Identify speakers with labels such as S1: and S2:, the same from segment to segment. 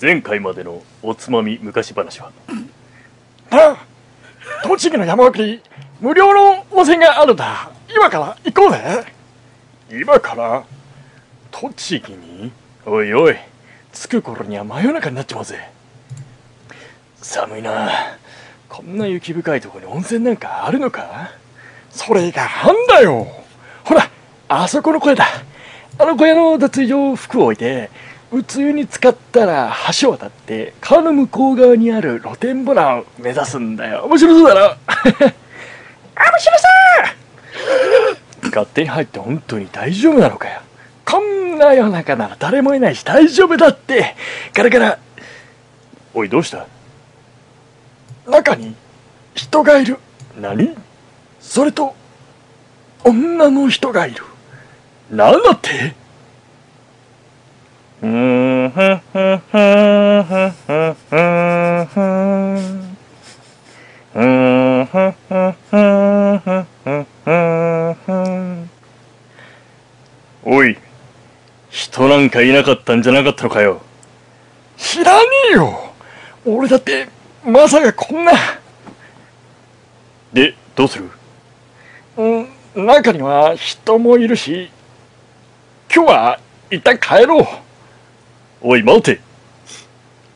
S1: 前回までのおつまみ昔話は
S2: だ栃木の山奥に無料の温泉があるんだ今から行こうぜ
S1: 今から
S2: 栃木に
S1: おいおい
S2: 着く頃には真夜中になっちまうぜ
S1: 寒いな
S2: こんな雪深いとこに温泉なんかあるのかそれがあんだよほらあそこの小屋だあの小屋の脱衣所服を置いて宇宙に使ったら橋を渡って川の向こう側にある露天ボラを目指すんだよ面白そう だろ面白そう勝手に入って本当に大丈夫なのかよこんな夜中なら誰もいないし大丈夫だってガラガラ
S1: おいどうした
S2: 中に人がいる
S1: 何
S2: それと女の人がいるなんだって
S1: うーんふんふんふんふんふんふんふんうーんふんふんふんふんふんふんふんおい人なんかいなかったんじゃなかったのかよ
S2: 知らねえよ俺だってまさかこんな
S1: でどうする
S2: うん中には人もいるし今日は一旦帰ろう
S1: おい待て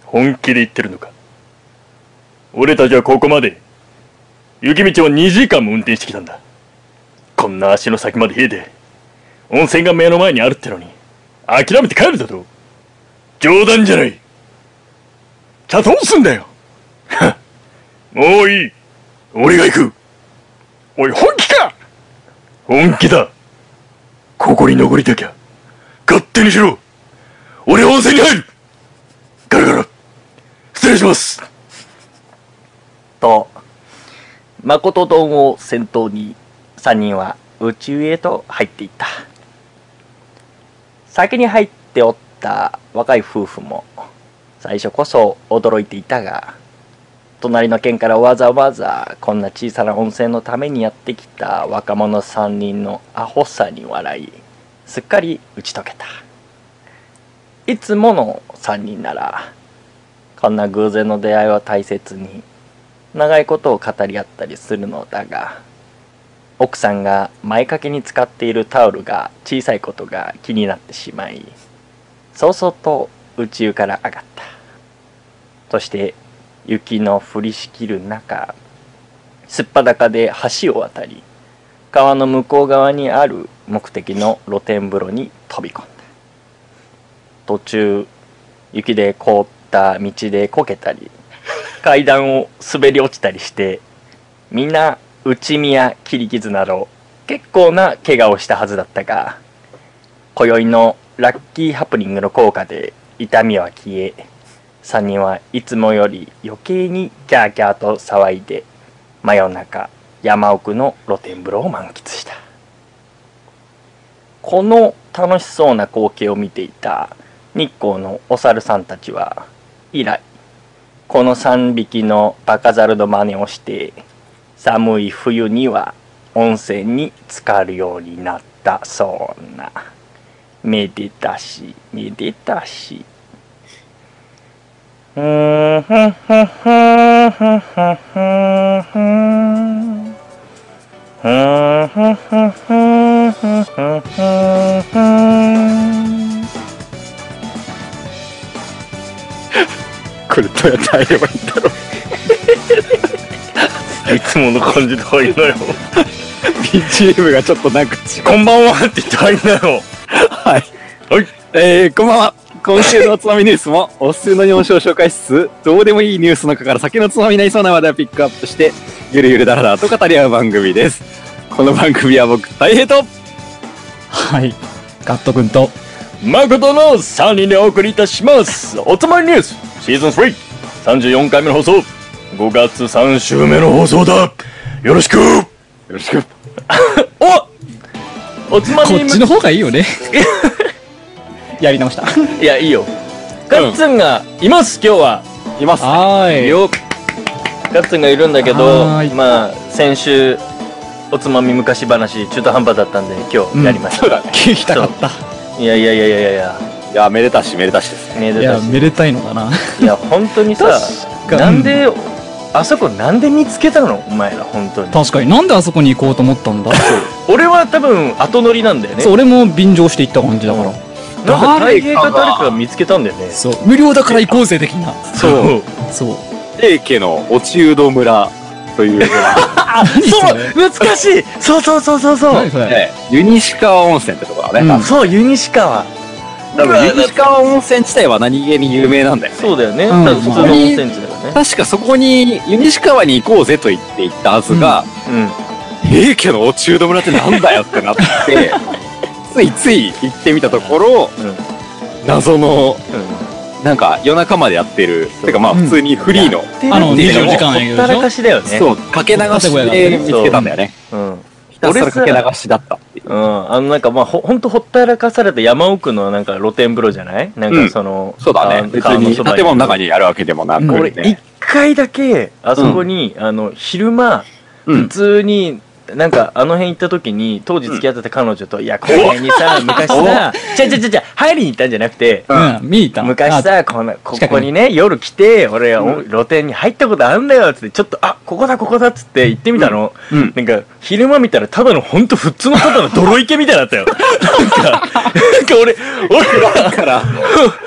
S1: 本気で言ってるのか俺たちはここまで雪道を2時間も運転してきたんだこんな足の先まで冷えて温泉が目の前にあるってのに諦めて帰るだろう冗談じゃない
S2: じゃあどうすんだよ
S1: もういい俺が行く
S2: おい本気か
S1: 本気だここに残りたきゃ勝手にしろ俺は温泉に入るガラガラ失礼します
S3: と、誠丼を先頭に、三人は宇宙へと入っていった。先に入っておった若い夫婦も、最初こそ驚いていたが、隣の県からわざわざこんな小さな温泉のためにやってきた若者3人のアホさに笑い、すっかり打ち解けた。いつもの3人なら、こんな偶然の出会いは大切に、長いことを語り合ったりするのだが奥さんが前掛けに使っているタオルが小さいことが気になってしまい早々と宇宙から上がったそして雪の降りしきる中すっぱだかで橋を渡り川の向こう側にある目的の露天風呂に飛び込んだ途中雪で凍った道でこけたり階段を滑り落ちたりしてみんな内身や切り傷など結構な怪我をしたはずだったが今宵のラッキーハプニングの効果で痛みは消え3人はいつもより余計にキャーキャーと騒いで真夜中山奥の露天風呂を満喫したこの楽しそうな光景を見ていた日光のお猿さんたちは以来この3匹のバカザルの真似をして寒い冬には温泉に浸かるようになったそうなめでたしめでたし
S1: うーんふんふんふんふんふんふんふんふんふんふんふんふんふんふんこれどうやって入ればいいんだろういつもの感じで入んなよ
S4: BGM がちょっとなんか違う。
S1: こんばんはって言って入んなよ
S4: はい。
S1: はい
S4: えー、こんばんは。今週のおつまみニュースも、おすすめの日本酒を紹介しつつ、どうでもいいニュースの中から先のつまみになりそうな話題をピックアップして、ゆるゆるだらだらと語り合う番組です。この番組は僕、大平と、
S5: はい。ガット君と、
S1: 誠の3人でお送りいたしますおつまみニュースシーズン334回目の放送5月3週目の放送だよろしく
S4: よろしく。
S1: おおつま
S5: こ
S1: み
S5: っちの方がいいよね。やり直した。
S1: いやいいよガッツンがいます今日はい
S4: ます。
S5: はーい。
S4: よ
S1: ガッツンがいるんだけど
S5: はーい
S1: まあ先週おつまみ昔話中途半端だったんで今日やりまし
S4: そう
S1: た、
S4: だね。
S5: 聞きたかった。
S1: いやいやいやいやいや
S6: いや、めでたし、めでたしですね。
S3: め
S7: い
S3: で
S7: や
S3: たし
S7: めでたいのかな
S3: いや本当にさ
S7: 確かに
S3: なんであそこなんで見つけたのお前ら本当に
S7: 確かになんであそこに行こうと思ったんだ
S3: 俺は多分後乗りなんだよね
S7: そう俺も便乗して行った感じだから、
S3: なんか大平か
S6: 誰かが
S3: 誰かが見つけたんだよね
S7: そう無料だから行こうぜ的な
S3: そう
S7: そう
S6: 平家の落うど村という村
S7: 何それ
S3: そう懐かしいそうそうそうそうそ
S7: 何
S3: う
S7: それ
S6: ね、湯西川温泉ってところだね。
S7: うん
S3: そう湯西川
S6: 多分湯西川温泉自体は何気に有名なんだよね。
S3: そうだよね、
S7: うん
S3: 多分普通の温泉地だよね
S6: 確かそこに湯西川に行こうぜと言って行ったはずが、
S3: うん
S6: 平家の落うど村ってなんだよって なって、ついつい行ってみたところ、
S3: うん
S6: 謎の、
S3: う
S6: なんか夜中までやってる、てかまあ
S7: うん
S6: 普通にフリーの、
S3: ん
S7: あの
S3: でも
S7: 24時間営業でしょ
S3: ほったらかしだよね
S6: そう、かけ流しで見つけたんだよね。
S3: うん、うん、
S6: ひたすらかけ流しだったっていう。
S3: あのなんかまあほほんとほったらかされた山奥のなんか露天風呂じゃないなん
S6: う
S3: か
S6: ん
S3: その、
S6: そうだ
S3: あ
S6: ね。別
S3: 川の
S6: に
S3: そ
S6: 建
S3: ば
S6: 物の中にあるわけでもなく、
S7: うん
S3: 俺一
S6: ね、
S3: 回だけあそこに、あの昼間
S6: うん
S3: 普通に、なんかあの辺行った時に当時付き合ってた彼女と「いやこの辺にさ昔さちゃちゃちゃちゃ入りに行ったんじゃなくて
S7: うん見に行ったの
S3: 昔
S7: あ
S3: さこのこ
S7: 近くに
S3: こにね夜来て俺お露店に入ったことあるんだよ」っつって「ちょっとあここだここだ」っつって行ってみたの、
S6: うん
S3: なんか昼間見たらただのほんと普通のただの泥池みたい だったよなんかなんか俺俺
S6: だから、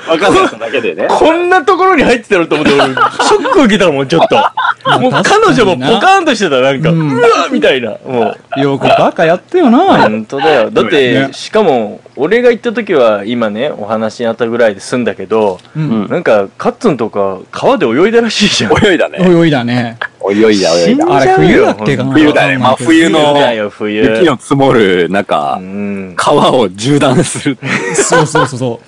S6: 分かんなかっただけで ね。
S3: こんなところに入ってたのと思って俺ショック受けたもんちょっともう彼女もポカーンとしてたなんか、う
S7: うん
S3: わみたいなもう
S7: よくバカやってよな
S3: 本当だよだって、
S7: ね
S3: しかも俺が行った時は今ねお話にあったぐらいで済んだけど
S7: うん
S3: なんかカッツンとか川で泳いだらしいじゃん
S6: 泳いだね。
S7: 泳いだね
S6: 泳いだ、泳いだ。
S3: 死ん
S7: あ
S3: じゃ
S7: れ
S3: うよ
S7: 冬だっけかな
S6: 冬だね。真冬
S3: 冬だ
S6: の
S3: よ冬
S6: 雪の積もる
S3: う
S6: 中、
S3: ん
S6: 川を縦断する。
S7: そうそうそうそ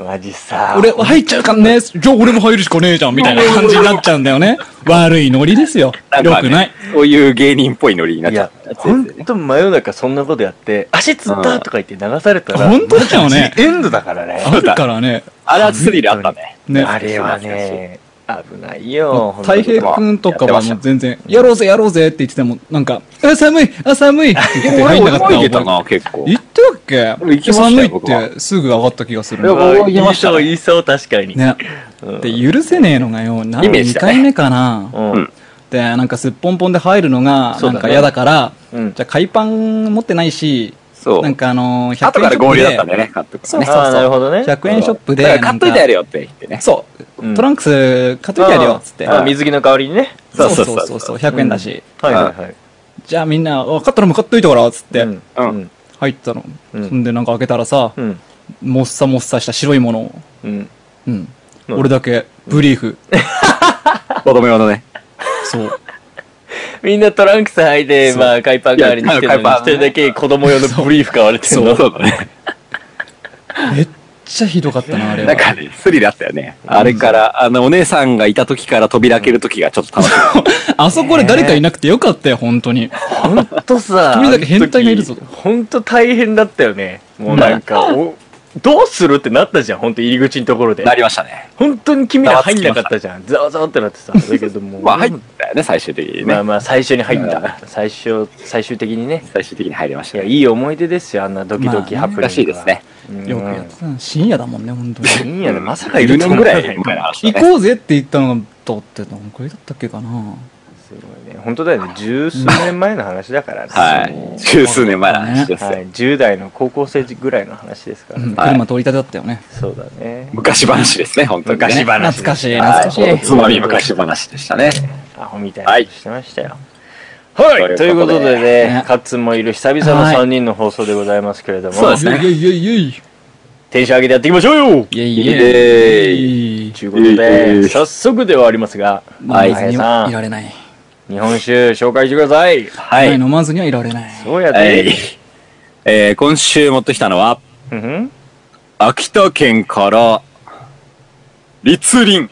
S7: う
S3: マジさ
S7: 俺入っちゃうかんねじゃあ俺も入るしかねえじゃんみたいな感じになっちゃうんだよね悪いノリですよ
S6: な
S7: 良
S6: んかね
S7: くない。
S6: そういう芸人っぽいノリになっ
S3: い
S6: ちゃ
S3: や
S6: った。ついつい
S3: 本
S6: ね
S3: 当真夜中そんなことやって足つったとか言って流されたら
S7: 本当だよね
S3: マジエンドだからね
S7: あるからね
S6: あれはスリルあったね。
S7: ね
S3: あれはね危ないよ本当
S7: 太
S3: に
S7: 平君とかはもう全然「やろうぜやろうぜ」って言っててもなんか「あ寒いあ寒い」って言って入んなかった
S6: 泳いでたな、結構。
S7: 言ってたっ
S6: も行
S7: け
S6: きましたよ
S7: 寒い
S6: 僕は
S7: ってすぐ上がった気がする
S6: いや
S7: な
S6: 僕も言い
S3: 言
S6: ま
S3: い
S6: した
S3: そう
S6: ね
S3: 言いそう確かに
S7: ねで許せねえのがよな
S6: イメージ
S7: 2
S6: だね
S7: 回目かな
S3: うん
S6: うん
S7: でなんかすっぽんぽんで入るのが
S3: そうだ
S7: な
S3: ね
S7: んか嫌だから
S3: うん
S7: じゃあ海パン持ってないし
S6: そう
S7: なんかあのー100円ショップで
S6: 後から合流だったんだよね、監督
S7: そ
S6: は
S7: うそ
S6: ね。
S7: う
S3: あーなる
S7: そ
S3: ほ
S7: う
S3: どね
S7: 100円ショップで
S6: だから買っといてやる
S7: よ
S6: よって言ってね。
S7: そう
S3: うん
S7: トランクス買っといてやるよっつって
S3: あーあー水着の代わりにね
S7: そう
S6: そ
S7: そうう
S6: そうそう
S7: そうそう100円だし
S3: はいはいはい
S7: じゃあみんなあ買ったのも買っといてからっつって
S3: うん
S6: う
S3: うんん
S7: 入ったの
S3: う
S7: そ
S3: ん
S7: んでなんか開けたらさ
S3: うん
S7: もっさもっさした白いものを
S3: うん
S7: うん
S3: うん
S7: 俺だけブリーフ
S6: 子供用のね。
S7: そう
S3: みんなトランクス履いて、
S7: そう
S3: まあ、海パン代わりにしてるの
S6: いや
S3: に、
S6: 海パ
S3: 一
S6: ン
S3: 人だけ子供用のブリーフ買われてるの。
S6: そうだね。
S7: めっちゃひどかったなあれ
S6: なんか
S7: は
S6: ね、スリルあったよね。あれから、あの、お姉さんがいた時から扉開ける時がちょっと楽しかっ
S7: あそこで誰かいなくてよかったよ本当に
S3: ほんとさ、
S7: 一人だけ変態がいるぞ
S3: あの時ほんと大変だったよね。もうなんか、おどうするってなったじゃん、ほんと入り口のところで
S6: た。。なりましたね。
S3: 本当に君ら入んなかったじゃん。ざわざわってなってさ。だけどもう。
S6: まあ入ったよね、最終的に
S3: まあ
S6: ね。
S3: まあ、最初に入った。最終、最終的にね。
S6: 最終的に入りまし
S3: い
S6: た
S3: や、
S6: ね。
S3: いい思い出ですよ、あんなドキドキ
S7: ま
S3: ハ
S7: あ
S3: プニング
S6: らしいですね。。
S3: うん
S7: よくやってたな深夜だもんね本 当に
S3: いいやね、まさかい
S6: 10
S3: ると
S6: 年
S3: 思
S6: ぐ
S3: わ
S6: ら
S3: ない
S6: 前の話だ
S7: 行
S6: ね。
S7: こうぜって言ったのがどうってどんくらいだったっけかな
S3: すごいね。本当だよね。十数年前の話だからね。
S6: はい。十数年前の話ですよ。
S3: はい、10代の高校生ぐらいの話ですから、
S7: うん
S3: ね
S6: はい
S7: 車通りたてだったよね
S3: そうだね
S6: 昔話ですね、本当に。
S3: 昔話
S7: 懐かしい懐
S6: は
S7: かしい
S6: い。つまみ昔話でしたね。
S3: アホみたいなことしてましたよはい、
S6: はい
S3: ということでね
S7: ね
S3: カッツンもいる久々の
S7: はい
S3: 3人の放送でございますけれども、
S6: そうですね
S7: イエイイエイイエイ
S3: テンション上げてやっていきましょうよ
S7: イエイ
S6: イ
S7: イ
S6: エ
S7: エイ
S3: ということ
S6: え
S3: で
S6: ー
S3: 早速ではありますが
S7: はい
S3: 林
S7: い
S3: さん
S7: られない
S3: 日本酒紹介してください
S6: は
S7: はい
S6: い。
S7: 飲まずにはいられない
S3: そうやで、
S6: はい。えー今週持ってきたのは、
S3: うんふん
S6: 秋田県から、立林。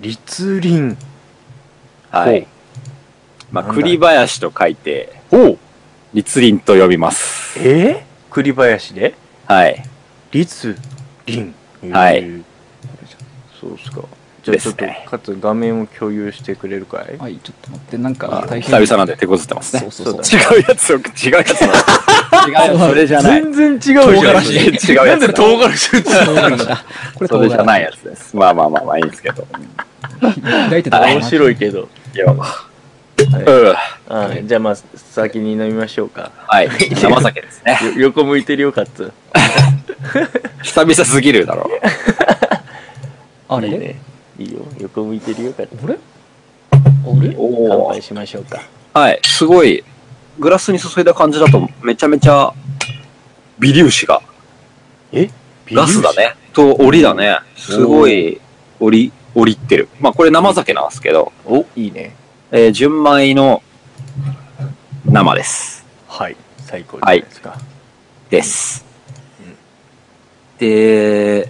S3: 立林
S6: はい。まあ、
S3: なんだ
S6: 栗林と書いて、
S3: お
S6: 立林と呼びます。
S3: えー、栗林で
S6: はい。
S3: 立林
S6: はい
S3: えーそうっすかじゃあち
S6: で
S3: ょっ
S6: す
S3: と
S6: ね、
S3: かつ画面を共有してくれるかい
S7: はい、ちょっと待って、なんか大
S6: 久
S7: 変。
S6: 々なんで手こずってますね。
S7: そうそう
S3: そ
S6: 違うやつを、違うやつだ。違うやつ、それじゃない。
S2: 全然違うじゃん。
S6: 唐辛子。違う
S2: な
S6: や
S2: んで
S6: つだ。
S2: 唐辛子打つ
S7: そう。唐辛子だ。これ
S6: そ
S7: 唐
S6: れじゃな
S7: 辛
S6: いやつです。まあまあまあまあ、いいんですけど。
S7: 子。開いてた
S3: 面白いけど。
S6: いや、まあうん。
S3: あーじゃあまあ、先に飲みましょうか。
S6: はい。生酒ですね。
S3: よ 横向いてるよ、かつ。
S6: 久々すぎるだろう。
S7: あれ
S3: いいね。いいよ。横向いてるよ、かつ。
S7: あれあれ
S6: お
S3: 乾
S6: お
S3: 杯。しましょうか。
S6: はい。すごい、グラスに注いだ感じだと、めちゃめちゃ、微粒子が、ガスだね。と、檻だね。すごい、檻、檻ってる。まあ、これ生酒なんですけど、
S3: お、いいね。
S6: えー純米の生です。
S3: はい。最高じゃないですか。
S6: です。で、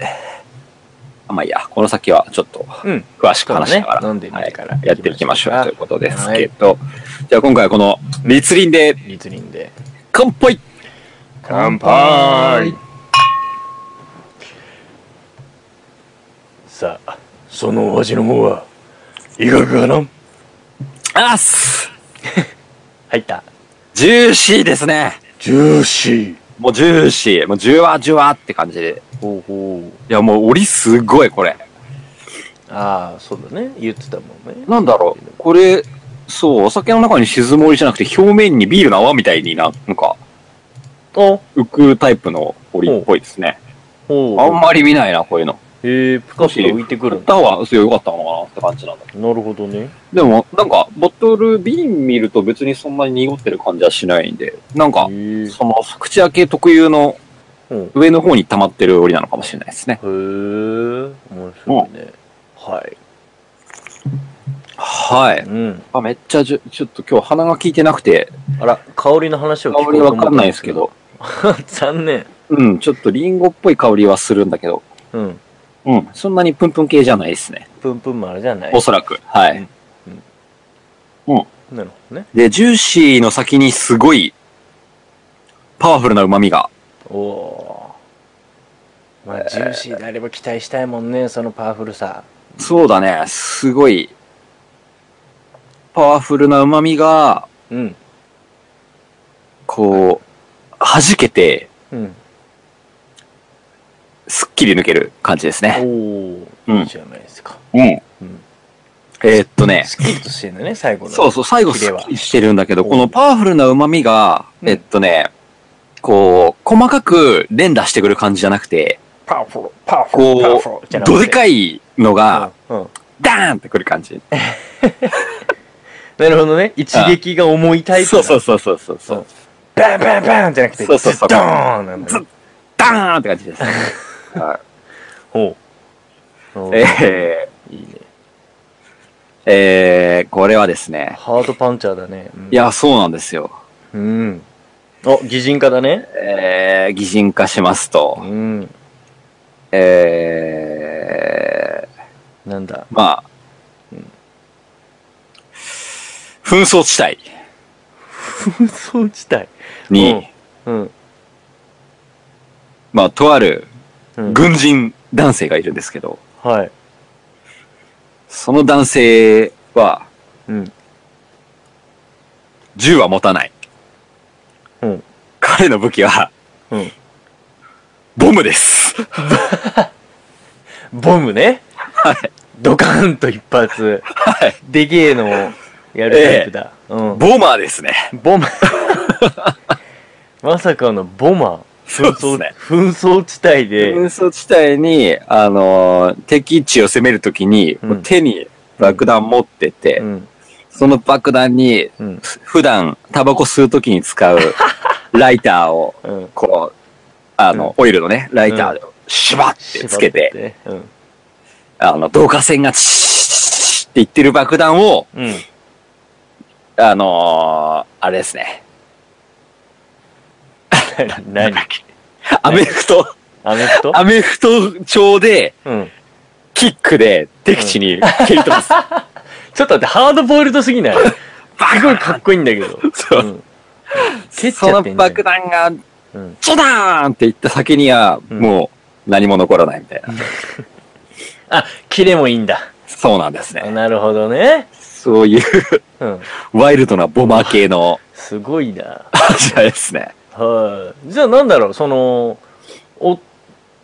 S6: あまあいいや、この先はちょっと
S3: うん。
S6: 詳しく話しながら、
S3: そうだね飲んでみてから
S6: はいやっていきましょう
S3: 行きましょうか
S6: ということですけど、じゃあ今回はこの立林で
S3: 立輪で。
S6: 乾杯
S8: 乾杯
S2: さあ、そのお味の方は、いかがかな
S6: あっす
S3: 入った。
S6: ジューシーですね
S2: ジューシー。
S6: もうジューシー、もうジュワジュワって感じで。
S3: ほうほ
S6: いやもう檻すごいこれ。
S3: う。ああ、そうだね。言ってたもんね。
S6: なんだろう、これ、そう、お酒の中に沈む檻じゃなくて表面にビールの泡みたいにな、なんか、
S3: お
S6: 浮くタイプの檻っぽいですね。
S3: ほう。
S6: あんまり見ないな、こういうの。
S3: えー、プカプカ浮いてく
S6: 売
S3: る
S6: った方が、そう、良かったのかなって感じなんだけ
S3: のなるほどね。
S6: ど。でも、なんか、ボトル、瓶見ると別にそんなに濁ってる感じはしないんで、なんか
S3: へ、ー
S6: その、口開け特有の
S3: うん、
S6: 上の方に溜まってる檻なのかもしれないですね。
S3: へー面白いね。はい。
S6: はい。
S3: うん。
S6: あ、めっちゃじゅ、ちょっと今日鼻が効いてなくて、
S3: あら、香りの話を聞こう
S6: 香りわかんないですけど、
S3: と思ったんですけ ど。残念。
S6: うん、ちょっとリンゴっぽい香りはするんだけど、
S3: うん。
S6: うん、そんなにプンプン系じゃないですね。
S3: プンプン丸じゃない。
S6: おそらく。はい。
S3: なるほどね。
S6: で、ジューシーの先にすごい、パワフルな旨味が、
S3: おおー。まあ、ジューシーであれば期待したいもんね、そのパワフルさ。
S6: そうだね、すごい、パワフルな旨味が、
S3: うん。
S6: こう、弾けて、
S3: うん。
S6: すっきり抜ける感じです
S3: お
S6: ね。
S3: お、
S6: うん
S3: いいじゃないですか。
S6: うん。え
S3: うん
S6: ーっとね、
S3: スキッとしてんだね、最後の。
S6: そうそう、最後
S3: キレ
S6: すっ
S3: は
S6: きりしてるんだけど、
S3: うん
S6: このパワフルな旨味が、
S3: うん
S6: えっとね、こう、細かく連打してくる感じじゃなくて、
S3: パワフル、パワフル、パワフ
S6: こ
S3: ルじゃ
S6: う、
S3: なくて。
S6: どでかいのが、
S3: うん。うん
S6: ダーンってくる感じ。
S3: なるほどね。一撃が重いタイプ
S6: そう
S3: だ。
S6: そうそうそうそ う
S3: そ
S6: そうう。
S3: バンバンバンじゃなくて、
S6: そうそうそう
S3: ドーンなんだ
S6: ず
S3: ね。
S6: ダーンって感じです。は
S3: ほう。
S6: いえ
S3: いいね。
S6: ー、えー、これはですね、
S3: ハートパンチャーだね。うん
S6: い。や、そうなんですよ。
S3: うん。あ、擬人化だね。
S6: えー、擬人化します
S3: う
S6: と、
S3: ん。
S6: えー、
S3: なんだ。
S6: まあ、紛争地帯
S3: 紛争地帯。
S6: に、
S3: うん。
S6: まあ、とある
S3: うん。
S6: 軍人男性がいるんですけど、
S3: はい。
S6: その男性は
S3: うん。
S6: 銃は持たない。
S3: うん
S6: 彼の武器は、
S3: うん
S6: ボムです。
S3: ボムね。
S6: はい
S3: ドカーンと一発。
S6: はい。
S3: でけえのをやるタイプだ。うん。
S6: ボマーですね。
S3: ボマまさかのボマ
S6: そうですね。
S3: 紛争地帯で
S6: 紛争地帯に、あのー敵地を攻めるときに、
S3: うん
S6: もう手に爆弾持ってて、
S3: うん
S6: その爆弾に、
S3: うん
S6: 普段タバコ吸うときに使うライターを、
S3: うん
S6: こう、あの、オイルのね、ライターで、シュバってつけて、
S3: 縛って
S6: あの、導火線がチーって言ってる爆弾を、
S3: うんうん
S6: あのー、あれですね。
S3: 何
S6: アメフト、
S3: アメフト
S6: アメフト調で、
S3: うん
S6: キックで敵地に蹴り飛ばす。
S3: ちょっと待ってハードボイルドすぎないすごいかっこいいんだけ ど
S6: そ
S3: う
S6: う
S3: ん蹴っち
S6: そ
S3: ゃ
S6: の
S3: ってんじゃん
S6: 爆弾が、
S3: うん
S6: ジョダーンって言った先には、
S3: うん
S6: もう何も残らないみたいな。
S3: あキレもいいんだ
S6: そうなんですね。
S3: なるほどね。
S6: そういう
S3: うん。
S6: ワイルドなボマー系の
S3: すごいな。
S6: 話題ですね。
S3: はい。じゃあなんだろう、その、お、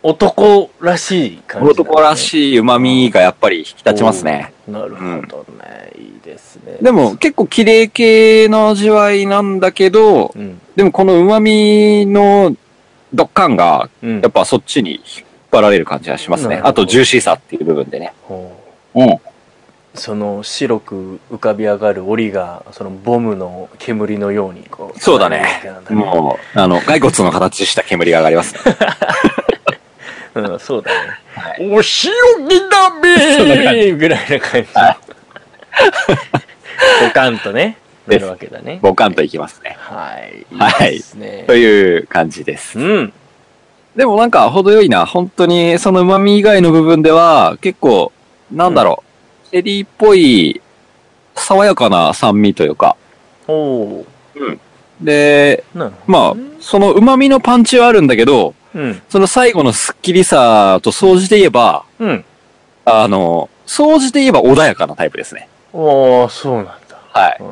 S3: 男らしい感じ、
S6: 男ら
S3: い。
S6: しい旨味がやっぱり引き立ちますね。
S3: なるほどね。いいですね。
S6: でも、結構綺麗系の味わいなんだけど、
S3: うん。
S6: でもこの旨味のドッカンが
S3: うん
S6: やっ。ぱそっちに引っ張られる感じがします
S3: な
S6: ね
S3: る。ほど
S6: あとジューシーさっていう部分でね。
S3: ほう
S6: うん。
S3: その白く浮かび上がる檻が、そのボムの煙のようにこう。
S6: そうだね
S3: なんだね
S6: もう、あの、骸骨の形した煙が上がり ますね。
S3: うん、そうだ ね。おしろぎだべーぐらいな 感じ。ポカンとね、
S6: で
S3: な
S6: す
S3: るわけだね。
S6: ボカンといきますね。
S3: はい。
S6: はい
S3: いいですね。
S6: という感じです。
S3: うん。
S6: でもなんか程よいな。本当にその旨味以外の部分では結構、なんだろう、チェリーっぽい爽やかな酸味というか。
S3: おー。
S6: で、
S3: なるほ
S6: まあ、その旨味のパンチはあるんだけど、
S3: ど。うん。
S6: その最後のスッキリさと総じて言えば、
S3: うん。
S6: あの、総じて言えば穏やかなタイプですね。
S3: おー、そうなんだ。
S6: はい。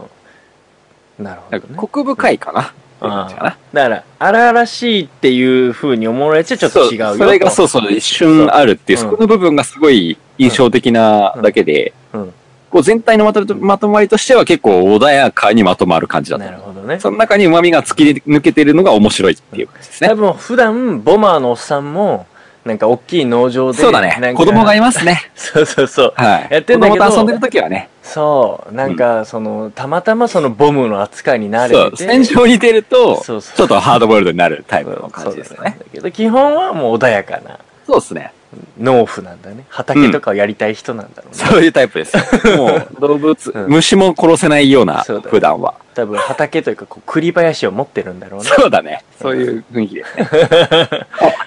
S3: なるほ
S6: な
S3: ど
S6: んか
S3: ね。
S6: コク深いかな。
S3: あ
S6: っていう感じか
S3: あだか
S6: な
S3: ら、荒々しいっていう風に思われちゃちょっと違うよ
S6: そ
S3: と。
S6: それがそうそう、一瞬あるっていう、
S3: そう
S6: そ
S3: うん
S6: この部分がすごい印象的なだけで、
S3: うんうん
S6: こう全体のまとまとまりとしては結構穏やかにまとまる感じだと
S3: な
S6: 思
S3: る
S6: う。
S3: ほどね。
S6: その中に旨味が突き抜けてるのが面白いっていう感じですね
S3: 多。分普段、ボマーのおっさんも、なんか大きい農場で、
S6: そうだ
S3: な
S6: ね。
S3: んか
S6: 子供がいますね。
S3: そうそうそう。
S6: はい。
S3: やってんだけど
S6: 子供と遊んでる時はね、
S3: そう。なんか、その、たまたまそのボムの扱いになれ
S6: そう、
S3: て。
S6: 戦場に出ると、ち
S3: そ
S6: ょ
S3: う
S6: っ
S3: そう
S6: とハードボイルドになるタイプ
S3: そ
S6: の
S3: う
S6: 感じです
S3: そうなん
S6: ね。
S3: だけど、基本はもう穏やかな
S6: そうですね。
S3: 農夫なんだね。畑とかをやりたい人なんだろうね。
S6: そういうタイ プです。もう、動物、
S3: うん
S6: 虫も殺せないような、
S3: そうだね
S6: 普段は。
S3: 多分畑というか、こう、栗林を持ってるんだろうね。
S6: そうだね。そういう雰囲気ですね。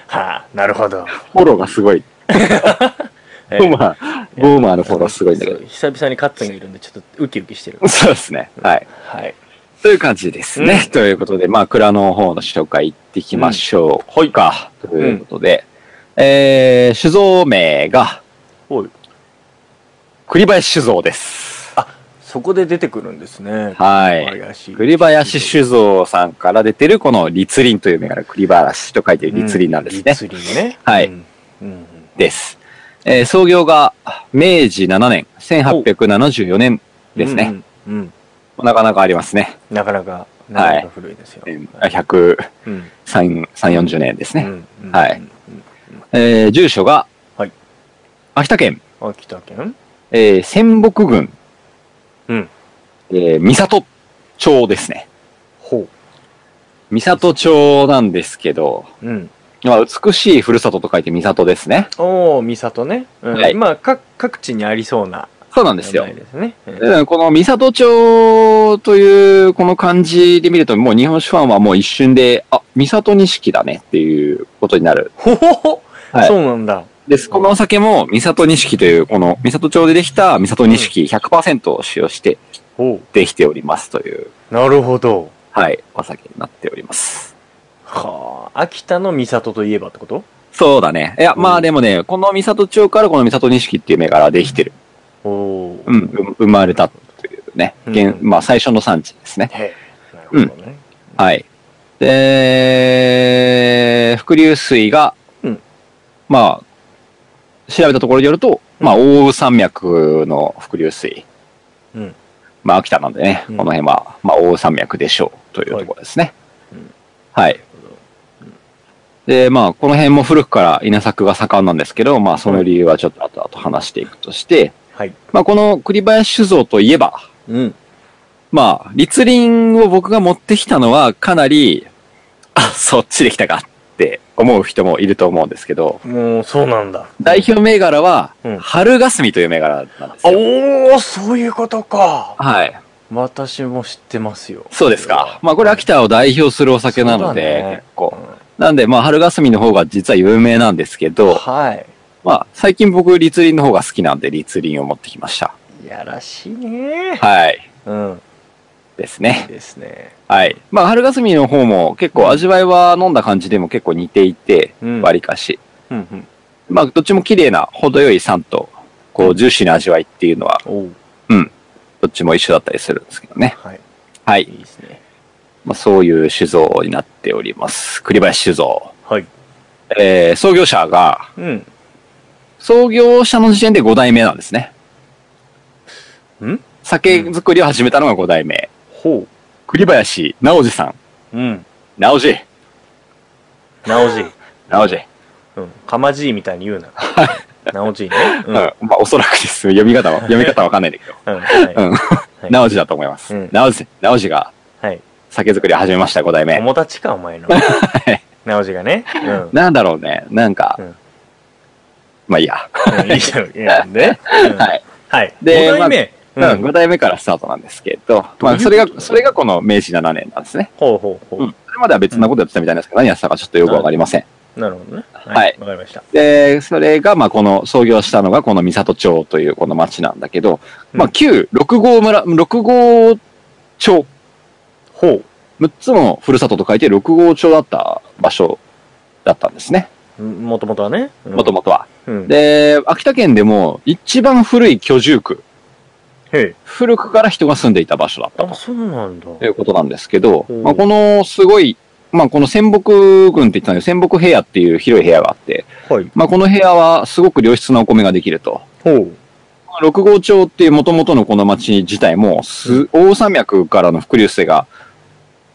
S3: はあ、なるほど。
S6: フォローがす ごい。
S3: え
S6: ボーマー、ボーマーのフォローすごいんだけど
S3: そ。う久々にカッツンがいるんで、ちょっとウキウキしてる。
S6: そうですね。はい。
S3: はい。
S6: という感じですね。ということで、まあ、蔵の方の紹介行ってきましょう。ほ、いか。ということで、えー、酒造名が、
S3: おい。
S6: 栗林酒造です。
S3: そこで出てくるんですね。
S6: はい。
S3: い
S6: 栗林酒造さんから出てる、この立林という銘柄、栗林と書いてる立林なんですね。
S3: 律林ね。
S6: はい
S3: うん。うん
S6: です。えー創業が明治7年、1874年ですね。。
S3: うんうん。
S6: なかなかありますね。
S3: なかなか、なかなか古いですよ。
S6: えー103、
S3: うん
S6: 40年ですね。
S3: うん
S6: はい。
S3: うん
S6: えー住所が、
S3: はい
S6: 秋田県、
S3: 秋田県
S6: えー仙北郡、
S3: うん
S6: えー三郷町ですね。
S3: ほ
S6: 三郷町なんですけど、
S3: う。うん。
S6: まあ、美しいふるさとと書いて三郷ですね。
S3: おお、三郷ね。うん
S6: はい
S3: まあ、各各地にありそうな
S6: そうなん
S3: 名
S6: ですよ
S3: 前。ですね。うん
S6: うんこの三郷町というこの漢字で見ると、もう日本酒ファンはもう一瞬で、あ、三郷錦だねっていうことになる。
S3: ほほほ
S6: はい
S3: そうなんだ。
S6: です。このお酒も三郷錦という、この三郷町でできた三郷錦100%を使用して
S3: ほ
S6: できておりますという、
S3: う。なるほど。
S6: はい、お酒になっております。
S3: はあ、秋田の三郷といえばってこと
S6: そうだね。いや、
S3: う
S6: まあ
S3: ん
S6: でもね、この三郷町からこの三郷錦っていう銘柄できてる。
S3: おお。
S6: うん、う生まれたというね。現
S3: うん
S6: まあ最初の産地ですね。
S3: へえ。なるほどね。
S6: はい。で、伏流水が、
S3: うん
S6: まあ、調べたところによると、
S3: うん
S6: まあ、奥羽山脈の伏流水。
S3: うん
S6: まあ、秋田なんでね、
S3: うん
S6: この辺は、まあ、奥羽山脈でしょうというところですね。はい。で、まあ、この辺も古くから稲作が盛んなんですけど、まあ、その理由はちょっと後々話していくとして、
S3: はい。
S6: まあ、この栗林酒造といえば、
S3: うん。
S6: まあ、立林を僕が持ってきたのはかなり、あ、そっちできたかって思う人もいると思うんですけど、
S3: もう、そうなんだ。
S6: 代表銘柄は
S3: うん、
S6: 春霞という銘柄なんですよ。
S3: おお、そういうことか。
S6: はい。
S3: 私も知ってますよ。
S6: そうですか。まあこれ秋田を代表するお酒なので、
S3: そうだね
S6: 結構。なんで、まあ春霞の方が実は有名なんですけ
S3: うん。
S6: ど、
S3: はい。
S6: まあ最近僕立林の方が好きなんで立林を持ってきました。
S3: いやらしいね。
S6: はい。
S3: うん。
S6: ですね。
S3: ですね。
S6: はい。まあ、春霞の方も結構味わいは飲んだ感じでも結構似ていて、
S3: うん
S6: 割かし。
S3: うんうん。
S6: まあ、どっちも綺麗な程よい酸と、こう、ジューシーな味わいっていうのは、
S3: おう
S6: うん、どっちも一緒だったりするんですけどね。
S3: はい。
S6: はい
S3: い。いですね。
S6: まあ、そういう酒造になっております。栗林酒造。
S8: はい。
S6: えー、創業者が、
S8: うん。
S6: 創業者の時点で5代目なんですね。
S8: ん
S6: 酒造りを始めたのが5代目。
S8: ほ
S6: 栗林直治さん。
S8: う。うん。
S6: 直治。
S3: なおじい。
S6: 直治。
S3: うん。かまじいみたいに言うな。なおじいね。う。
S6: うんん。
S3: はい。
S6: まあ、おそらくです。読 み方は、読み方わかんないんだけど。
S3: は
S6: うん。
S3: い
S6: 直治だと思います
S3: うん。
S6: 直治、直治が
S3: い。はい。
S6: 酒造りを始めました、5代目。
S3: 友達か、お前の。なおじがね。うん。
S6: なんだろうね。なんか、
S3: うん
S6: まあいいや。
S3: うんいいじゃん。いいや ね。うん
S6: はい。
S3: はい。
S6: で
S3: 五代目。
S6: うん、5代目からスタートなんですけど、まあ、それが、それがこの明治7年なんですね。
S3: ほうほうほ
S6: うん。それまでは別なことやってたみたいなんですけど、何やってたかちょっとよくわかりません。
S3: う。なるほどね。
S6: はい
S3: わかりました。
S6: で、それが、まあ、この、創業したのがこの三郷町というこの町なんだけど、まあ、旧6号村、6号町、
S3: ほう。
S6: 6つのふるさとと書いて6号町だった場所だったんですね、
S3: もともとはね。
S6: もともとは。
S3: と。うん。
S6: で、秋田県でも一番古い居住区、
S3: へえ。
S6: 古くから人が住んでいた場所だった
S3: あ、そうなんだ。
S6: ということなんですけど、
S3: うん
S6: まあ、このすごい、まあ、この戦北軍って言ってたんで、戦北部屋っていう広い部屋があって、
S3: はい。
S6: まあ、この部屋はすごく良質なお米ができると。
S3: ほう。
S6: 六号町っていう元々のこの町自体も、す大山脈からの伏流水が、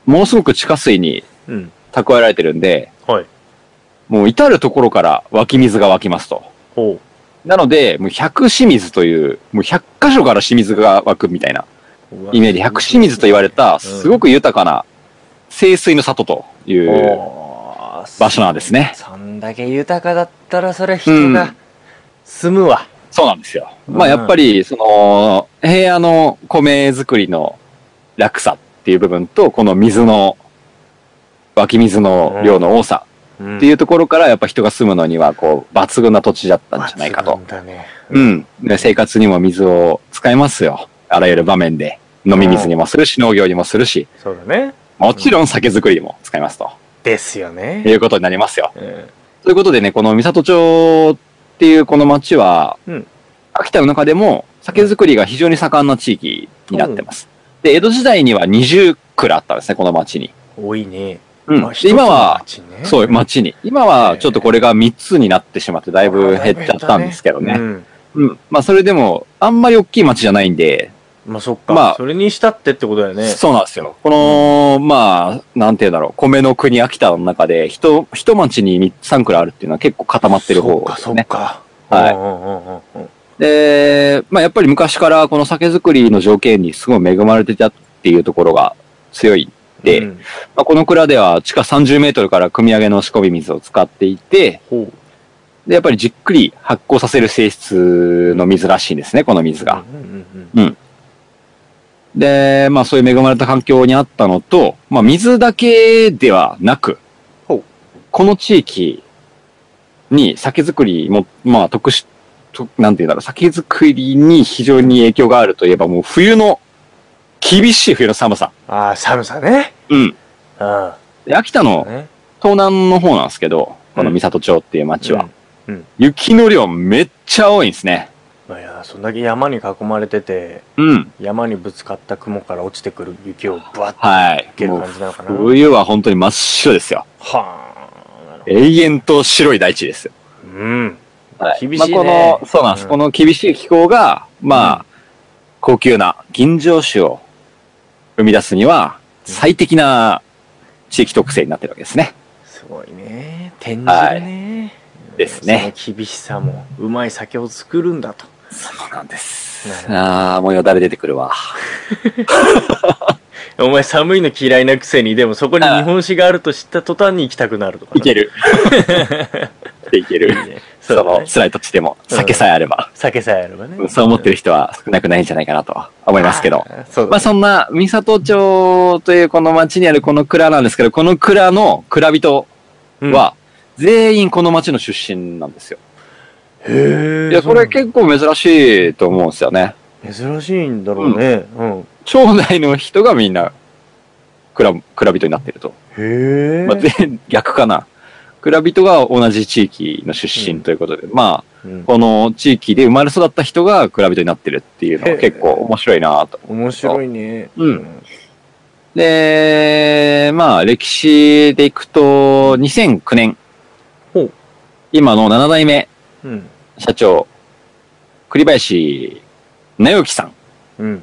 S6: ものすごく地下水に
S3: うん。
S6: 蓄えられてるんで、
S3: はい。
S6: もう至るところから湧き水が湧きますと。
S3: ほ
S6: なので、もう百清水という、もう百箇所から清水が湧くみたいな
S3: う。うわ
S6: イメージ、百清水と言われた、すごく豊かな清水の里という
S3: おー
S6: 場所なんで すね。
S3: そんだけ豊かだったらそれ人
S6: う
S3: が
S6: ん
S3: 住むわ、
S6: そうなんですよ。まあ
S3: うん
S6: やっぱり、その、平野の米作りの落差っていう部分と、この水の、湧き水の量の多さ
S3: うん
S6: っていうところから、やっぱ人が住むのには、こう、抜群な土地だったんじゃないか
S3: 抜
S6: と
S3: 群。だね
S6: うん。で生活にも水を使いますよ。あらゆる場面で。飲み水にもするし、農業にもするし、
S3: そうだね
S6: もちろん酒造りにも使いますと。
S3: ですよ
S6: い
S3: ね
S6: うことになりますよ。
S3: うん
S6: ということでね、この三郷町っていうこの町は、
S3: うん
S6: 秋田の中でも酒造りが非常に盛んな地域になってます。で、江戸時代には20蔵あったんですね、この町に。
S3: 多いね
S6: うん
S3: まあ
S6: で今は、
S3: 一つの街ね
S6: そう、町に。今はちょっとこれが3つになってしまって、だいぶ減っちゃったんですけど
S3: う
S6: ね。
S3: ん
S6: うん。まあ、それでも、あんまり大きい町じゃないんで、
S3: まあそっか、
S6: まあ
S3: それにしたってってことだよね
S6: そうなんですよ。この、まあ、なんて言うんだろう、米の国秋田の中で、ひと、一町に3蔵あるっていうのは結構固まってる方
S3: そっか
S6: で
S3: そ
S6: す
S3: っ
S6: ね。
S3: か
S6: はい
S3: うんうんうんうんうん
S6: で、まあ、やっぱり昔からこの酒造りの条件にすごい恵まれてたっていうところが強いんで、
S3: うん
S6: まあ、この蔵では地下30メートルから汲み上げの仕込み水を使っていて、
S3: ほ
S6: で、やっぱりじっくり発酵させる性質の水らしいんですね、この水
S3: う
S6: が。
S3: うんうん
S6: で、まあそういう恵まれた環境にあったのと、まあ水だけではなく
S3: ほう、
S6: この地域に酒造りも、まあ特殊、となんていうんだろう、酒造りに非常に影響があるといえばもう冬の、厳しい冬の寒さ。
S3: ああ寒さね
S6: うん。
S3: うん
S6: で秋田の
S3: ね
S6: 東南の方なんですけど、この
S3: うん
S6: 三郷町っていう町は、
S3: うんうん
S6: 雪の量めっちゃ多いんですね。
S3: まあいやそんだけ山に囲まれてて
S6: うん。
S3: 山にぶつかった雲から落ちてくる雪をぶわっと
S6: はい
S3: 受ける感じなのかな
S6: 冬は本当に真っ白ですよ。
S3: はあなるほ
S6: 永遠と白い大地ですよ
S3: どうん
S6: はい
S3: 厳しいね
S6: まあ、この、そうなんです、
S3: うん
S6: この厳しい気候が、まあ、
S3: う
S6: 高級な銀醸酒を生み出すには、最適な地域特性になってるわけですね。
S3: すごいね展示だね、
S6: ですね
S3: その厳しさもうまい酒を作るんだと
S6: そうなんです
S3: なるほ
S6: ああ、もうよだれ出てくるわ。
S3: お前寒いの嫌いなくせにでもそこに
S6: ああ
S3: 日本酒があると知った途端に行きたくなるとか
S6: いけ
S3: る
S6: る。でいける。
S3: そ
S6: そう
S3: だ
S6: の
S3: ね
S6: 辛い土地でも酒さえあれば、
S3: 酒さえあればね
S6: そう思ってる人は少なくないんじゃないかなとは思いますけど。
S3: ああそう
S6: ま
S3: だ
S6: あ
S3: ね
S6: そんな、三郷町というこの町にあるこの蔵なんですけど、この蔵の蔵人
S3: うん
S6: は、全員この町の出身なんですよ。
S3: へえ
S6: いや、これ結構珍しいと思うんですよね。
S3: 珍しいんだろうねうん、
S6: 町内の人がみんな、蔵、蔵人になってると。
S3: へえ、
S6: まあ、全逆かな。蔵人が同じ地域の出身ということで、まあ、
S1: うん
S6: この地域で生まれ育った人が蔵人になってるっていうのは結構面白いなと。
S1: 面白いね。
S6: うん。で、まあ、歴史でいくと、2009年。
S1: ほう
S6: 今の7代目
S1: うん。
S6: 社長、栗林直之さん
S1: うん。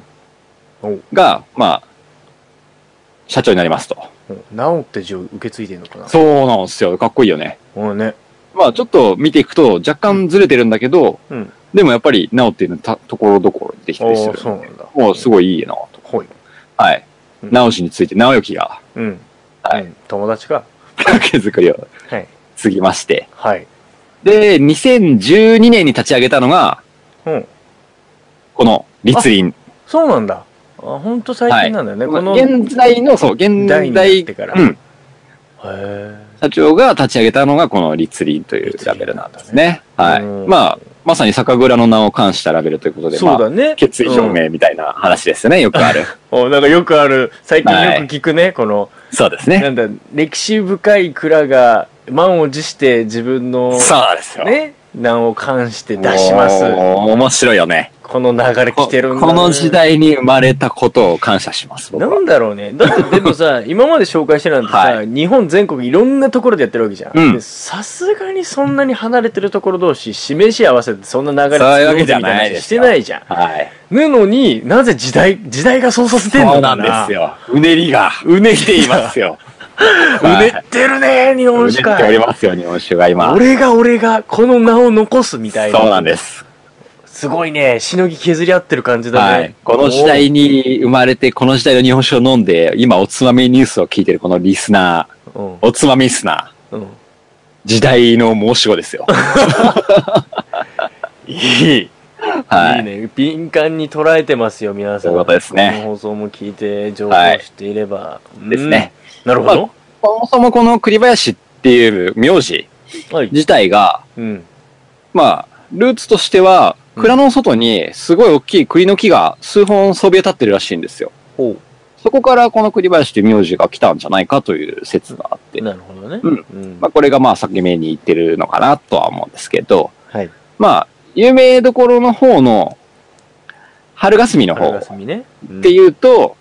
S6: が、まあ、社長になりますと。
S1: なおって字を受け継いでるのかな
S6: そうなんですよ。かっこいいよね。
S1: うんね。
S6: まあ、ちょっと見ていくと若干ずれてるんだけど、
S1: うん
S6: でもやっぱり直っていうのはたところどころにでき
S1: あ
S6: たりす
S1: あ、
S6: る。
S1: そうなんだ。
S6: もうすごいいいなと。
S1: ほい。
S6: はい。
S1: うん
S6: 直しについて直之が
S1: うん。
S6: はい
S1: うん。友達か。
S6: 手作りを
S1: はい。
S6: 継ぎまして。
S1: はい。
S6: で、2012年に立ち上げたのが、
S1: うん
S6: この立林。
S1: そうなんだ。あ、ほんと最近なんだよね。この
S6: 現在の、そう、現
S1: 代になっ
S6: 代
S1: てから。
S6: う
S1: へ
S6: ん、
S1: え。。
S6: 社長が立ち上げたのがこの立林というラベルなんですね。はい
S1: ん
S6: うまあ、まさに酒蔵の名を冠したラベルということで、
S1: そう
S6: まあ
S1: だね。
S6: 決意表明みたいな話ですよね、よく ある。
S1: おなんかよくある、最近よく聞くね、この、
S6: そうです
S1: な
S6: ね。
S1: んだ、歴史深い蔵が満を持して自分の、
S6: そうですよ。
S1: ね、難を冠して出します。
S6: もう面白いよね。
S1: この流れ来てるんだ、ね。
S6: この時。代に生まれたことを感謝します、僕
S1: な
S6: は。
S1: んだろうね。だ ってでもさ、今まで紹介してたのってさ、
S6: は
S1: 日本全国いろんなところでやってるわけじゃん。
S6: うん
S1: でさすがにそんなに離れてるところ同士、示し合わせてそんな流れ
S6: そういう
S1: 作
S6: わ
S1: ろ
S6: け
S1: う
S6: じ
S1: ぜ
S6: ゃ
S1: みた
S6: ない
S1: いな
S6: で
S1: 話
S6: す
S1: して
S6: よ
S1: ないじゃん。
S6: はい。
S1: なのに、なぜ時代、時代がそうさせてんの
S6: そう
S1: か
S6: な
S1: な。
S6: んですよ。うねりが、うねりています よ。
S1: うねってるね、日
S6: う
S1: 本
S6: ね
S1: 史
S6: ってお
S1: か
S6: り。ますよ、日本酒が今。
S1: 俺が俺が、この名を残すみたいな。
S6: そうなんです。
S1: すごいね、しのぎ削り合ってる感じだ
S6: は
S1: ね。
S6: い。この時代に生まれて、この時代の日本酒を飲んで、今おつまみニュースを聞いてるこのリスナー、
S1: おー。
S6: おつまみリスナー、
S1: うん。うん。
S6: 時代の申し子です よ。
S1: いい。い
S6: はい
S1: い
S6: い。
S1: ね。敏感に捉えてますよ、皆さん。
S6: そういうことですね
S1: この放送も聞いて、情報を知っていれば。
S6: ですね。
S1: うん。なるほ
S6: そもそもこの栗林っていう名字
S1: ど。はい。
S6: 自体が、
S1: うん。
S6: まあ、ルーツとしては、蔵の外にすごい大きい栗の木が数本そびえ立ってるらしいんですよ。
S1: ほう。
S6: そこからこの栗林という名字が来たんじゃないかという説があって、
S1: なるほどね。
S6: うん
S1: ん
S6: まあ、これがまあ先目に行ってるのかなとは思うんですけど、
S1: はい。
S6: まあ、有名どころの方の春霞の
S1: 春
S6: 方っ
S1: 霞ね。ってう
S6: いうと、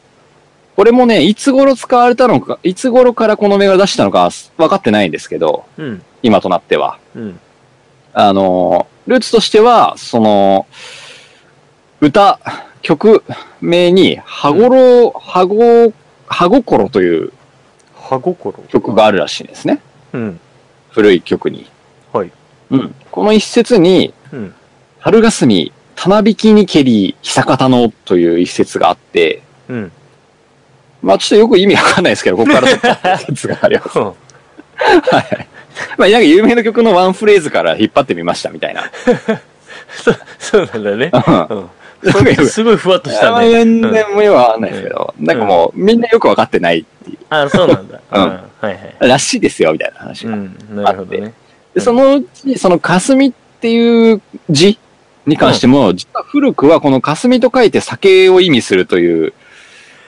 S6: これもね、いつ頃使われたのか、いつ頃からこの銘柄出したのか分かってないんですけど、
S1: ん。うん。
S6: 今となっては。
S1: うん。
S6: あの、ルーツとしては、その、歌、曲名に、羽衣、羽衣、羽心という
S1: 歯心。
S6: 曲があるらしいんですね。
S1: うん。
S6: 古い曲に。
S1: はい。
S6: うん。この一節に、
S1: うん。
S6: 春霞、たなびきにけり、久方のという一節があって、
S1: うん。
S6: まあちょっとよく意味わかんないですけど、ここからちょっと説があ ります。はい。まあなんか有名な曲のワンフレーズから引っ張ってみましたみたいな。
S1: そそうなんだね。
S6: う
S1: うん。
S6: ん。なんかよく
S1: すごいふわっとした ね。
S6: 全然もよくわかんないですけど、なんかもう、みんなよくわかってない
S1: あ、そうなんだ。
S6: うん
S1: はいはい。
S6: らしいですよ、みたいな話。
S1: うん。なるほどね。
S6: で、そのうち、その霞っていう字に関しても、実は古くはこの霞と書いて酒を意味するという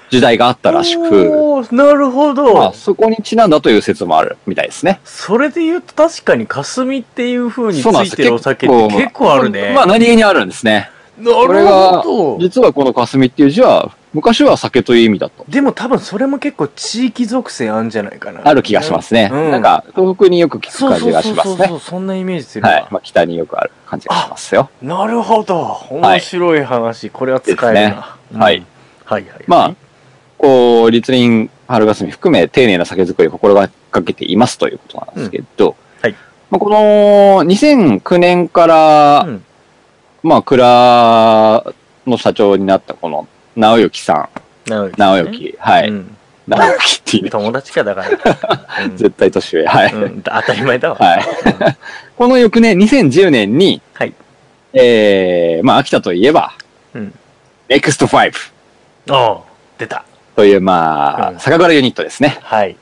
S6: 時代があったらしく、
S1: おーなるほど。
S6: まあ、そこにちなんだという説もあるみたいですね。
S1: それで言うと確かに霞っていう風につ
S6: そうなんで
S1: い
S6: す
S1: てるお酒って結構あるね。
S6: まあ、何気にあるんですね。これ
S1: なる
S6: が
S1: ほど。
S6: 実はこの霞っていう字は、昔は酒という意味だった。
S1: でも多分それも結構地域属性あるんじゃないかな。
S6: ある気がしますね。
S1: うん
S6: なんか、東北によく聞く
S1: そう
S6: 感
S1: そ
S6: じ
S1: う
S6: が
S1: そ
S6: し
S1: う
S6: ま
S1: そ
S6: す
S1: う
S6: ね
S1: そ。んなイメージするわ。
S6: はい。まあ、北によくある感じがしますよ。
S1: なるほど。面白い話。これは使えるな。うん
S6: はい
S1: はいはい。
S6: まあ、こう、立林、春霞含め、丁寧な酒造りを心がけていますということなんですけど、
S1: はい
S6: まあ、この、2009年から、
S1: うん
S6: まあ、蔵の社長になったこの、直之さ
S1: 直之
S6: ん、直之、はい、
S1: うん
S6: 直之っていうね、
S1: 友達かだから。うん
S6: 絶対年上、はい。
S1: うん当たり前だわ。
S6: はい。 この翌年、2010年に、
S1: はい
S6: えー、まあ、秋田といえば、
S1: うん
S6: ネクスト5
S1: ああ、出た。
S6: という、まあ、
S1: うん
S6: 酒蔵ユニットですね。
S1: はい。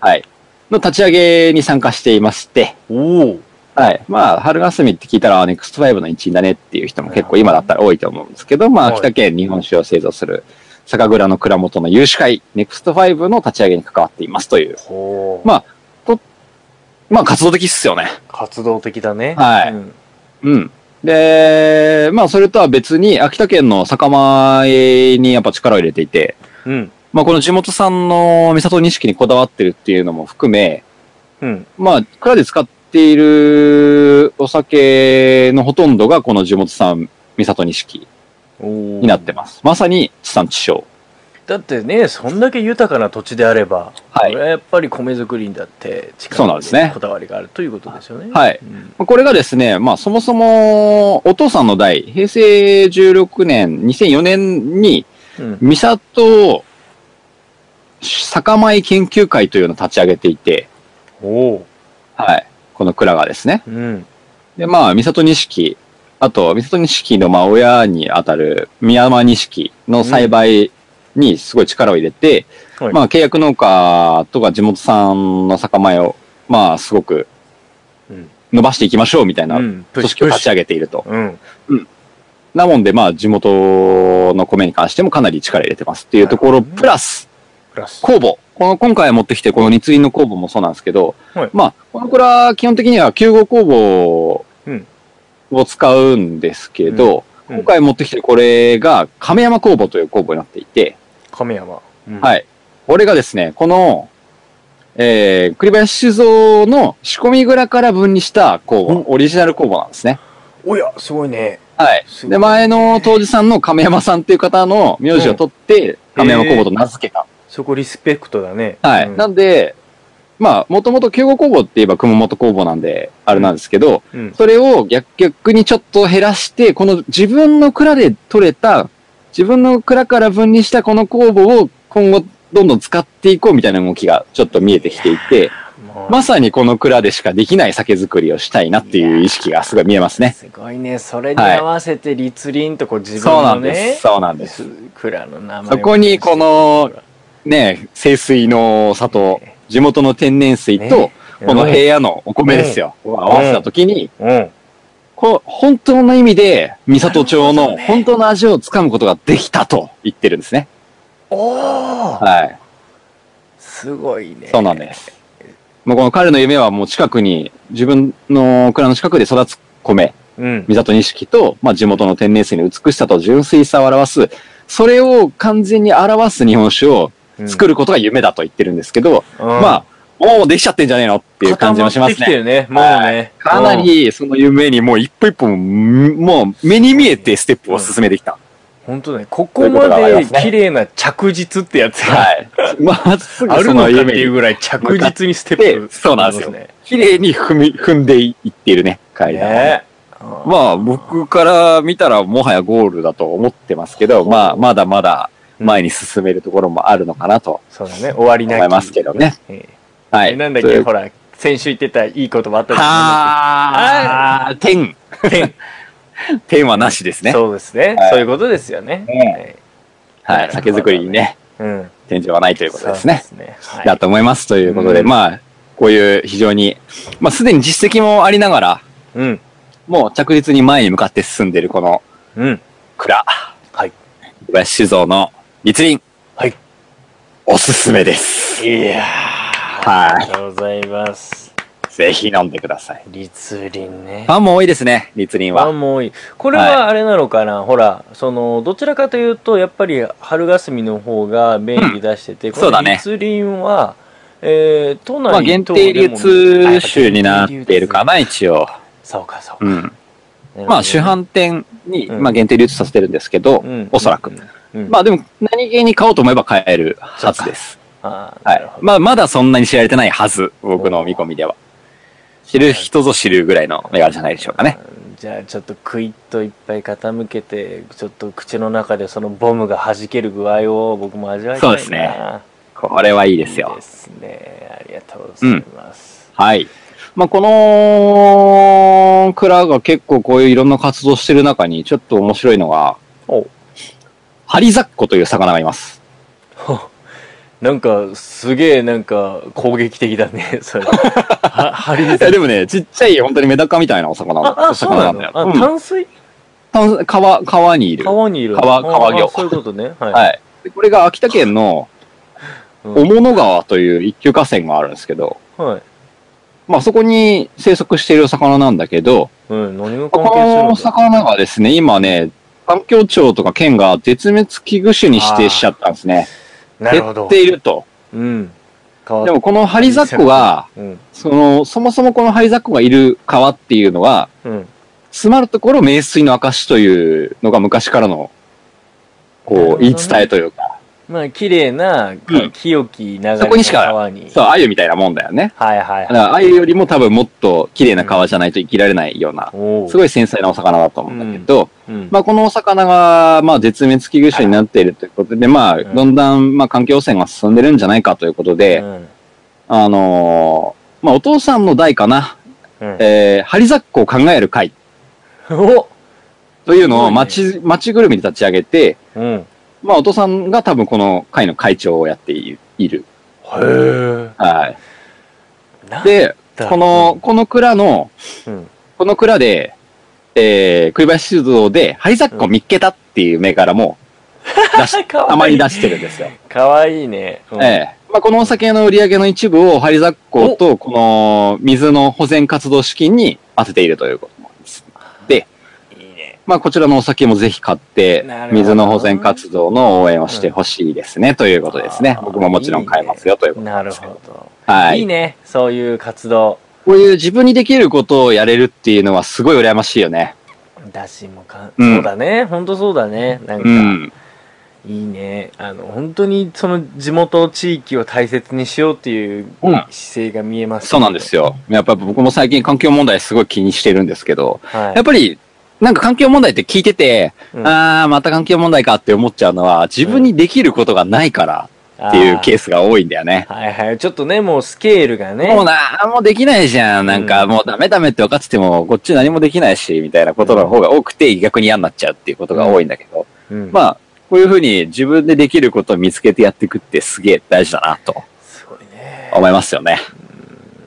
S6: はい。の立ち上げに参加していまして、
S1: おお。
S6: はい。まあ、春霞って聞いたら、あネクスト5の一員だねっていう人も結構今だったら多いと思うんですけど、まあ、
S1: はい
S6: 秋田県日本酒を製造する酒蔵の蔵元の有志会、ネクスト5の立ち上げに関わっていますという、
S1: ほう。
S6: まあまあ活動的っすよね。
S1: 活動的だね。
S6: はい
S1: うん
S6: うん。で、まあそれとは別に秋田県の酒米にやっぱ力を入れていて、
S1: うん。
S6: まあこの地元産の三郷錦にこだわってるっていうのも含め、
S1: うん。
S6: まあ蔵で使っているお酒のほとんどがこの地元産三郷錦
S1: お
S6: になってます。まさに地産地消。
S1: だってね、そんだけ豊かな土地であれば、
S6: はい
S1: これはやっぱり米作りにだって力
S6: そうなんですね
S1: こだわりがあるということですよね。
S6: はい
S1: うん
S6: これがですね、まあそもそもお父さんの代、平成16年、2004年に
S1: うん。
S6: 三郷酒米研究会というのを立ち上げていて、
S1: おー
S6: はい。この蔵がですね。
S1: うん。
S6: で、まあ、三里錦、あと、三里錦の、まあ、親にあたる宮間錦の栽培にすごい力を入れて、
S1: はい
S6: まあ、契約農家とか地元産の酒米を、まあ、すごく
S1: うん
S6: 伸ばしていきましょうみたいな
S1: う
S6: 組
S1: ん。プッシ
S6: 織を
S1: ュ。
S6: 立ち上げていると。
S1: うん。
S6: なもんで、まあ、地元の米に関してもかなり力入れてますっていうとこ
S1: なる
S6: ろ、
S1: ほどね
S6: プラス、
S1: プラス。
S6: 酵母。この今回持ってきて、この日輪の酵母もそうなんですけど、
S1: はい
S6: まあ、この蔵は基本的には9号酵
S1: うん
S6: 母を使うんですけど、
S1: うん
S6: 今回持ってきてるこれが亀山酵母という酵母になっていて、
S1: 亀山。うん
S6: はい。これがですね、この、えー、栗林酒造の仕込み蔵から分離した酵母、オリジナル酵母なんですね。
S1: おや、すごいね。
S6: はい。
S1: すごい
S6: で、前の当時さんの亀山さんっていう方の名字を取って、亀山酵母と名付けた
S1: そこリスペクトだね。
S6: はい。
S1: うん
S6: なんで、まあ、もともと救護工房って言えば熊本工房なんで、あれなんですけど、
S1: うん。
S6: それを逆逆にちょっと減らして、この自分の蔵で取れた、自分の蔵から分離したこの工房を今後どんどん使っていこうみたいな動きがちょっと見えてきていて、
S1: もう
S6: まさにこの蔵でしかできない酒造りをしたいなっていう意識がすごい見えますね。
S1: すごいね。それに合わせて立林とこう自分
S6: そうな
S1: の
S6: んで
S1: ね
S6: す。、そうなんです。
S1: 蔵の名前も
S6: そこにこのね、清水の里、地元の天然水と、
S1: ね
S6: この平野のお米ですよ。を合わせたときに、
S1: うん。
S6: こう、本当の意味で、三郷町
S1: なるほど
S6: の
S1: ね
S6: 本当の味をつかむことができたと言ってるんですね。
S1: おー
S6: はい。
S1: すごいね。
S6: そうなんです。もうこの彼の夢はもう近くに、自分の蔵の近くで育つ米、
S1: うん。
S6: 三郷錦と、まあ地元の天然水の美しさと純粋さを表す、それを完全に表す日本酒を作
S1: る。
S6: ることが夢だと言ってるんですけど、
S1: ま
S6: まあ、もうできちゃってんじゃねえのっていう感じもします
S1: 固まってきて
S6: ね。
S1: るね。もうね。
S6: かなりその夢にもう一歩一歩もう目に見えてステップを進めてきた。
S1: 本当ね、ここま
S6: そういうことがありま
S1: です
S6: ね
S1: 綺麗な着実ってやつが
S6: はい。まっすぐ
S1: ある
S6: そ
S1: のかっ
S6: の
S1: て
S6: 夢
S1: いう
S6: に
S1: ぐらい着実にステップ。
S6: そうなんですよ
S1: ね。
S6: 綺麗に踏み、踏んでいっているね、階段をね。
S1: ね
S6: まあ僕から見たらもはやゴールだと思ってますけど、まあまだまだ前に進めるところもあるのかなと
S1: そうだね、終わりな
S6: 思
S1: き。
S6: いますけどね。
S1: え
S6: は
S1: え。
S6: い。
S1: なんだっ
S6: とい
S1: け、
S6: う
S1: ほら、先週言ってたいい言葉あったじゃ
S6: はー、天。天。 天はなしです
S1: ん
S6: ね。
S1: そうですね
S6: は。い
S1: そういうことですよね。え
S6: はい。酒造りにね、
S1: えうん。
S6: 天井はないということですね。
S1: そうですね。はい
S6: だと思いますということで、
S1: うん
S6: まあ、こういう非常に、まあ、すでに実績もありながら、
S1: うん。
S6: もう着実に前に向かって進んでいるこの
S1: うん。
S6: 蔵。
S1: はい。
S6: 小林酒造の立林。
S1: はい。
S6: おすすめです。
S1: いやーあ
S6: は
S1: りがとうございます。
S6: い。ぜひ飲んでください。
S1: 立林ね
S6: フ。ァンも多いですね、立林
S1: ワ
S6: は。
S1: ンも多い。これはあれなのかな、ほら、その、どちらかというと、やっぱり春霞の方が便利出してて、この
S6: そうだね
S1: 立林は、えー、都
S6: まあ、
S1: 内
S6: 限
S1: 等
S6: 定
S1: で
S6: 流
S1: も
S6: 通種になっているか。
S1: あ
S6: な、一応。
S1: そうか、そうか。
S6: うん。
S1: なるほどね
S6: まあ、主。販店に、
S1: うん
S6: まあ、限定流通させてるんですけど
S1: うん、
S6: おそらく。。
S1: うん。
S6: まあ、でも、何気に買おうと思えば買えるはずです。
S1: あー、
S6: は
S1: なる
S6: い
S1: ほ。ど。
S6: まあ、まだそんなに知られてないはず。僕の見込みでは。知る人ぞ知るぐらいの銘柄じゃないでしょうかね。
S1: じゃあ、ちょっとクイッといっぱい傾けて、ちょっと口の中でそのボムが弾ける具合を僕も味わいたいな。
S6: そうですねこれはいいです
S1: いい
S6: よ
S1: で。すね。ありがとうございます。
S6: はい。まあ、この、蔵が結構こういういろんな活動してる中に、ちょっと面白いのが、
S1: お
S6: ハリザッコという魚がいます。
S1: なんか、すげえ、なんか、攻撃的だね、 そ れ。は、ハリ
S6: いや、でもね、ちっちゃい、本当にメダカみたいなお魚
S1: あ、あ、
S6: お
S1: そう
S6: 魚
S1: な
S6: なんだよ。
S1: のあ、
S6: うん
S1: 淡水
S6: 淡川、川にいる。は
S1: 川にいる。
S6: 川
S1: あ
S6: 川魚
S1: あそういうことね。はい。
S6: い。でこれが秋田県の、
S1: うん
S6: 雄物川という一級河川があるんですけど、
S1: はい。
S6: まあそこに生息している魚なんだけど、
S1: うん、何が
S6: こ
S1: 関係するん
S6: の
S1: だ
S6: 魚がですね、今ね、環境庁とか県が絶滅危惧種に指定しちゃったんですね。
S1: なるほ
S6: 減っ
S1: ど。
S6: ていると。
S1: うん。変わ
S6: で
S1: っ
S6: もこのハリザッコが、
S1: うん。
S6: その、そもそもこのハリザッコがいる川っていうのは、
S1: うん。
S6: つまるところ名水の証というのが昔からの、
S1: なるほ
S6: こ
S1: ど
S6: う、
S1: ね
S6: 言い伝えというか、
S1: まあ、綺麗な、
S6: うん
S1: 清き流れ
S6: そこ
S1: の
S6: にしか
S1: 川に。
S6: そう、鮎みたいなもんだよね。
S1: はいはい
S6: だか
S1: はい。
S6: ら鮎よりも多分もっと綺麗な川じゃないと生きられないような、
S1: お
S6: す
S1: い。
S6: ごい繊細なお魚だと思うんだけど、
S1: うん。
S6: まあ、このお魚が、まあ、絶滅危惧種になっているということで、まあ、
S1: ん
S6: だんだん、まあ、環境汚染が進んでるんじゃないかということで、
S1: うん
S6: あのーまあ、お父さんの代かな、
S1: うん
S6: えー、ハリザッコを考える会
S1: お
S6: というのを
S1: すごいね
S6: 町、町ぐるみで立ち上げて、
S1: うん。へ
S6: まあ、お父さんが多分この会の会長をやっている。いる
S1: え。
S6: はい。
S1: なん
S6: で、
S1: だ
S6: この、、この蔵の、
S1: うん
S6: この蔵で、えー、栗林酒造で、ハリザッコを見っけたっていう銘 柄も、出し
S1: かわいい
S6: たまに出してるんですよ。
S1: かわいいね。うん
S6: ええ。まあ、このお酒の売り上げの一部を、ハリザッコと、この水の保全活動資金に当てているということなんです。で、
S1: いいね。
S6: まあ、こちらのお酒もぜひ買って
S1: なる、ほど
S6: 水の保全活動の応援をしてほしいですね、ということですね
S1: あ。ー
S6: 僕ももちろん買いますよ、ということ。
S1: なるほど。
S6: はい
S1: い
S6: い。
S1: ね。そういう活動。
S6: こういう自分にできることをやれるっていうのはすごい羨ましいよね。
S1: だしもかん、
S6: うん
S1: そうだね。ほんとそうだね。なんか、
S6: うん。
S1: いいね。あの、本当にその地元地域を大切にしようっていう
S6: うん
S1: 姿勢が見えます、
S6: そうなんです
S1: よ。
S6: よ。やっぱり僕も最近環境問題すごい気にしてるんですけど、
S1: はい。
S6: やっぱり、なんか環境問題って聞いてて、
S1: うん
S6: ああ、また環境問題かって思っちゃうのは、自分にできることがないからっていうケー
S1: ス。
S6: スが多いんだよね。
S1: はいはい。ちょっとね、もうスケールがね。
S6: もうな、もうできないじゃん。なんか、
S1: うん
S6: もうダメダメって分かってても、こっち何もできないし、みたいなことの方が多くて、逆に嫌になっちゃうっていうことが多いんだけど、
S1: うん、
S6: まあ、こういうふうに自分でできることを見つけてやっていくってすげえ大事だなと
S1: すごいね。
S6: 思いますよね。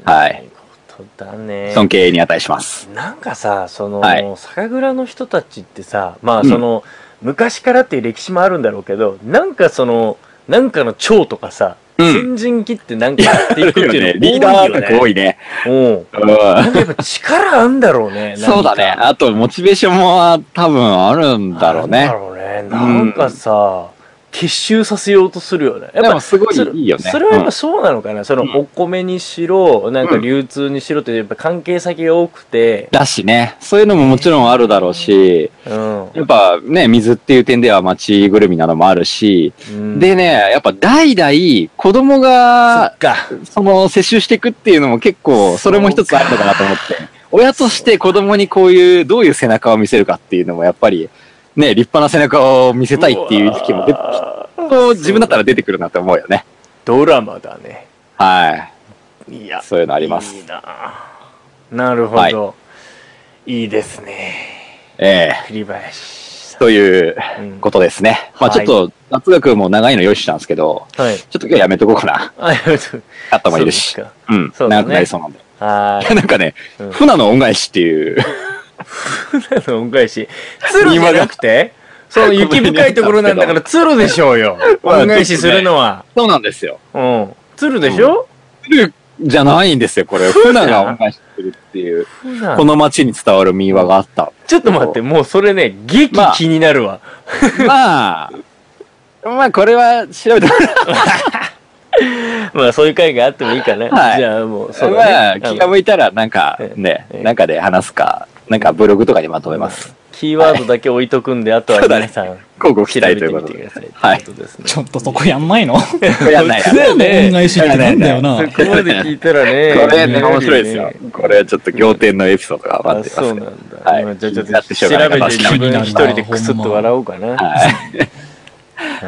S6: はい
S1: いいことだね。
S6: 尊敬に値します。
S1: なんかさ、その、
S6: はい
S1: 酒蔵の人たちってさ、まあ
S6: うん
S1: その、昔からっていう歴史もあるんだろうけど、なんかその、なんかの長とかさ、
S6: うん
S1: 先陣切ってなんかやっていくっていうの
S6: リーダー格
S1: 多
S6: 多
S1: い
S6: いね。
S1: よね。うん。
S6: うん
S1: なんかやっぱ力あんだろうね。なんか
S6: そうだね。あと、モチベーションも多分あるんだろ
S1: な
S6: う
S1: ん
S6: ね
S1: だ。ろうね。なんかさ、結集させようとするよね。やっ
S6: で
S1: ぱ
S6: も、すごい
S1: それ
S6: いいよね。
S1: それはやっ
S6: うん
S1: ぱそうなのかな、その
S6: うん
S1: お米にしろ、なんか流通にしろって、やっぱ関係先が多くて、
S6: だしね。そういうのももちろんあるだろうし、
S1: うん。
S6: やっぱね、水っていう点では町ぐるみなのもあるし、
S1: うん、
S6: でね、やっぱ代々子供が、
S1: か。
S6: その、接種していくっていうのも結構、それも一つあるのかなと思って。親として子供にこういう、どういう背中を見せるかっていうのも、やっぱり、ね、立派な背中を見せたいっていう意識も出て、きっと自分だったら出てくるなと思うよね。
S1: ドラマだね。
S6: はい。
S1: いや、
S6: そういうのあります。
S1: いいななるほど、
S6: はい
S1: い。いですね。
S6: ええ
S1: 栗林さ
S6: という
S1: うん
S6: ことですね。ま
S1: は
S6: あちょ
S1: い
S6: っと、雑学も長いの用意したんですけど、
S1: ん。はい。
S6: ちょっと今日やめとこうかな。
S1: あ、やめと
S6: カットもいるし。
S1: そうです
S6: うん。
S1: そうだね
S6: 長くなりそうなんで。
S1: かはい
S6: や、。なんかね、
S1: うん
S6: 船の恩返しっていう、
S1: あの恩返し。通路じゃなくてそ の雪深いところなんだから通路でしょうよ。
S6: まあ
S1: 恩返しするのは。
S6: そうなんですよ。
S1: うん。通路でしょ
S6: 船じゃないんですよ、これ。船が恩返しするっていう、
S1: 普段
S6: この町に伝わる民話があった。
S1: ちょっと待って、もうそれね、激
S6: まあ
S1: 気になるわ。
S6: まあ、まあこれは調べてもら
S1: まあそういう会があってもいいかな。
S6: はい
S1: じゃあもう、そう
S6: ま
S1: だ
S6: あ
S1: ね。
S6: 気が向いたらなんか
S1: ええ
S6: ね
S1: え、え
S6: なんかで話すか、なんかブログとかにまとめます。
S1: キーワードだけ置いとくんで、あとは
S6: そうだね
S1: 皆さん。
S6: こうご期
S1: 調べ
S6: 待
S1: て
S6: という
S1: み
S6: こと
S1: てく
S6: で
S1: だ。さい。
S6: はい
S1: ということですね。
S7: ちょっとそこやんないの
S6: これやんないな。
S7: 船の恩返しってなんだよな。
S1: そこまで聞いたらね。
S6: これね、面白いですよ。これちょっと仰天のエピソードが待
S1: あ、
S6: ってます
S1: そうな
S6: ね。
S1: んだ。
S6: はい
S1: まあじゃあちょっと
S6: やってし
S1: 調
S6: ょうがな
S1: べ
S6: か
S1: て
S6: った
S1: 自分一人でクスッと笑おうかな。
S6: はい。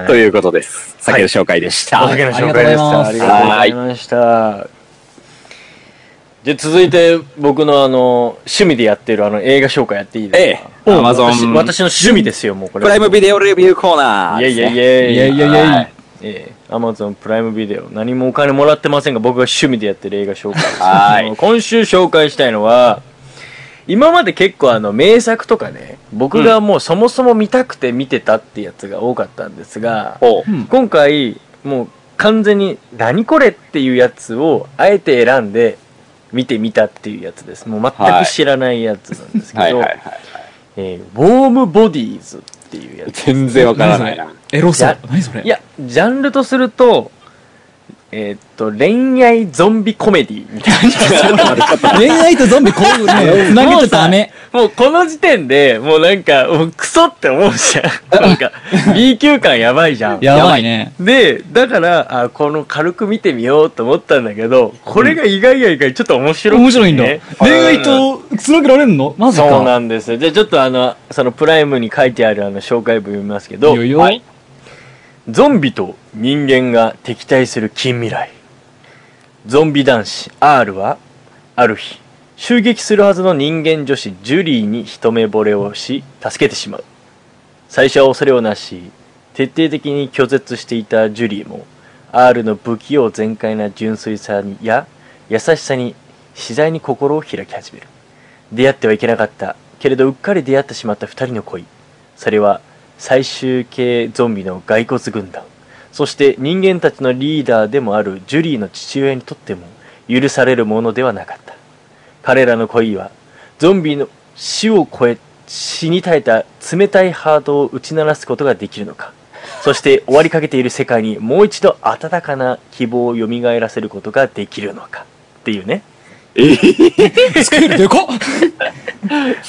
S6: ということです。酒の紹介でした。
S1: お酒の紹介でした。あ
S7: あ
S1: り
S7: り
S1: が
S7: が
S6: と
S1: とうご
S6: うご
S1: ざ
S6: ざ
S1: い
S6: い
S1: ました。じゃあ続いて僕のあの趣味でやってるあの映画紹介やっていいですか、
S6: ええ Amazon
S1: 私私の趣味ですよもうこれ
S6: プライムビデオレビューコーナー
S1: いや
S6: で
S1: い
S6: す
S1: や
S6: ね。
S1: いや
S7: いやいやい
S6: は
S7: や
S6: い、
S1: ええ、Amazon プライムビデオ何もお金もらってませんが僕が趣味でやってる映画紹介です
S6: はい
S1: あの今週紹介したいのは今まで結構あの名作とかね僕がもうそもそも見たくて見てたってやつが多かったんですが、
S6: ほう
S1: 今回もう完全に「何これ?」っていうやつをあえて選んで見てみたっていうやつですもう全
S6: はい
S1: く知らないやつなんですけど、
S6: はいはいはい。
S1: えーウォームボディーズっていうや つ
S6: 全然わからないな。
S7: エロそう
S1: や。
S7: 何それ
S1: いやジャンルとするとえーっと恋愛ゾンビコメディみたい
S7: 恋愛とゾンビこう、ね、つ
S1: な
S7: なげちゃダメ。
S1: もうこの時点でもうなんかもうクソって思うじゃんなんか B 級感やばいじゃん
S7: やばいね。
S1: で、だから、あこの軽く見てみようと思ったんだけど、これが意外や意外ちょっと面白くて、ね。
S7: 面白いんだ。恋愛とつなげられるのまずか。
S1: そうなんですよ。じゃあちょっとあの、そのプライムに書いてあるあの紹介文読みますけど、
S7: いよいよ
S1: はいゾンビと人間が敵対する近未来。ゾンビ男子 R は、ある日、襲撃するはずの人間女子ジュリーに一目惚れをし、助けてしまう。最初は恐れをなし、徹底的に拒絶していたジュリーも、R の不器用全開な純粋さにや優しさに次第に心を開き始める。出会ってはいけなかったけれどうっかり出会ってしまった二人の恋それは最終形ゾンビの骸骨軍団そして人間たちのリーダーでもあるジュリーの父親にとっても許されるものではなかった彼らの恋はゾンビの死を超え死に絶えた冷たいハートを打ち鳴らすことができるのかそして終わりかけている世界にもう一度温かな希望を蘇らせることができるのかっていうね
S7: スクールでかっ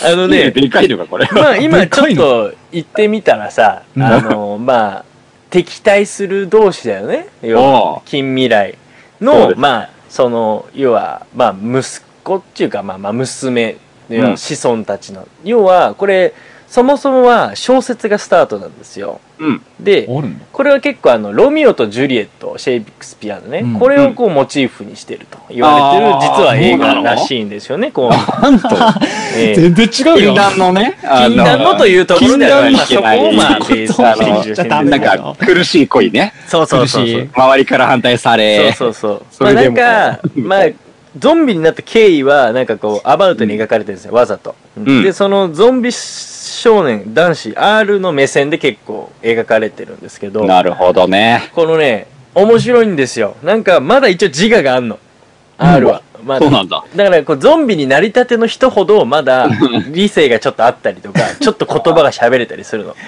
S1: あのね
S6: でかいのか、これ。
S1: まあ今
S7: で
S1: ちょ
S7: か
S1: っ
S7: い
S1: と言ってみたらさ、あの、まあ、敵対する同士だよね。要
S6: おう
S1: は、近未来
S6: そう
S1: の
S6: で、す
S1: まあ、その、要は、まあ、息子っていうか、まあ、まあ、娘、要
S6: う
S1: は
S6: ん
S1: 子孫たちの。要は、これ、そもそもは小説がスタートなんですよ。
S6: うん。
S1: で、
S7: おるんだ。
S1: これは結構あの、ロミオとジュリエット、シェイクスピアのね、
S7: うん
S1: これをこうモチーフにしてると言われてる、
S6: あー
S1: 実は映
S6: そうな
S1: 画
S6: の
S1: らしいんですよね、こう。ええ
S7: 全然違う
S6: 禁
S7: よ。
S6: 断のね、あ
S1: 禁断のというところではない。まあそ
S6: 禁
S1: こ
S6: 断
S1: を
S6: に行け
S1: ま
S6: な
S1: あ、
S6: い
S1: ベース
S6: あ
S1: に
S6: の
S1: してる
S6: なんか、苦しい恋ね。
S1: そうそうそうそ
S7: 苦し
S1: う
S7: い。
S6: 周りから反対され。
S1: そうそうそ。
S6: そう
S1: まあな
S6: れで
S1: ん
S6: も
S1: か、まあ、ゾンビになった経緯は、なんかこう、アバウトに描かれてるんですよ、わざと。
S6: ん
S1: で、そのゾンビ少年、男子、R の目線で結構描かれてるんですけど、
S6: なるほどね。
S1: このね、面白いんですよ。なんか、まだ一応自我があんの。R は。まだ
S6: そうなんだ。
S1: だからこうゾンビになりたての人ほどまだ理性がちょっとあったりとかちょっと言葉が喋れたりするので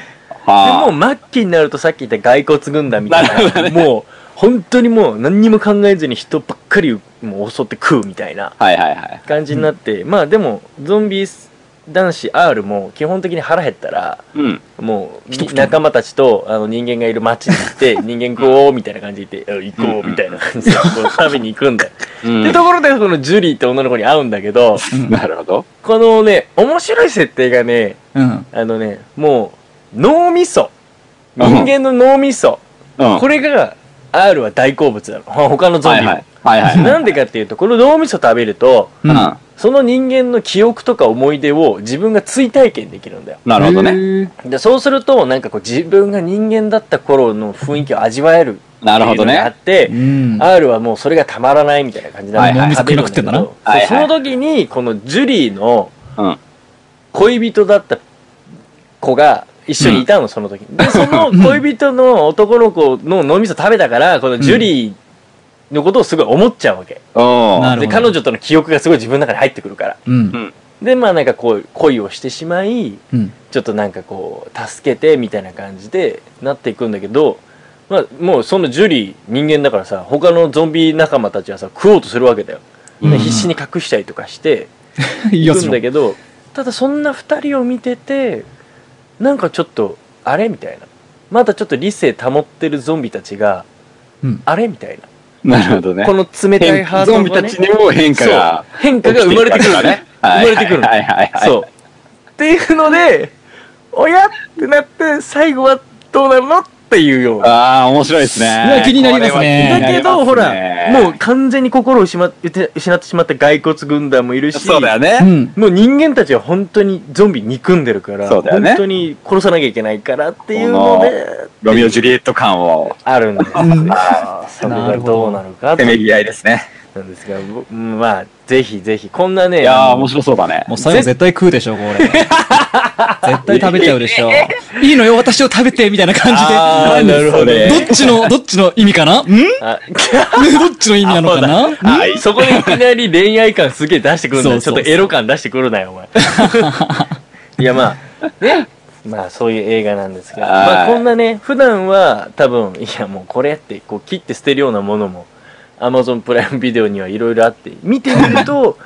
S1: も
S6: は
S1: う末期になるとさっき言った骸骨軍団みたいなもう本当にもう何にも考えずに人ばっかりもう襲って食うみたいな
S6: あ。はいはいはい。
S1: 感じになって、まあでもゾンビ男子 R も基本的に腹減ったら
S6: うん。
S1: もう仲間たちとあの人間がいる街に行って 人間食おうみたいな感じで行って行こうみたいな感じでこう食べに行くんだよ。
S6: う ん
S1: でところでこのジュリーって女の子に会うんだけど
S6: なるほど。
S1: このね面白い設定がね
S7: うん。
S1: あのねもう脳みそ人間の脳みそ、
S6: うん。
S1: こ
S6: れ、
S1: れが R は大好物なのほ他のゾン
S6: は
S1: ビ
S6: い
S1: も、
S6: はい。はいはい。
S1: なんでかっていうとこの脳みそ食べると
S6: うん。
S1: その人間の記憶とか思い出を自分が追体験できるんだよ
S6: なるほどね。
S1: でそうするとなんかこう自分が人間だった頃の雰囲気を味わえる
S6: なる
S1: ってい
S6: ほ
S1: うの
S6: ど
S1: があ
S6: ね
S1: っ。て、
S7: うん。
S1: R はもうそれがたまらないみたいな感じなの、
S6: はいはい
S7: 脳みそ食えなくてんだな
S1: そう
S6: はいはい
S1: その時にこのジュリーの
S6: うん。
S1: 恋人だった子が一緒にいたの、その時にでその恋人の男の子の脳みそ食べたからこのジュリーのことをすごい思っちゃうわけ、
S6: お
S7: な
S6: ー。
S7: る
S1: で
S7: ほ
S1: 彼
S7: ど。
S1: 女との記憶がすごい自分の中に入ってくるから
S7: うん。
S1: でまあなんかこう恋をしてしまい
S7: うん。
S1: ちょっとなんかこう助けてみたいな感じでなっていくんだけど、まあ、もうそのジュリー人間だからさ他のゾンビ仲間たちはさ食おうとするわけだよで
S7: うん
S1: 必死 に隠したりとかして、
S7: いい
S1: 行
S7: や
S1: く
S7: つ
S1: ん
S7: よ
S1: だ。けどただそんな2人を見ててなんかちょっとあれみたいなまだちょっと理性保ってるゾンビたちが、
S7: うん
S1: あれみたいな
S6: なるほどね
S1: こ。の冷たいハート
S6: ゾ
S1: が
S6: ン
S1: ね
S6: ビたちにも変化が。
S1: そう変化が生まれてくるのね生ま
S6: はい
S1: れてくるの
S6: はいはいはい。
S1: そうっていうのでおやってなって最後はどうなるのっていうような
S6: ああ、面白いですね。
S7: うわ気になりますね
S6: これは気に
S1: だけ
S6: なりますね
S1: どほらもう完全に心を失って失ってしまった骸骨軍団もいるし
S6: そうだよね。
S7: うん。
S1: もう人間たちは本当にゾンビ憎んでるから、
S6: そうだよね
S1: 本当に殺さなきゃいけないからっていうので、
S6: ロミオ・ジュリエット感を、
S1: あるんですよ。それがどうなるかっ
S6: せ
S1: て
S6: めぎ合いですね。
S1: なんですが、ぼうんまあ、ぜひぜひ。こんなね、
S6: いや
S1: あ
S6: ー、面
S1: の
S6: 白そうだね。
S7: もう最後絶対食うでし ょ、これ。絶対食べちゃうでしょ。いいのよ、私を食べて、みたいな感じで。
S1: あーなるほどね。
S7: どっちの、どっちの意味かなんね
S1: あ
S7: どっちの意味なのかな
S1: はい。 そこでいきなり恋愛感すげえ出してくるんだよ。ち
S7: そ
S1: ょ
S7: う
S1: っと
S7: そうそう
S1: エロ感出してくるなよ、お 前。いや、まあ、ね。まあ、そういう映画なんですけど。
S6: はい
S1: まあ、こんなね、普段は多分、いや、もうこれって、こう、切って捨てるようなものも、Amazon プライムビデオにはいろいろあって、見てみる と、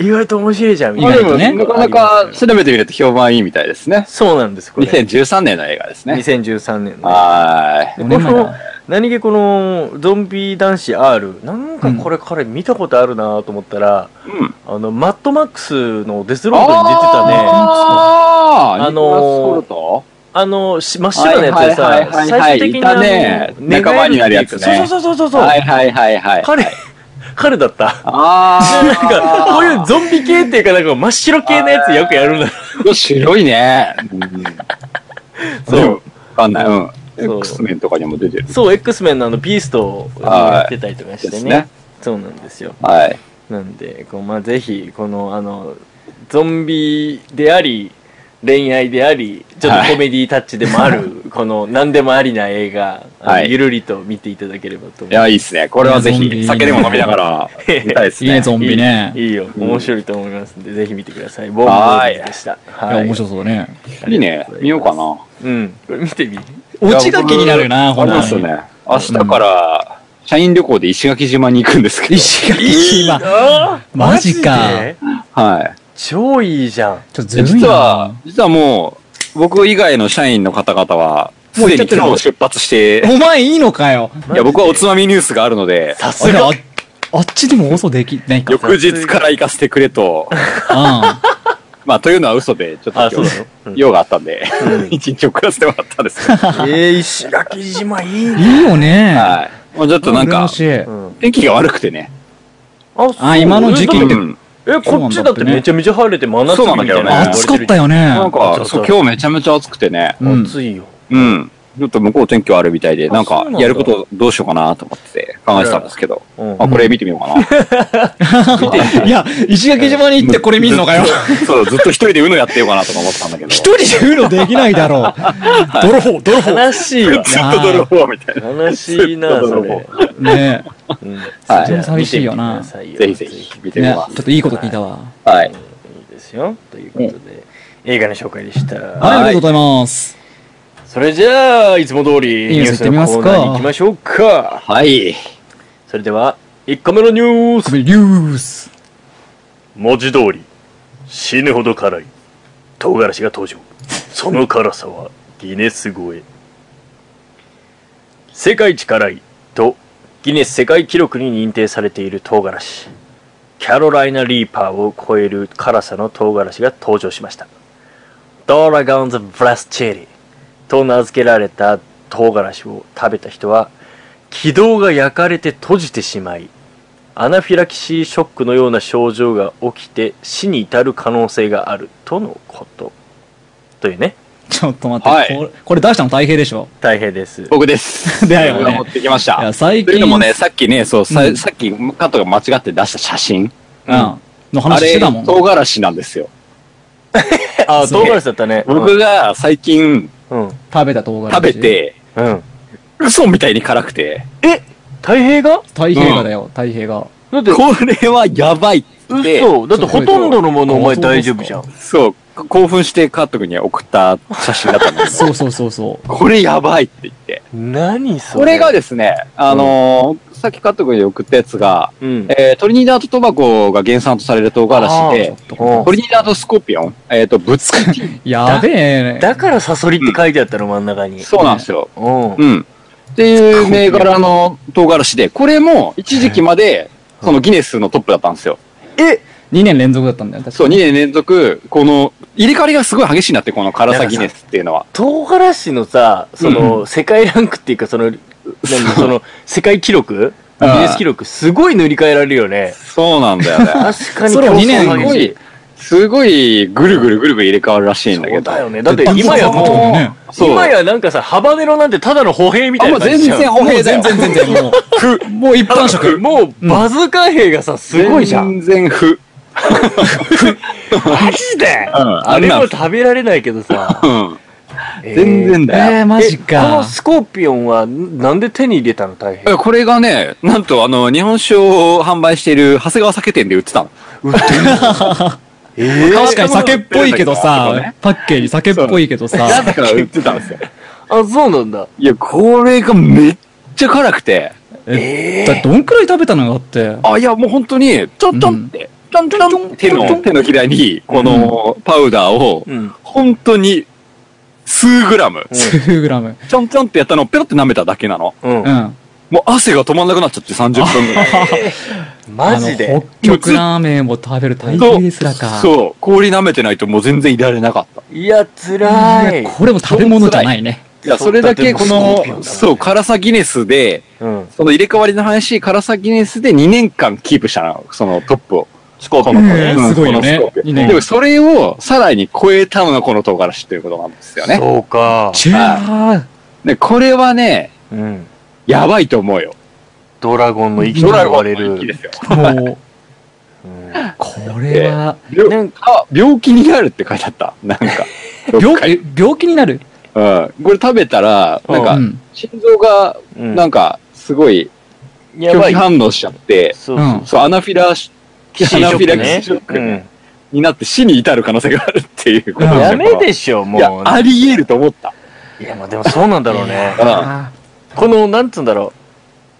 S1: 意外と面白いじゃん、み
S7: 意
S1: たいな。
S7: 外とね
S6: なかなか調べてみると評判いいみたいですね。
S1: そうなんです、これ。
S6: 2013年の映画ですね。
S1: 2013年の。
S6: はーい。
S7: 五年前だ
S1: この何気このゾンビ男子 R なんかこれ彼見たことあるなと思ったら、
S6: うん
S1: あのマッドマックスのデスロードに出てたねあ
S6: あー
S1: あのー
S6: ニコラスホルト
S1: のし真っ白なやつでさ、
S6: はいはいはいはい
S1: 最終的にあの
S6: いたね
S1: 寝返る
S6: 仲間になるやつね
S1: そうそうそうそうそう、
S6: はいはいはいはい。
S1: 彼彼だった
S6: あー。
S1: なんかこういうゾンビ系っていうかなんか真っ白系のやつよくやるんだ
S6: 白いね。うん、
S1: そう
S6: そう。わかんない。うん。
S1: そう
S6: X メンとかにも出てる。
S1: そう X メンのあのビーストをやってたりとかして
S6: で
S1: ね
S6: すね。
S1: そうなんですよ
S6: はい。
S1: なんで、こうまあ、ぜひ、この、あの、ゾンビであり、恋愛であり、ちょっ
S6: はい
S1: とコメディタッチでもある、この、何でもありな映画、あの
S6: はい
S1: ゆるりと見ていただければと思
S6: い
S1: う。
S6: や、いいっすね。これはぜ
S7: いやゾンビ
S6: ひ、酒でも飲みながら、見たいです
S7: いいね、
S6: ね。
S7: ゾンビね。い
S1: いいよ、面白いと思いますんで、ぜひ見てください。ボンボ
S6: はい
S1: ーイズでした。
S7: や、
S1: はい。
S7: 面白そうだね。
S6: いいね。見ようかな。
S1: うん。これ見てみ。
S7: オチが気になるな、
S6: あ
S7: ほ
S6: れなん
S7: ら
S6: です。よね。明日から、社員旅行で石垣島に行くんですけど。
S7: 石垣島。マジか。
S1: で
S6: はい。
S1: 超いいじゃん。
S7: ちょっとずるい
S6: 実
S7: な
S6: は。、実はもう、僕以外の社員の方々は、す
S7: もう行
S6: で
S7: っちゃって
S6: に
S7: る
S6: 今日出発して、
S7: お前いいのかよ。
S6: いや、僕はおつまみニュースがあるので、
S1: さす
S7: あれ
S1: が
S7: ああっちでも嘘できないか。
S6: 翌日から行かせてくれと、
S7: う
S6: まあ、というのは嘘で、ちょっと
S1: あ、そ
S6: 今
S1: う
S6: 日
S1: な、の、うん
S6: 用があったんで、一日遅らせてもらったんですけ
S1: え
S6: ど、
S1: ー、石垣島いい
S7: ん。いいよね。
S6: はい。もうちょっとなん
S7: 羨ま
S6: か、
S7: しい
S1: うん。
S6: 天気が悪くてね。
S1: あ
S7: あ今の時期
S1: そうだ
S6: う
S1: って
S6: ん。
S1: え、こっちだってめちゃめちゃ晴れて真夏日みたいな。
S7: 暑かったよね。
S6: なん
S1: ちょっと
S6: か、そう、今日めちゃめちゃ暑くてね。
S7: うん。
S1: 暑いよ。
S6: うん。ちょっと向こう天気悪いみたいで、なん
S1: そう
S6: か
S1: なん、だ
S6: やることどうしようかなと思って考えてたんですけど、
S1: うん
S6: あ、これ見てみようかな。
S7: いや、石垣島に行ってこれ見んのかよ。
S6: そう、ずっと一人でうのやってようかなとか思ってたんだけど。
S7: 一人で言うのできないだ ろう。泥棒、泥棒。
S1: 悲しいわ。
S6: ずっと泥棒みたいな。
S1: 悲しいな、それ。
S7: ね
S1: うん
S6: はい
S1: じゃあ
S7: 寂しいよな
S1: 見てみてくださいよ
S6: ぜひぜひ見て
S7: え。
S6: み
S7: ね
S6: ま
S7: ちょっ
S6: す。
S7: といいこと聞いたわ。
S6: は
S1: い
S6: い。
S1: いですよ。ということで、映画の紹介でした。
S7: はい、ありがとうございます。
S1: それじゃあ、いつも通りニュースのコーナーに行きましょうか。
S6: はい。
S1: それでは、1個目のニュー
S7: ご
S1: ス。
S7: めんリュース。
S8: 文字通り死ぬほど辛い唐辛子が登場その辛さはギネス超え
S1: 世界一辛いとギネス世界記録に認定されている唐辛子キャロライナ・リーパーを超える辛さの唐辛子が登場しましたドラゴンズ・ブラスチェリーと名付けられた唐辛子を食べた人は気道が焼かれて閉じてしまいアナフィラキシーショックのような症状が起きて死に至る可能性があるとのことというね
S7: ちょっと待っ
S6: は
S7: て、
S6: い
S7: これこれ出したの大平でしょ。
S1: 大変です
S6: 僕です。
S7: だよね
S6: 僕が持ってきまし
S7: い
S6: た
S7: や、。最
S6: という
S7: 近、
S6: の
S7: う
S6: も
S7: ん
S6: ね、さっきね、そう、
S7: う
S6: さ
S7: ん
S6: さっきカットが間違って出した写真。
S7: の
S6: あ
S7: 話し
S6: れ、
S7: てたもん。
S6: 唐辛子なんですよ。
S1: あ
S7: そう
S1: 唐辛子だったね
S6: 僕が最近
S1: うん
S7: 食べた動画
S6: 食べ。て、
S1: うん
S6: 嘘みたいに辛くて、
S1: 大平が
S7: 太平がだよ、太平が。
S1: だって、
S6: これはやばいって、
S1: 嘘だってほとんどのものお前
S7: そうそう
S1: 大丈夫じゃん。
S6: そう、興奮してカット君に送った写真だったんです
S7: そうそうそうそう。
S6: これやばいって言って。
S1: 何それ
S6: これがですね、あのーさっきカット君に送ったやつが、
S1: うん。
S6: えートリニダード・トバコが原産とされる唐辛子で、
S1: うん
S6: トリニダード・スコピオン、えっ、と、ぶつか
S7: やべえ。
S1: だからサソリって書いてあったの、真ん中に。
S6: そうなんですよ。
S1: うん。
S6: うん。っていう銘柄の唐辛子で、これも一時期まで、そのギネスのトップだったんですよ。
S7: 2年連続だったんだよ、確か
S6: そう、2年連続、この、入れ替わりがすごい激しいなって、この辛さギネスっていうのは。
S1: 唐辛子のさ、その、世界ランクっていうか、その、何その、世界記録ギ
S6: うん
S1: ネス記録、すごい塗り替えられるよね。
S6: そうなんだよね。
S1: 確かに
S7: それを
S1: 競争
S7: 二年
S1: 激しい
S6: すごいすごいぐるぐるぐるぐる入れ替わるらしいんだけど。
S3: だよね。だって
S7: バンズ
S3: 今や
S7: バンズだも
S3: も
S7: んね
S3: う、
S6: そう
S3: 今やなんかさ、ハバネロなんてただの歩兵みた
S6: あ
S3: い
S6: も
S3: な
S6: う
S3: 感
S6: 全
S3: じじゃん。
S7: も
S6: 然歩
S7: う
S6: 兵
S7: 全
S6: だよ
S7: 然。全然もう、もう一般職。
S3: もう、バズ貨兵がさ、すごいじゃん。
S6: 全然不。
S3: マジで
S6: うん
S3: あれ
S6: あん
S3: は
S6: な
S3: 食べられないけど さ。
S6: うん。
S3: えー
S6: 全然
S7: え
S6: だよ。
S7: ー、マジ
S3: えこの
S7: か。
S3: スコーピオンは、なんで手に入れたの大変。
S6: えこれがね、なんとあの、日本酒を販売している長谷川酒店で売ってたの。
S3: え
S7: 確かに酒っぽいけど
S6: そう
S7: さ
S6: ね、
S7: パッケージ酒っぽいけど
S6: だ
S7: さ、
S6: から売ってたんですよ。
S3: あ、そうなんだ。
S6: いや、これがめっちゃ辛くて。
S7: え、だどんくらい食べたのだって。
S6: あ、いや、もう本当に、ちょんちょんって、ちょんちょん手の、手のひらに、このパウダーを、
S3: うん。
S6: 本当に、数グラム、
S7: 2グラム。
S6: ちょんちょんってやったのをペロって舐めただけなの。
S3: うん
S7: う。ん。
S6: もう汗が止まんなくなっちゃって30分ぐらい。
S3: マジ
S7: あの
S3: で。
S7: 北極ラーメンも食べる体型ですらか。う。
S6: そう、氷舐めてないともう全然いられなかった。
S3: いや、辛い。
S7: これも食べ物じゃないね。
S6: いや、それだけこ
S3: そうだってもう
S6: の、そう、辛さギネスで、
S3: うん。
S6: その入れ替わりの話、辛さギネスで2年間キープしたの、そのトップを。スコープの
S7: ねすごいよね二年
S6: でもそれをさらに超えたのがこの唐辛子ということなんですよね。
S3: そうか。
S7: チェー
S6: で、これはね、
S3: うん。
S6: やばいと思うよ。
S3: ドラゴンの息と
S6: ドラ
S3: 呼
S6: ゴ
S3: ば
S6: ンの
S3: れ
S6: 一気で
S3: る。
S6: すよ。
S7: もう、
S3: うん
S7: これは、
S3: な
S6: 病
S3: ん
S6: あ病気になるって書いてあった。 なんか。どっ
S7: 病
S6: か
S7: 気、え病気になる
S6: うん。これ食べたら、なん
S7: う
S6: か、
S7: ん。
S6: 心臓が、
S3: うん
S6: なんか、すごい、
S3: や
S6: 拒
S3: ばい
S6: 否。反応しちゃって、
S3: そうう。
S7: ん。
S6: そう、アナフィラシ
S3: キシ
S6: ア
S3: ー
S6: ナ
S3: ショ
S6: フィラキシーショ
S3: ッ
S6: ッ
S3: ク
S6: ク
S3: ね。
S6: になって死に至る可能性があるっていうこと
S7: う
S6: で
S7: ん
S3: うん。やめ
S6: し
S3: でしょ、
S6: ょ
S3: も。
S6: いうや、あり得ると思った。
S3: いや、まあでもそうなんだろうね。
S7: あ
S3: この、なんつうんだろ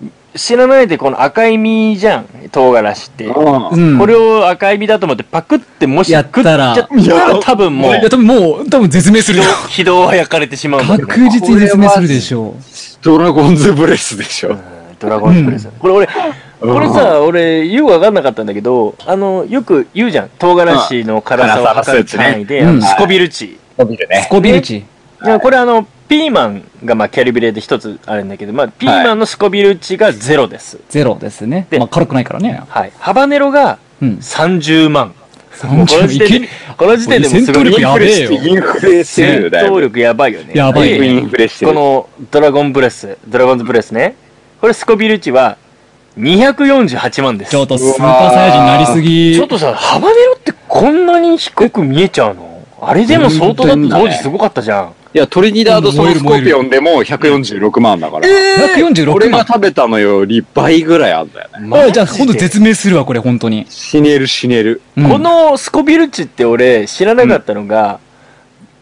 S3: う。知らないでこの赤い実じゃん。唐辛子って。
S7: ー
S6: う
S7: うん。
S3: これを赤い実だと思ってパクってもし
S7: や
S3: 食
S7: っ
S3: っち
S7: たら
S3: ゃったら多分もう
S7: いや、多分もう、多分絶命するよ。
S3: 軌道は焼かれてしまうんだけど、
S7: 確実に絶命するでしょ
S6: ドラゴンズブレスでしょ。
S3: うんドラゴンプレス、これ俺これさ俺よく分かんなかったんだけどあのよく言うじゃん唐辛子の辛さを測る単位で、
S7: うん
S3: あの
S7: うん
S3: スコビル値、
S6: 伸びる
S7: う。ス
S6: ね。
S7: コビルチ。
S3: いやこれあのピーマンがまあキャリブレで一つあるんだけど、まあ、ピーマンのスコビル値がゼロです、
S7: ゼロですね。
S3: で
S7: まあ、軽くないからね。
S3: はい、ハバネロが
S7: うん。
S3: 30万もうこの時
S7: 30い
S3: 点
S7: け
S3: でこの時点でもうすごい
S7: 戦闘力やべえよ
S6: インフレしてるよ、だい
S3: 戦闘
S6: ぶ。
S3: 力やばいよね
S7: やばい
S3: で
S7: ね
S6: インフレして
S3: こ
S6: る。
S3: のドラゴンブレス、ドラゴンズブレスね。これスコビル値は248万です。
S7: ちょっとスーパーサイヤ人になりすぎ。
S3: ちょっとさ、ハバネロってこんなに低く見えちゃうのあれでも相当だって当時すごかったじゃん。
S6: いや、トリニダード・ソースコピオンでも146万だから。俺
S7: 146
S6: が
S7: 万。
S6: 食べたのより倍ぐらいあんだよね。
S7: あじゃあ、今度絶命するわ、これ、本当に。
S6: 死ねる死ねる。
S7: うん
S3: こ、のスコビル値って俺知らなかったのが、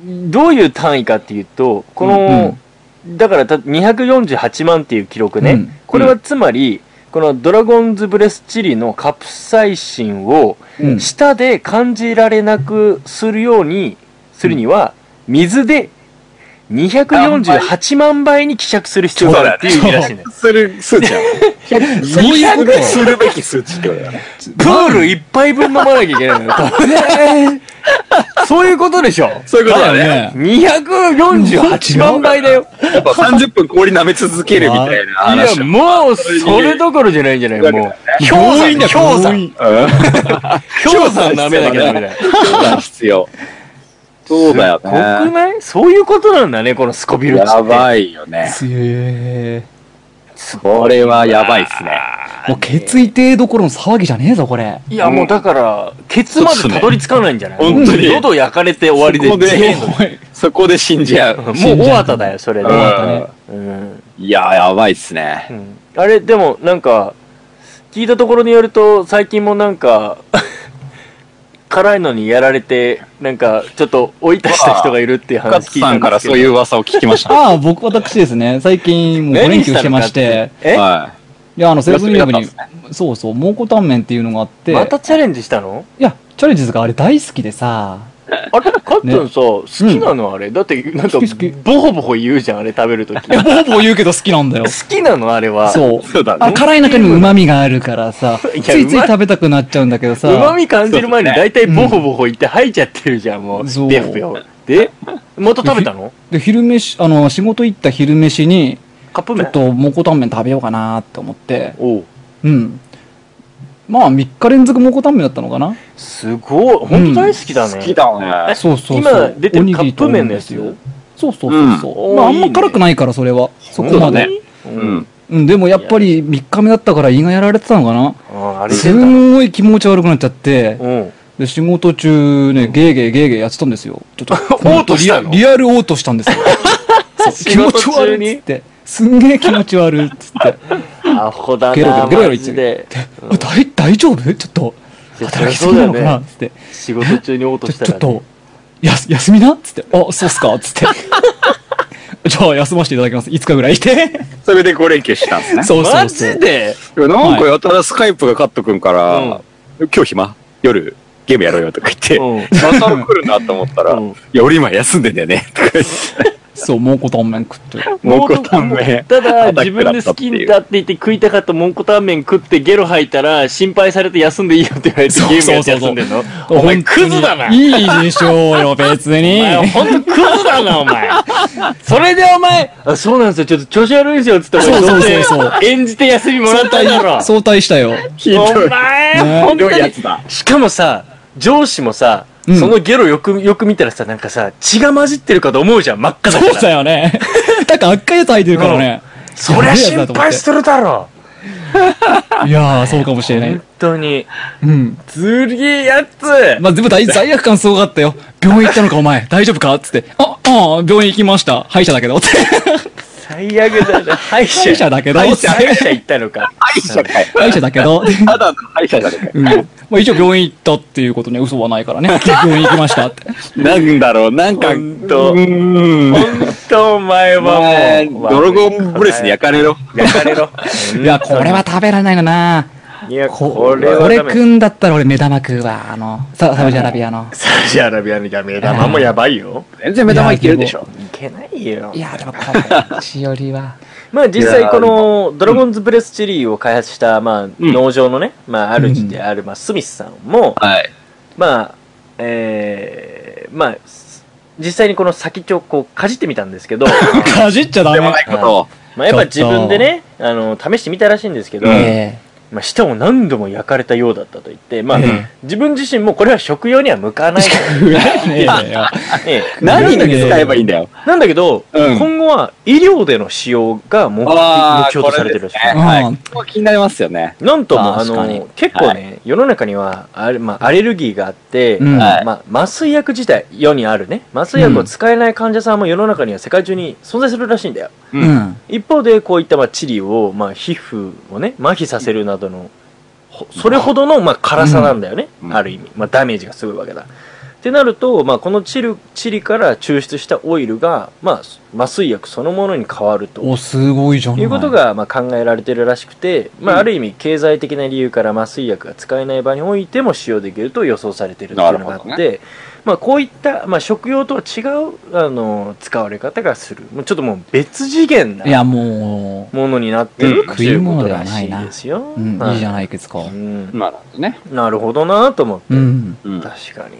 S3: どういう単位かっていうと、この、だからた248万っていう記録ね。
S7: うん
S3: これはつまり、このドラゴンズブレスチリのカプサイシンを、
S7: うん
S3: 舌で感じられなくするようにするには、水で248万倍に希釈する必要があるっていう意味らしいね。
S6: する数値や
S7: そういうこと
S6: するべき数値ってことだね。
S3: プール一杯分飲まなきゃいけ ないのよ。そういうことでしょ。
S6: そういうことだね。
S7: だよね。
S3: 248万倍だよ。
S6: やっぱ30分氷舐め続けるみたいない
S3: や、
S6: 話。
S3: もうそれどころじゃないんじゃないもう。
S7: 強引だ
S3: 氷山
S7: よ、強引。
S3: 氷山舐めなきゃダメだよ。
S6: うん必要。そうだよ
S3: 国
S6: ね。
S3: 内そういうことなんだね、このスコビルチって。
S6: やばいよね。
S7: 強い
S6: これはやばいっすね。
S7: もう、決意亭どころの騒ぎじゃねえぞ、これ。
S3: いや、もうだから、ケツまでたどり着かないんじゃない
S6: そうっすね本当に
S3: 喉焼かれて終わりで。
S6: そこで
S3: ジェーンの
S6: そこで死んじゃう。
S3: もう終わっただよ、それで。
S6: うん
S3: うん
S6: いや、やばいっすね
S3: う。んあれ、でも、なんか、聞いたところによると、最近もなんか、 辛いのにやられて、なんか、ちょっと追い出した人がいるっていう
S6: カ
S3: 話聞
S6: ツ
S3: いた
S6: さ
S3: ん
S6: んか
S3: で
S6: ら
S3: す
S6: そう
S3: け
S6: い
S3: ど。
S6: う噂を聞きま した。
S7: ああ、僕、私ですね、最近、もう、5連
S3: 何
S7: 休してまして、
S3: たのかって
S6: はい
S7: や、あの、セブンイレブン
S6: 休
S7: に
S6: みだっ、
S7: そうそう、蒙古タンメンっていうのがあっ
S3: え
S7: て、
S3: またチャレンジしたの
S7: いや、チャレンジズがあれ大好きでさ、
S3: あれ、カッツンさ、好きなのあれだって、なんか
S7: 好き好き、
S3: ボホボホ言うじゃん、あれ食べるとき。
S7: いや、
S3: 好
S7: ほぼ言うけど好き なんだよ。
S3: きなのあれは。
S7: そう。
S6: そうだ
S7: あ
S6: ね。
S7: 辛い中にも旨味があるからさ、つ
S3: いや
S7: いつい食べたくなっちゃうんだけどさ、
S3: うまみ感じる前に
S6: そうで
S3: 大体ボホボホいって吐いちゃってるじゃん、もう。
S7: そう
S3: でふよ。で、また食べたの
S7: で、昼飯、あの、仕事行った昼飯に、
S3: カップ
S7: ちょ
S3: 麺
S7: っと、蒙古タンメン食べようかなって思って、
S3: おう
S7: うん。まあ、3日連続蒙古タンメンだったのかな
S3: すごい本当大好きだね、
S6: 好きだね。
S7: そうそうそう。
S3: 今出て
S7: お
S3: る
S7: に
S3: カ
S7: ぎり
S3: ッ
S7: と
S3: プ
S7: おにぎ
S3: 麺
S7: り
S3: の
S7: で
S3: や
S7: す
S3: つよ
S7: よ。そうそうそうそう。
S6: うん
S7: まあ、あ
S6: おー
S7: ん
S6: いい
S7: ま
S6: ね
S7: 辛くないから、それは。そこ
S6: そう
S7: ま
S6: だ
S7: で
S6: ね。。うん。
S7: うん、でもやっぱり3日目だったから胃がやられてたのかな
S3: ああれ
S7: す
S3: 出た
S7: んごい気持ち悪くなっちゃって、
S3: うん
S7: で仕事中ね、ゲーゲーゲーゲーやってたんですよ。 ちょっと、
S1: 嘔吐したの
S7: リアリアルオートしたんですよ。そう気持ち悪いっつって。すんげえ気持ち悪いっ つって。
S3: アホだ
S7: ゲロゲ
S3: な
S7: ロゲロゲロ
S3: マ
S7: 言っ
S3: ジ
S7: て
S3: で
S7: あ大大丈夫ちょっと、
S3: いやそりゃ
S7: 働きす
S3: そ
S7: ぎ
S3: うだ
S7: な
S3: よ
S7: のかなっ
S3: ね
S7: つって。
S3: 仕事中にオート
S7: ち
S3: し
S7: ょ
S3: た
S7: ちょっ
S3: らね
S7: と、やす休みなっつって、あ、そうっすかっ つって。じゃあ、休ませていただきます。5日ぐら いして。
S6: それで5連休したんですね。
S7: そうそうそう。
S3: マジで
S6: いやなんかやたらスカイプがカットくんから、今日暇夜ゲームやろうよとか言って、
S3: うん
S6: また来るなと思ったら、
S3: うん
S6: いや、俺今休んでんだよね。
S7: そう、蒙古タンメン食って。
S6: 蒙古タンメン。
S3: ただ
S6: アタ
S3: 自
S6: ックだ
S3: 分
S6: ったっていう
S3: で好きだって言って食いたかったもんこタンメン食ってゲロ吐いたら心配されて休んでいいよって言われて
S7: そう
S3: ゲームやって
S7: そうそ
S3: 休
S7: う
S3: んでんの
S7: お
S1: 前クズだない
S7: いでしょうよ、別
S3: お
S7: に。
S3: 前 ほんとクズだなお前それでお前あそうなんですよちょっと調子悪いんですよっつって
S7: そうそうそうそう
S3: 俺演じて休みもらったんだろ
S7: 相対したよ。
S6: ひどい。
S3: お前、
S7: ね
S3: 本
S6: ひど
S3: 当
S6: いや
S3: に
S6: つだ。
S3: しかもさ上司もさ、
S7: うん
S3: そのゲロよくよく見たらさなんかさ血が混じってるかと思うじゃん真っ赤だから
S7: そうだよ ね。なんか赤いやつ入ってるからね。
S3: そりゃ心配しとるだろ
S7: いやー、そうかもしれない
S3: 本。当に
S7: うん。
S3: ずりえやつ
S7: まあ、でも大罪悪感すごかったよ。病院行ったのか、お前。大丈夫かつって。あ、ああ、病院行きました。歯医者だけど。って
S3: 最悪だな歯医者
S7: 歯医者だけど
S3: 歯医者歯医者行ったのか
S6: 歯医者かい。
S7: 歯医者だけど。って
S6: ただの歯医者じゃね
S7: うん。まあ、一応病院行ったっていうことね、嘘はないか らね。病院行きましたって。
S6: えか。なんだろう、なんか、
S3: ほんと
S6: うーん。
S3: 本当お前
S6: まあ
S3: はもう
S6: ドラゴンブレスに焼かれろ。
S3: 焼かれろ
S7: いや、これは食べられないのない
S3: や
S7: こ
S3: これ
S7: こ
S3: は
S7: れ
S3: ダメ
S7: くんだったら俺目玉食うわ。あの、ササウジアラビアの。
S3: サウジアラビアの目玉もやばいよ
S6: 全然目玉いけるでしょ。
S3: いけないよ
S7: いや、でもこ っちよりは。
S3: まあ実際このドラゴンズブレスチェリーを開発したまあ農場のねまあ主であるまあスミスさんも
S6: はい。
S3: まあえーまあ実際にこの先っちょをこうかじってみたんです けど
S7: かじっちゃダ
S6: で
S7: メ
S6: も。ないことを。
S3: まあやっぱ自分でねあの試してみたらしいんですけど、
S7: え
S3: まあ、舌を何度も焼かれたようだったと言って、まあ、
S7: え
S3: 自分自身もこれは食用には向かない、
S7: え食えねえよ。
S3: ええ
S6: 何に使えばいいんだよ。
S3: なんだけど、
S6: うん
S3: 今後は医療での使用が目
S6: あー
S3: 目標とされてるらしい。
S6: これですねはい
S7: うん
S6: ここ気になりますよね。
S3: なんとも、あ
S7: 確かに
S3: の、結構ね、世の中には、あれまあ、アレルギーがあって、
S7: うん
S6: はい
S3: まあ、麻酔薬自体、世にあるね、麻酔薬を使えない患者さんも世の中には世界中に存在するらしいんだよ。
S7: うん。
S3: 一方で、こういった、まあ、治療を、まあ、皮膚をね、麻痺させるなどの、ほそれほどの、まあ、辛さなんだよね、
S6: うん
S3: ある意味。まあ、ダメージがすごいわけだ。ってなると、まあ、このチリチリから抽出したオイルが、まあ、麻酔薬そのものに変わると。
S7: お、すごいじゃん。
S3: いうことがまあ考えられてるらしくて、まあ、ある意味経済的な理由から麻酔薬が使えない場においても使用できると予想されてるっていうのがあって、
S6: なるほど
S3: まあ、こういった、まあ、食用とは違うあの使われ方がするもうちょっともう別次元ない
S7: や、も
S3: ものになってる
S6: うん
S3: っていうことらしいですよ。
S7: う、うん、
S3: はい
S7: いじゃないですか
S3: う。ん
S6: まあ、なんですね。
S3: なるほどなと思って、
S7: うん。
S6: うん。
S3: 確かに。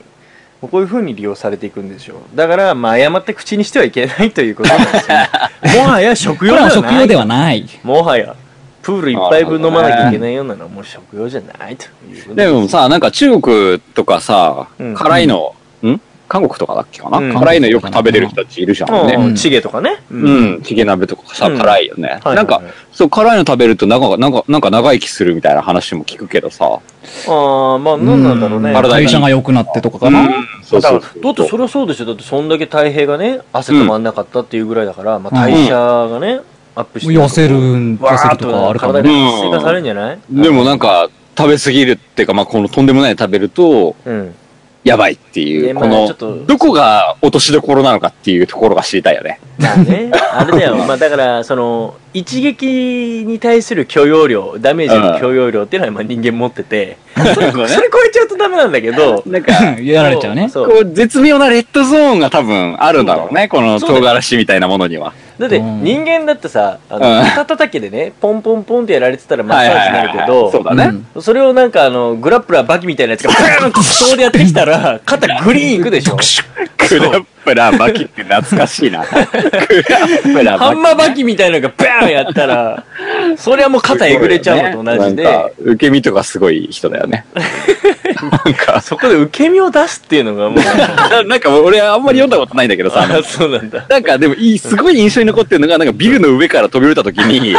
S3: もうこういう風に利用されていくんでしょう。だから、まあ、誤って口にしてはいけないということなんですね。もはや食
S7: これ
S3: 用ではな
S7: は
S3: い。
S7: 食用ではない。
S3: もはや、プール一杯分飲まなきゃいけないようなのはもう食用じゃないということ
S6: で
S3: で。
S6: もさ、なんか中国とかさ、
S3: うん
S6: 辛いの、ん韓国とかだっけかな、
S3: うん
S6: 辛いのよく食べれる人たちいるじゃん
S3: も
S6: ね。
S3: う、チゲとかね。う
S6: う。ん、チゲ鍋とかさ、
S3: うん
S6: 辛いよね。
S3: はい
S6: なんか
S3: はいはい、
S6: そう、辛いの食べると、なんか、なんか、なんか長生きするみたいな話も聞くけどさ。
S3: ああ、まあ、なんなんだろうね。
S6: 体が
S7: 代謝が良くなってとかかな。
S6: うんそう
S3: だ
S6: そ
S3: から
S6: う
S3: だってそれはそうですよ。だってそんだけ体平がね、汗止まんなかったっていうぐらいだから、まあ代謝がね、アップして。
S7: 痩せる、。痩
S3: わ
S7: せ
S3: ー
S7: る
S3: っ
S7: とかあ
S3: と
S7: るかも
S3: 体
S7: ね。
S3: に活性化されるんじゃない
S6: でもなんか、食べ過ぎるっていうか、まあ、このとんでもないの食べると、
S3: うん。
S6: やばいってい
S3: で
S6: う、
S3: ま
S6: こ
S3: あちょ
S6: の
S3: っと、
S6: どこが落としどころなのかっていうところが知りたいよね。
S3: まあね、あれだよ。まあだから、その、一撃に対する許容量、ダメージの許容量っていうのはまあ人間持ってて、 それ超えちゃうとダメなんだけど、
S6: なんか、
S7: やられちゃうね。
S3: そ
S6: こう、絶妙なレッドゾーンが多分あるんだろうね、この
S3: そうだよ
S6: 唐辛子みたいなものには。
S3: だって
S7: うん
S3: 人間だってさ、あの、
S6: うん
S3: 肩叩きでね、ポンポンポンってやられてたらマッサージになるけ
S6: はいはいはいはいそう
S3: ど、
S6: だね。
S7: うん
S3: それをなんかあの、グラップラーバキみたいなやつがブーンって手刀でやってきたら、肩グリーンいくでしょ
S6: グラプラバキって懐かしいな。クラ
S3: ハ
S6: バキ
S3: ン。マーバキみたいなのがバーンやったら、それはもう肩えぐれちゃうのと同じ
S6: なん
S3: で
S6: か、、受け身とかすごい人だよね。なんか、
S3: そこで受け身を出すっていうのがもう、
S6: なんか俺あんまり読んだことないんだけどさ、あの
S3: あそうなんだ。
S6: なんかでもいい、すごい印象に残ってるのが、なんかビルの上から飛び降りた時に、も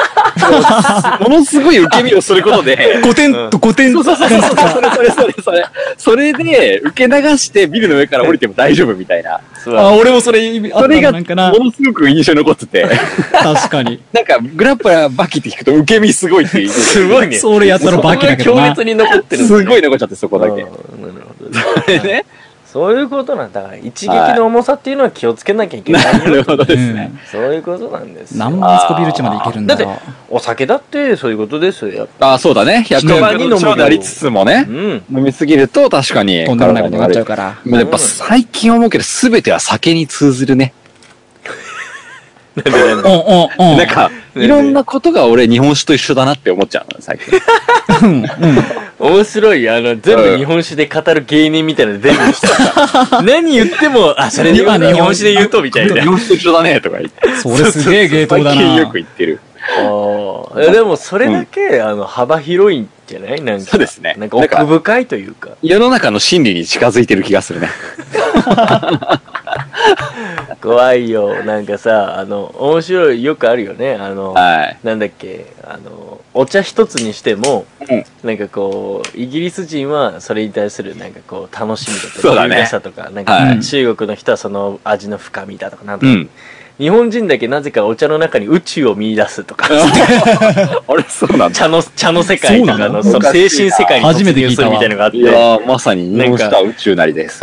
S6: のすごい受け身をすることで、
S7: 5点と5点
S6: そうそうそうそう、それそれそれそれ、それで受け流してビルの上から降りても大丈夫みたいな。
S7: あ、俺もそれ意味あ
S6: そ
S7: った
S6: れ
S7: の
S6: が
S7: な
S6: も
S7: んかな。
S6: のすごく印象に残ってて、
S7: 確かに。
S6: なんかグラップラーバキって聞くと受け身すごいっていう。す
S3: すごいね。
S7: それやったらバキだけどな
S3: そこが強烈に残ってるんだね。
S6: ごい残っちゃって、そこだけ。
S3: うんなるほど。
S6: それね。
S3: そういうことなんだから、一撃の重さっていうのは気をつけなきゃいけない。
S6: なるほど
S7: う
S6: ですね。
S7: ん。
S3: そういうことなんですよ。
S7: 何万スコビルチまでいけるんだろ
S3: だお酒だってそういうことですよ、やっ
S6: ああ、そうだね。100
S3: 人
S6: 円のなりつつもね
S3: ぱ。うん。
S6: 飲みすぎると確かに
S7: う。とんでもないことになっちゃうから。
S6: まあやっぱ最近思うけど、すべては酒に通ずるね。
S7: うんうんうん。
S6: なんか、
S3: うん
S6: いろんなことが俺日本酒と一緒だなって思っちゃうの、最近。
S7: うんうん。
S3: 面白い。あの、全部日本酒で語る芸人みたいなの全部した。何言っても、あ、それ今
S7: 今
S3: 日
S7: 日
S3: 本
S7: 本
S3: 酒で
S7: 酒で
S3: 言
S7: 言
S3: うと、みたい
S6: 日
S3: な。
S6: 本酒と一緒だね、とか言って。
S7: それすげえ芸当だ
S6: 最近よ
S7: な
S6: く。言ってる。
S3: ああでもそれだけ、あの幅広いんじゃないなんか
S6: そうですね
S3: なんか奥深いというか
S6: 世の中の真理に近づいてる気がするね。
S3: 怖いよなんかさあの面白いよくあるよねあの
S6: はい。
S3: なんだっけあのお茶一つにしても、
S6: うん
S3: なんかこうイギリス人はそれに対するなんかこう楽しみだとか
S6: そうだね
S3: 優雅さとかなん
S6: は
S3: か
S7: い
S3: 中国の人はその味の深みだとかなんと
S6: う
S3: か、
S6: ん。
S3: 日本人だけなぜかお茶の中に宇宙を見出すとか
S6: あれ、そうなんだ。
S3: 茶の茶の世界とかの
S7: そう
S3: そ
S6: なの
S3: の精神世界に
S7: 初
S3: 突
S7: めて
S3: 入
S7: 聞い
S3: す
S7: た
S3: る
S7: わ
S3: みたいなのがあっ
S6: い
S3: て
S6: やーまさに日本酒とは宇宙なりです。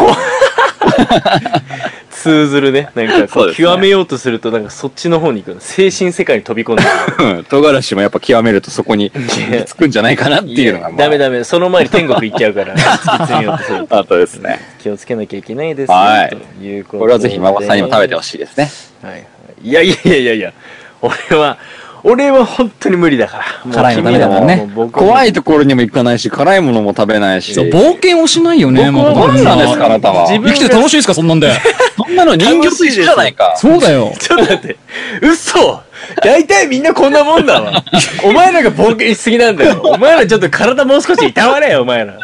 S3: 通ずるねなんかこ
S6: そう
S3: う
S6: ですね
S3: 極めようとするとなんかそっちの方に行くの精神世界に飛び込んでく
S6: うん。唐辛子もやっぱ極めるとそこに
S3: や
S6: つくんじゃないかなっていうのが。
S3: るダメ。ダメその前に天国行っちゃう から突き詰めようとすると
S6: あとですね。
S3: 気をつけなきゃいけないですよ、
S6: はい
S3: ということで
S6: これはぜひママさんにも食べてほ
S3: し
S6: しいですね。
S3: い、はいはい、いやいやいやいやいや俺は俺は本当に無理だからもう
S7: 辛いのダメだからね
S3: 君はもう僕は
S6: 怖いところにも行かないし、辛いものも食べないし。
S7: そう、冒険をしないよね、
S6: 僕は
S7: 誠君
S6: 何なんですか、あなたは。
S3: 自分
S7: 生きて楽しいですか、そんなんで。
S6: そんなの人形と一緒じゃないか。
S7: そうだよ。
S3: ちょっと待って嘘大体みんなこんなもんだわお前らが冒険しすぎなんだよお前らちょっと体もう少しいたわれよお前ら
S7: い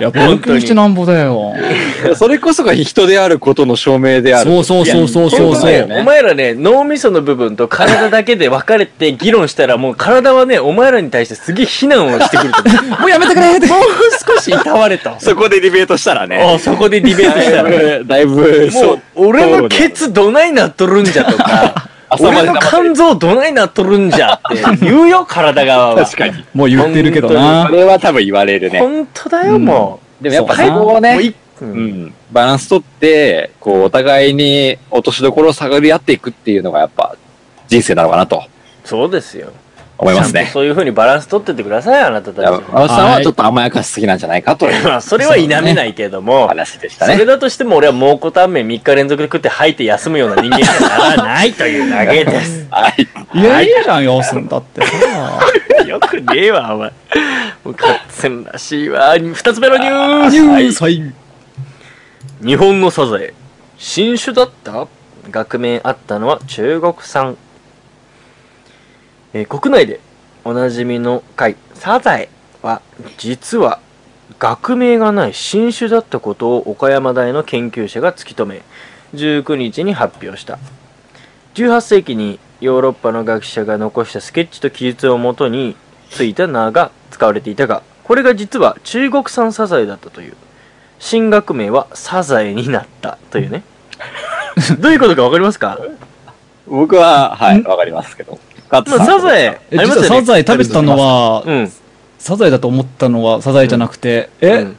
S7: や、冒険してなんぼだよ。
S6: それこそが人であることの証明である。
S7: そうそうそうそうそう
S3: 本当
S7: そ
S3: ね
S7: う。
S3: お前らね、脳みその部分と体だけで分かれて議論したら、もう体はね、お前らに対してすげえ非難をしてくると思う。
S7: もうやめてくれって。
S3: もう少しいたわれ と。
S6: そこでディベートしたらね。
S3: あそこでディベートしたら。
S6: だいぶ、
S3: もう、俺のケ
S6: 決
S3: ツどないなっとるんじゃとか、俺の肝臓どないなっとるんじゃって言うよ、体側は。
S6: 確かに。
S7: もう言ってるけど
S6: そ
S7: な。
S6: れは多分言われるね。
S3: 本当だよ、もう。
S6: でもやっぱ
S7: そうね
S6: そこを
S3: もう
S6: ね、
S3: いうん
S6: うん、バランス取って、こう、お互いに落としどころを探り合っていくっていうのがやっぱ人生なのかなと
S3: そうですよ。
S6: 思います
S3: ちゃんと
S6: ね。
S3: そういう風にバランス取ってってください、あなたたち
S6: 山
S3: も。
S6: 本さんはちょっと甘やかしすぎなんじゃないかという
S3: まあ、それは否めないけれども、
S6: 話でし
S3: そ
S6: たね。
S3: れ。だとしても俺は蒙古タンメン3日連続で食って吐いて休むような人間にはならないというだけです
S6: はい。
S7: いやいやじゃん、よすんだってさ。
S3: よくねえわ、お前。もうカッツンらしいわ。2つ目のニュース
S7: ニュースはい。
S3: 日本のサザエ。新種だった学名あったのは中国産。えー国内でおなじみの貝、サザエは、実は学名がない新種だったことを岡山大の研究者が突き止め、19日に発表した。18世紀にヨーロッパの学者が残したスケッチと記述をもとについた名が使われていたが、これが実は中国産サザエだったという。新学名はサザエになったというねどういうことかわかり ますか、
S6: 僕は、はい、わかりますけど。カ
S3: まあ、サザエあり
S7: え、実
S3: ま
S7: は
S3: すよ
S7: サ
S3: ね
S7: ザエ食べてたのは、
S3: うん
S7: サザエだと思ったのはサザエじゃなくて、え、
S3: うん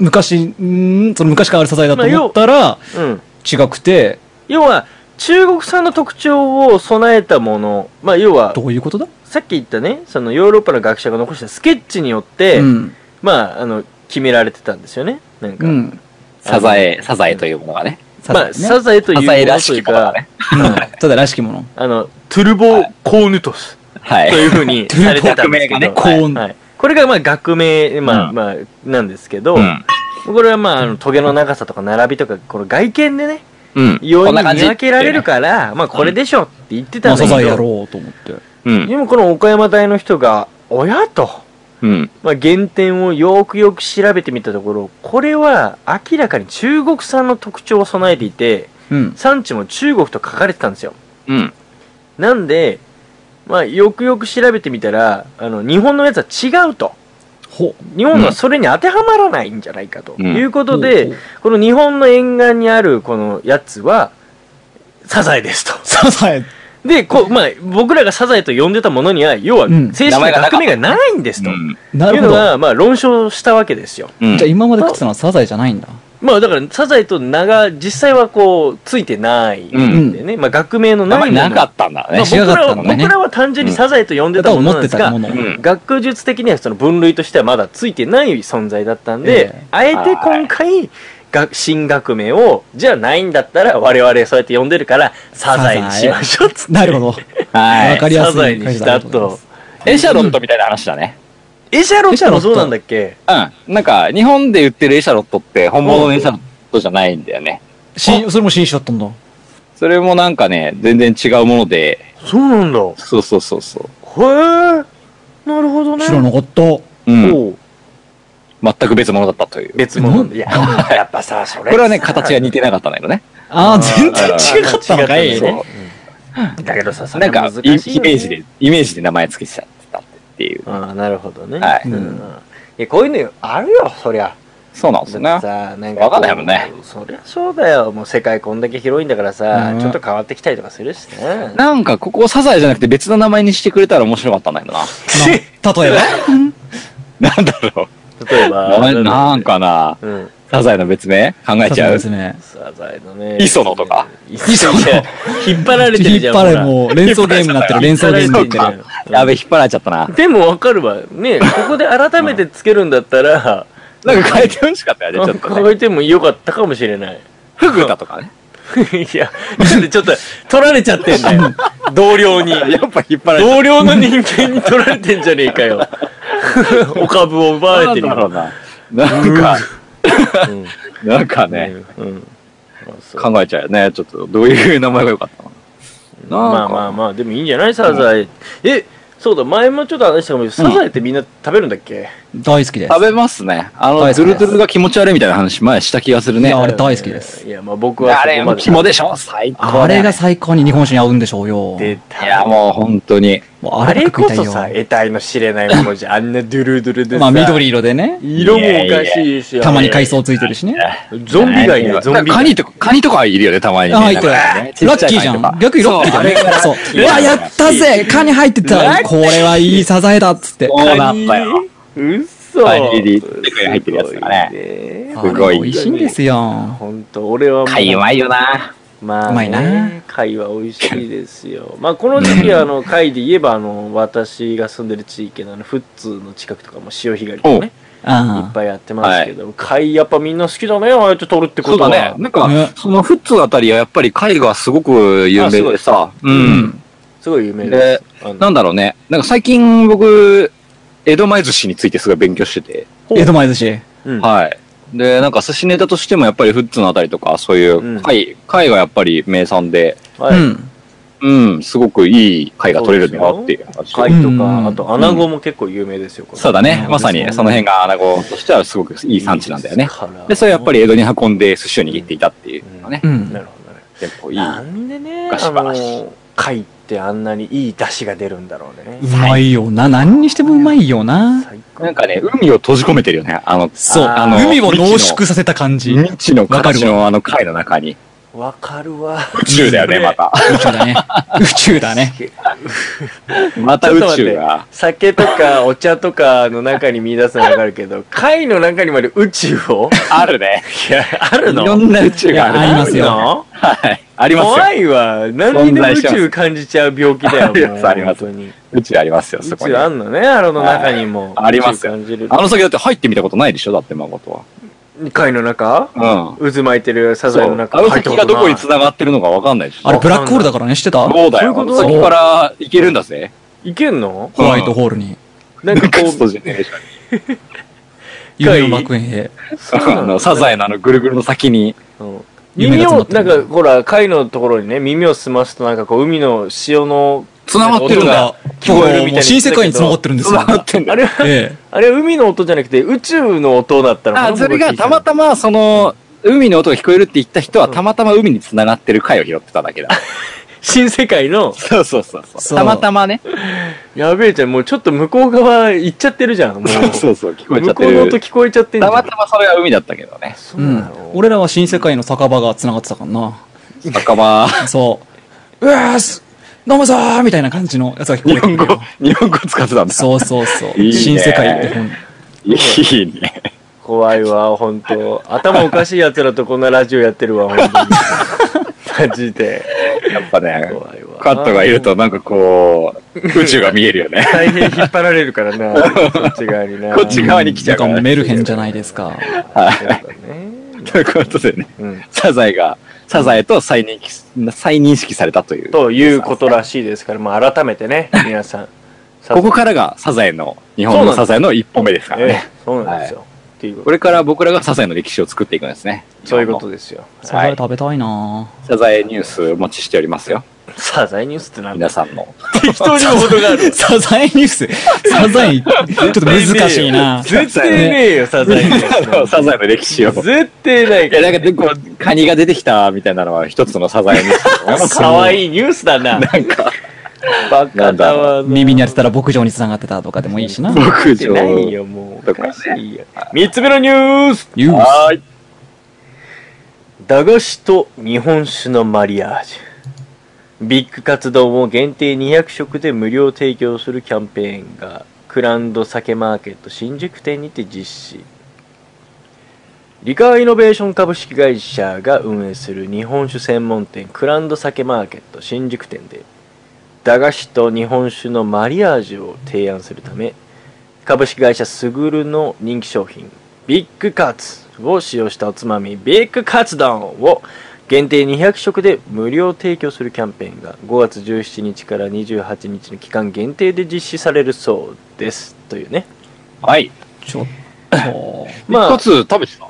S7: 昔、んその昔からあるサザエだと思ったら、
S3: うん
S7: 違くて、
S3: 要は中国産の特徴を備えたものまあ要は
S7: どういうことだ
S3: さっき言ったねそのヨーロッパの学者が残したスケッチによって、
S7: うん。
S3: まああの決められてたんですよねなんか、
S7: うん。
S6: サザエ、サザエというものがね。
S3: まあサ
S7: ね
S3: ザエという
S6: サ
S3: も
S6: ザエ
S3: の
S6: ら
S3: と
S6: し
S3: いう
S6: きもの
S3: か、
S6: がね。
S7: うんサザエらしきもの。
S3: あのトゥルボーコーヌトス
S6: は
S3: と
S6: い。
S3: いうふうにされてたんですけど、
S6: トゥルボー
S7: コーン。
S3: はい、これがまあ学名、まあ
S6: うん
S3: まあ、なんですけど、
S6: うん。
S1: これはまああの、トゲの長さとか並びとか、この外見でね、
S6: うん。
S1: 容
S6: こん
S1: 易
S6: な
S1: に
S6: 感
S1: 見
S6: じ
S1: 分けられるから、まあこれでしょって言ってた
S7: マ
S1: んだ
S7: サさん
S1: け
S7: や
S1: ど、
S7: ろうと思って。
S6: うん。
S1: 今この岡山大の人が、親と、
S6: うん。
S1: まあ、原点をよくよく調べてみたところ、これは明らかに中国産の特徴を備えていて、
S7: うん。
S1: 産地も中国と書かれてたんですよ。
S6: うん。
S1: なんで、まあ、よくよく調べてみたら、あの、日本のやつは違うと。
S7: ほ
S1: 日本はそれに当てはまらないんじゃないかと
S6: うん
S1: いうこ
S7: う。
S1: とで、この日本の沿岸にあるこのやつは、サザエですと。
S7: サザエ。
S1: で、こう、まあ、僕らがサザエと呼んでたものには、要は
S7: うん
S1: 正式な学名がないんですと。い
S7: なる
S1: う
S7: ほ
S1: の
S7: ど。
S1: が、まあ、論証したわけですよ。
S6: うん
S7: じゃあ今まで食ってたのはサザエじゃないんだ。
S1: まあ、だから、サザエと名が実際はこう、ついてないんでね、まあ、学名の
S6: 名
S1: ない
S6: 前
S1: もの。
S6: なかったんだ
S1: まあ
S6: ね。
S7: 知ら
S1: 僕
S7: なからっ
S1: は、
S7: たのね
S1: 僕らは単純にサザエと呼んでた
S7: だ
S1: もの
S7: 思
S1: な
S7: っ
S1: んで
S7: て
S1: すが
S7: た、もの。
S6: うん
S1: 学術的にはその分類としてはまだついてない存在だったんで、
S7: ええ
S1: あえて今回が新学名をじゃあないんだったら我々そうやって呼んでるからサザエにしましょうっつって
S7: なるほど。
S6: は
S7: わ
S6: い。
S7: かりやすい
S1: サザエにしたと
S6: エシャロットみたいな話だね。
S1: エシャロ
S7: エ
S1: ッ
S7: シャ
S1: ト
S7: ロッ
S1: もそ
S7: ト
S1: うなんだっけ
S6: うん。なんか、日本で売ってるエシャロットって本物のエシャロットじゃないんだよね。
S7: 新それも新種だったんだ。
S6: それもなんかね、全然違うもので、
S1: そうなんだへ
S6: そうそうそうそ
S1: えなるほどね
S7: 知らなかった。
S6: う。うん。
S1: おう
S6: 全く別物だったという。
S1: 別物いや
S7: あ
S1: やっぱさそれ
S6: これはね、形が似てなかったんだけどね。
S7: あー、全然違かったのかい。
S1: そうだけどさそれ
S6: なんか、
S1: 難
S6: イ
S1: しい
S6: イメ
S1: よね
S6: ージで、イメージで名前つけちゃってたっていう。
S1: ああなるほどね
S6: はい
S1: うん
S7: うん
S1: いやこういうのあるよそりゃ
S6: そうなんですよ
S1: だ
S6: ね
S1: って。さなん
S6: わかんないもんね
S1: こうそりゃそうだよもう世界こんだけ広いんだからさ、
S7: うん
S1: ちょっと変わってきたりとかするしね
S6: なんか、ここをサザエじゃなくて別の名前にしてくれたら面白かったんだけどな。
S7: まあ例えば。
S6: なんだろ
S1: 例え
S6: う。
S1: ば
S6: 名前
S1: んだろう
S6: なんかな。
S1: うん
S6: サザエの別名考えちゃう
S7: ですね。
S1: サザエのね
S6: 磯野とか
S1: 磯野引っ張られて
S7: 引
S1: る
S7: っ
S1: じゃん
S7: 張れ
S1: ほら
S7: もう連想ゲームになってる連想ゲームに
S1: 引っ
S7: な
S1: 張
S7: っ
S1: られ
S7: てる。
S1: てる
S6: やべ、引っ張られちゃったな。
S1: でもわかるわねここで改めてつけるんだったら
S6: なんか変えてほしかったよね、ちょっと
S1: 変
S6: ね。
S1: えてもよかったかもしれない
S6: フグタとかね。
S1: いやなんでちょっと取られちゃってん だよ同僚に
S6: やっぱ引っ張られちゃっ
S1: 同僚の人間に取られてんじゃねえか よお株を奪
S6: た。
S1: われ
S6: なん
S1: てる
S6: だ
S1: よ
S6: ろうな。なんか、
S1: うん
S6: なんかね、
S1: うん。まあそう
S6: 考えちゃうよね。ちょっと、どういう名前が良かったの
S1: まあまあまあ、でもいいんじゃないサザエ。え、そうだ、前もちょっと話したかもしれない。サザエってみんな食べるんだっけ
S7: 大好きです。
S6: 食べますね。あ
S7: 大好き
S6: の、
S7: です
S6: ズルズルが気持ち悪いみたいな話前した気がする
S7: い
S6: ね。
S7: や、あれ大好きです。
S1: いや、まあ僕は
S6: あ
S1: そ
S6: れ
S1: こま、で。
S6: 肝でしょ最高だよ。
S7: あれが最高に日本酒に合うんでしょうよ。
S1: 出
S6: いや、
S1: た。
S6: もう本当に。
S7: もう
S1: あれこそ
S7: ばっか
S1: さ、
S7: 食い
S1: 得体の知れないものじゃん、あんなドゥルドゥル
S7: た
S1: で
S7: いよ
S1: さ。
S7: まあ、緑色でね。
S1: 色もおかしいし。
S7: たまに海藻ついてるしね。
S1: ゾンビがいる、ゾンビ
S6: カ
S1: が。
S6: ニとか、カニとかいるよね、たまにね。
S7: あ、入ってる。
S6: なん
S7: ラ
S6: かねちっち
S7: ッキー
S6: カ
S7: じ
S6: ニ
S7: ゃ
S6: とか
S7: ん。逆にラッキーじゃん。そう。うわ、やったぜカニ入ってたこれはいいサザエだっつって。
S6: そうなんだよ。
S1: うっそ。
S6: カニ入り入ってるやつだね
S1: ね
S7: あ
S6: す
S7: れ
S6: ごい
S7: 美味しいんですよ。
S1: ほんと、俺はもう。
S6: 貝うまいよな。
S1: まあ、ね、
S7: うまいな
S1: 貝は美味しいですよ。まあ、この時期、あの、貝で言えば、あの、私が住んでる地域のあの、富津の近くとかも潮干狩りとかね、い
S7: あ
S1: っぱいやってますけど、貝やっぱみんな好きだね、ああやって取るって
S6: そ
S1: こ
S6: う
S1: とは。
S6: だね。なん
S7: ね
S6: か、そのフッツあたりはやっぱり貝がすごく有名でさ。う
S1: い
S6: ん。
S1: すごい有名で。
S6: です
S1: あの
S6: なんだろうね。なんか最近僕、江戸前寿司についてすごい勉強してて。
S7: あ。江戸前寿司。
S1: うん
S6: はい。で、なんか寿司ネタとしてもやっぱりフッツのあたりとか、そういううん貝、貝がやっぱり名産で、
S1: は
S7: う
S1: い
S7: ん。
S6: うん、すごくいい貝が取れるんだなっていう話。
S1: 貝と
S7: うん
S1: か、あと、アナゴも結構有名ですよ、これ
S6: そうだね。
S7: うん
S6: まさに、その辺がアナゴとしてはすごくいい産地なんだよね。で、それやっぱ
S1: り、
S6: り江戸に運んで寿司を握っていたっていうのがね
S7: う。
S1: なる
S7: ん。
S1: ほどね。
S6: 結構いい。
S1: なんでね、
S6: 昔
S1: あ
S6: 話
S1: の、貝ってあんなにいい出汁が出るんだろうね
S7: う。まいよな。何にしてもうまいよな。
S1: 最高。
S6: なんかね、海を閉じ込めてるよね。あの、
S7: そう。
S6: あの
S7: 海を濃縮させた感じ。宇
S6: 未知の形のあの貝の中に。
S1: わかるわ。
S6: 宇宙だよね、また。
S7: 宙だ ね。宇宙だね。
S6: また
S1: ちょっと
S6: 宇
S1: 待っ
S6: 宙
S1: て
S6: が。
S1: 酒とかお茶とかの中に見出すのはわかるけど、貝の中にまで宇宙を
S6: あるね。
S1: いや、ある
S6: い
S1: の
S6: ろんな宇宙がある。
S7: いやありますよ
S1: よ。
S6: はい。ありますよ
S1: 怖。いわ。何にでも宇宙感じちゃう病気だよ、
S6: ありま
S1: もう
S6: すあります
S1: 本当に。
S6: 宇宙ありますよ、
S1: 宇
S6: そこに。
S1: 宙あ
S6: あ
S1: んのね、あの中にも。
S6: あります
S1: 宇宙
S6: よ
S1: 感じる。
S6: の先だって入ってみたことないでしょだって、誠
S1: 貝の中
S6: は。うん。
S1: 渦巻いてるサ
S6: そ
S1: ザエ
S6: う
S1: の
S6: あ
S1: 中
S6: の先がどこに
S1: つ
S6: 繋がってるのかわかんないでしょ
S7: あれブラックホールだからね、知ってたホ
S6: そうだよ。
S1: そういうこと
S6: 先から行けるんだぜ。
S1: いけんの
S7: ワイトホールに。
S1: なんか
S6: ク
S1: こ
S6: ストジェネレーション。
S1: う、
S7: 夢の楽園へ。
S6: あの、サザエのあの、ぐるぐるの先に。
S1: うん
S7: 夢
S1: 耳
S7: が詰ま
S1: を
S7: っ、て
S1: な
S7: る
S1: んか、ほら、貝のところにね、耳を澄ますと、なんかこう、海の潮の、
S6: 繋がってるんだ。
S7: が聞こえるみたい
S1: もう
S7: 新世界に繋がってるんですよ。
S1: あれは、
S7: え
S1: あれは海の音じゃなくて、宇宙の音だったのか
S6: あ、
S1: な
S6: それがたま
S1: ま。
S6: たま、その、海の音が聞こえるって言った人は、たまたま海に繋がってる貝を拾ってただけだ。
S1: 新世界の、
S6: そうそうそう
S7: そう
S6: たまたまね。
S1: やべえじゃん、もうちょっと向こう側行っちゃってるじゃん、もう。
S6: そうそう、聞こえちゃ
S1: 向
S6: って
S1: こうの
S6: る。
S1: 音聞こえちゃってんじゃ
S6: た
S1: ん。
S6: またまそれは海だったけどね。
S7: え。うん。俺らは新世界の酒場が繋がってたからな。
S6: 仲間、
S7: そう。うわーす、飲むぞーみたいな感じのやつが聞こえて
S6: 日
S7: く
S6: 本
S7: る
S6: 語、日本語使ってたんだ。
S7: そうそうそう。
S6: いいね
S7: 新世界って本。
S6: いいね。
S1: 怖いわ、本当頭おかしい奴らとこんなラジオやってるわ、本当に。マジで。
S6: やっぱね、
S1: 怖いわ。
S6: カットがいるとなんかこう、宇宙が見えるよね。
S1: 大変引っ張られるから な、こっち側にな。
S6: こっち側に来ち ゃ
S7: だ
S6: うか
S7: からら
S6: ね。
S7: メルヘンじゃないですか。
S6: はい。 ということでね、
S1: うん
S6: サザエが、サザエと再認識、再認識されたという。
S1: ということらしいですから、まあ改めて ね、皆さん。
S6: ここからがサザエの、日本のサザエの一歩目ですから
S1: ええ
S6: ね。
S1: そうなんですよ。っていうこ
S6: ことれから僕らがサザエの歴史を作っていくんですね。
S1: そういうこと
S6: で。
S1: ですよ。
S7: サザエ食べたいな
S6: サザエニュースお待ちしておりますよ。
S1: サザエニュースってなんだ
S6: 皆さんの。
S1: 適当にも程がある。
S7: ーサザエニュース。サザエ、ちょっと難しいな
S1: 絶対ねえよ、サザエニュー
S6: サザエの歴史を。
S1: ス。絶対ない
S6: い
S1: か
S6: や、
S1: ら。
S6: なんかでこう、カニが出てきたみたいなのは一つのサザエニュースだと思います。
S1: かわいいニュースだな。
S6: なんか、
S1: バカだわな。
S7: 耳に当てたら牧場に繋がってたとかでもいいしな。
S6: 牧
S1: って
S6: 場。
S1: ないよ、もう。
S6: と
S1: お
S6: かね
S1: かしいよ。三つ目のニュース
S7: ユース。
S6: はーい。
S1: 駄菓子と日本酒のマリアージュビッグ活動を限定200食で無料提供するキャンペーンがクランド酒マーケット新宿店にて実施リカーイノベーション株式会社が運営する日本酒専門店クランド酒マーケット新宿店で駄菓子と日本酒のマリアージュを提案するため株式会社スグルの人気商品ビッグカツを使用したおつまみビッグカツ丼を限定200食で無料提供するキャンペーンが5月17日から28日の期間限定で実施されるそうですというね
S6: はい。
S7: ちょっと。
S1: まあ
S6: 一つ食べてた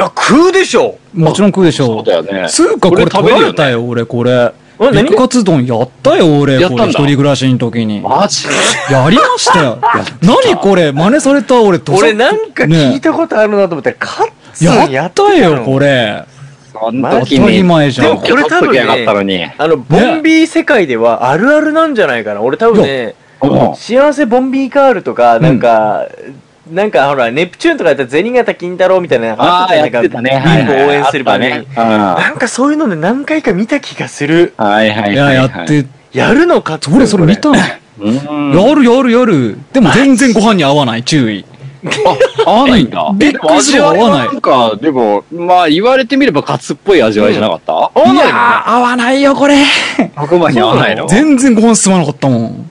S1: 食うでしょ
S7: もちろん食うでし
S6: そ
S7: ょ
S6: うだよね。
S7: つうかこれ食べられたよ、俺、これ。
S1: 何
S7: 肉カツ丼やったよ、俺、
S6: やっ
S7: こ
S6: た
S7: れ、
S6: ん
S7: 一
S6: だ
S7: 人暮らしの時に。
S6: マジ で
S7: やりましたよ。何これ、真似された、俺、ど
S1: 俺なんか聞い
S7: ね
S1: たことあるなと思ったらカッツン
S7: やったよ、こ
S1: れ
S7: れ。
S6: そん
S7: 当たり前じゃ
S1: で
S7: ん。
S1: もこれ多分ね
S6: やがったのに。
S1: あのボンビー世界ではあるあるなんじゃないかな俺多分ね幸せボンビーガールとか、なんか、なんかほら、ネプチューンとかやったら銭形金太郎みたいなの
S6: ああ、や
S1: な
S6: ってたね。
S1: ビンゴ応援する場
S6: 場
S1: 面、
S6: ね。は
S1: なんかそういうので何回か見た気がする。
S6: いはいはい。
S7: いや、やっ。て、
S1: やるのかって。
S7: 俺、それ見たの。
S6: うん。
S7: やる、やる、やる。でも、全然ご飯に合わない、注 意。
S6: 合わないんだ。
S7: びっくりする
S6: でも味わ
S7: 合わない
S6: なんか、でも、まあ言われてみればカツっぽい味わいじゃなかった
S7: いやー、合わないよ、これ。
S6: 白馬に合わないの
S7: 全然ご飯進まなかったもん。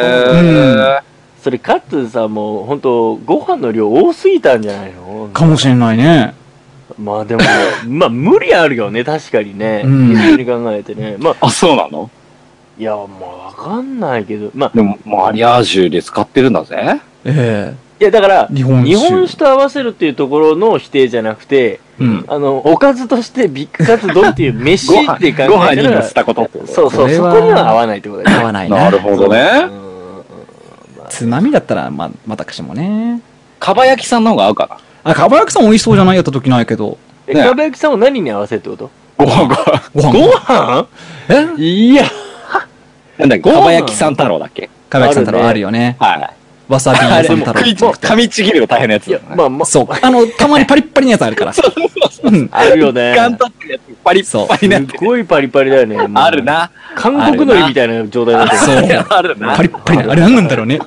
S6: へ
S1: それカッツンさんも、本当ご飯の量多すぎたんじゃないの
S7: かもしれないね。
S1: まあでも、まあ無理あるよね、確かにね。
S7: うん
S1: 一緒に考えてね。まあ、
S6: あ、そうなの
S1: いや、まあわかんないけど、まあ、
S6: でも、マリアージュで使ってるんだぜ。
S7: え
S1: いやだから
S7: え、、日本酒。
S1: 日本酒と合わせるっていうところの否定じゃなくて、
S6: うん。
S1: あの、おかずとしてビッグカツ丼っていう飯
S6: ご
S1: っ
S6: 飯
S1: ていう感じ
S6: ご飯に乗せたことってこと
S1: そうそ
S7: こ
S1: う、
S7: れ
S1: そ
S7: は
S1: こには合わないってことだよ
S7: 合
S1: ね。
S7: わない
S6: な
S7: な
S6: る。ほどね。
S1: うん
S7: つまみだったら、ま、またかしもね。
S6: かば焼きさんの方が合うかな。
S7: あ、かばやきさん美味しそうじゃないやった時ないけど。
S1: え、
S6: ね
S1: かば焼きさんを何に合わせるってこと
S6: ご飯ご飯。
S7: ご飯。
S1: 飯
S7: え
S1: いや、
S6: なんだっ
S1: ご
S6: け、
S1: 飯
S6: かば焼きさん太郎だっけ
S7: かばやきさん太
S1: ある
S7: 郎
S1: ね
S7: あるよね。
S6: は
S7: わさび屋さん太
S6: い。
S7: 郎。
S6: 噛みちぎるの大変なやつだよね。
S1: まあまあ、
S7: そう。あの、たまにパリッパリのやつあるから。うん。
S1: あるよね。
S6: ガンとってるやつ、パリッパリな
S1: す
S6: ん。
S1: ってごいパリパリだよね。もう
S6: ある。な。
S1: 韓国海苔みたいな状態だった
S7: そ
S1: よね。
S7: う。
S6: あるな
S7: パ。リッパリな。あれ何なんだろうね。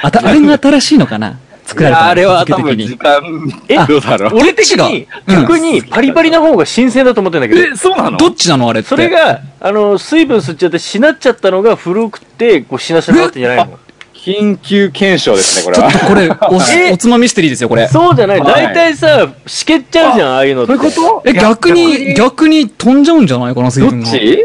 S7: あた、あれが新しいのかな作られたの
S6: あれは多
S7: 時
S6: 分
S7: 々
S6: 時
S7: に。
S6: 間、
S1: え
S6: どうだろう。
S1: 俺的に、
S7: うん
S1: 逆にパリパリな方が新鮮だと思ってんだけど。
S6: え、そうなの
S7: どっちなのあれって。
S1: それが、あの、水分吸っちゃって、しなっちゃったのが古くて、こう、しなしなになってんじゃないの
S6: 緊急検証ですね、これ
S7: ちょ
S6: は
S7: っ。とこれ、おし
S1: え
S7: おつまみステリーですよ、これ。
S1: そうじゃない。
S6: はい
S1: 大体さ、しけっちゃうじゃん、ああいうのって。
S7: え、逆に、逆に飛んじゃうんじゃないかな、水
S6: ど
S7: 分
S6: っ
S7: が。
S6: ち
S1: え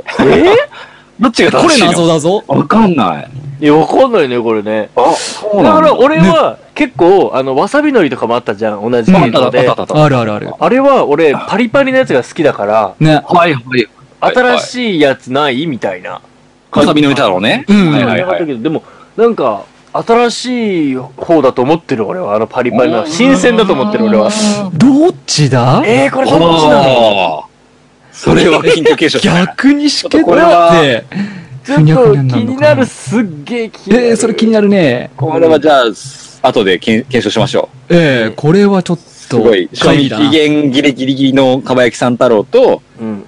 S6: どっちが
S7: こ
S6: 正
S7: れ
S6: しいの
S7: 謎だぞ。
S6: わかんない。
S1: いや、わかんないね、これね。
S6: あ、そう
S1: だ
S6: な
S1: か
S6: ん
S1: ら
S6: だ。
S1: 俺は、結構、あの、わさび海苔とかもあったじゃん、同じ
S6: あっ
S1: の
S6: たあった
S1: で
S6: あっ。たあった。
S7: あるあるある。
S1: あれは俺、パリパリのやつが好きだから、
S7: ね。
S6: はいはい。
S1: 新しいやつないみたいな。
S6: わさびのり太郎ね。
S7: うん
S6: はいは
S1: ないかっ
S6: は
S1: た
S6: い。
S1: けど、でも、なんか、新しい方だと思ってる俺は、あのパリパリ
S6: う
S1: の。
S6: ん
S1: 新鮮だと思ってる俺は。
S7: どっちだ
S1: えー、これどっちなの
S6: あーそれは緊急継承だね
S7: 逆にしけ
S6: これは
S7: だって。
S1: ちょっと気になる、すっげえ気になる。
S7: えー、それ気になるね。
S6: これはじゃあ、後で検検証しましょう。
S7: えー、これはちょっと。
S6: すごい。賞
S7: 会
S6: 味
S7: 議だな
S6: 期限ギリギリギリの蒲焼さん太郎と、
S1: うん。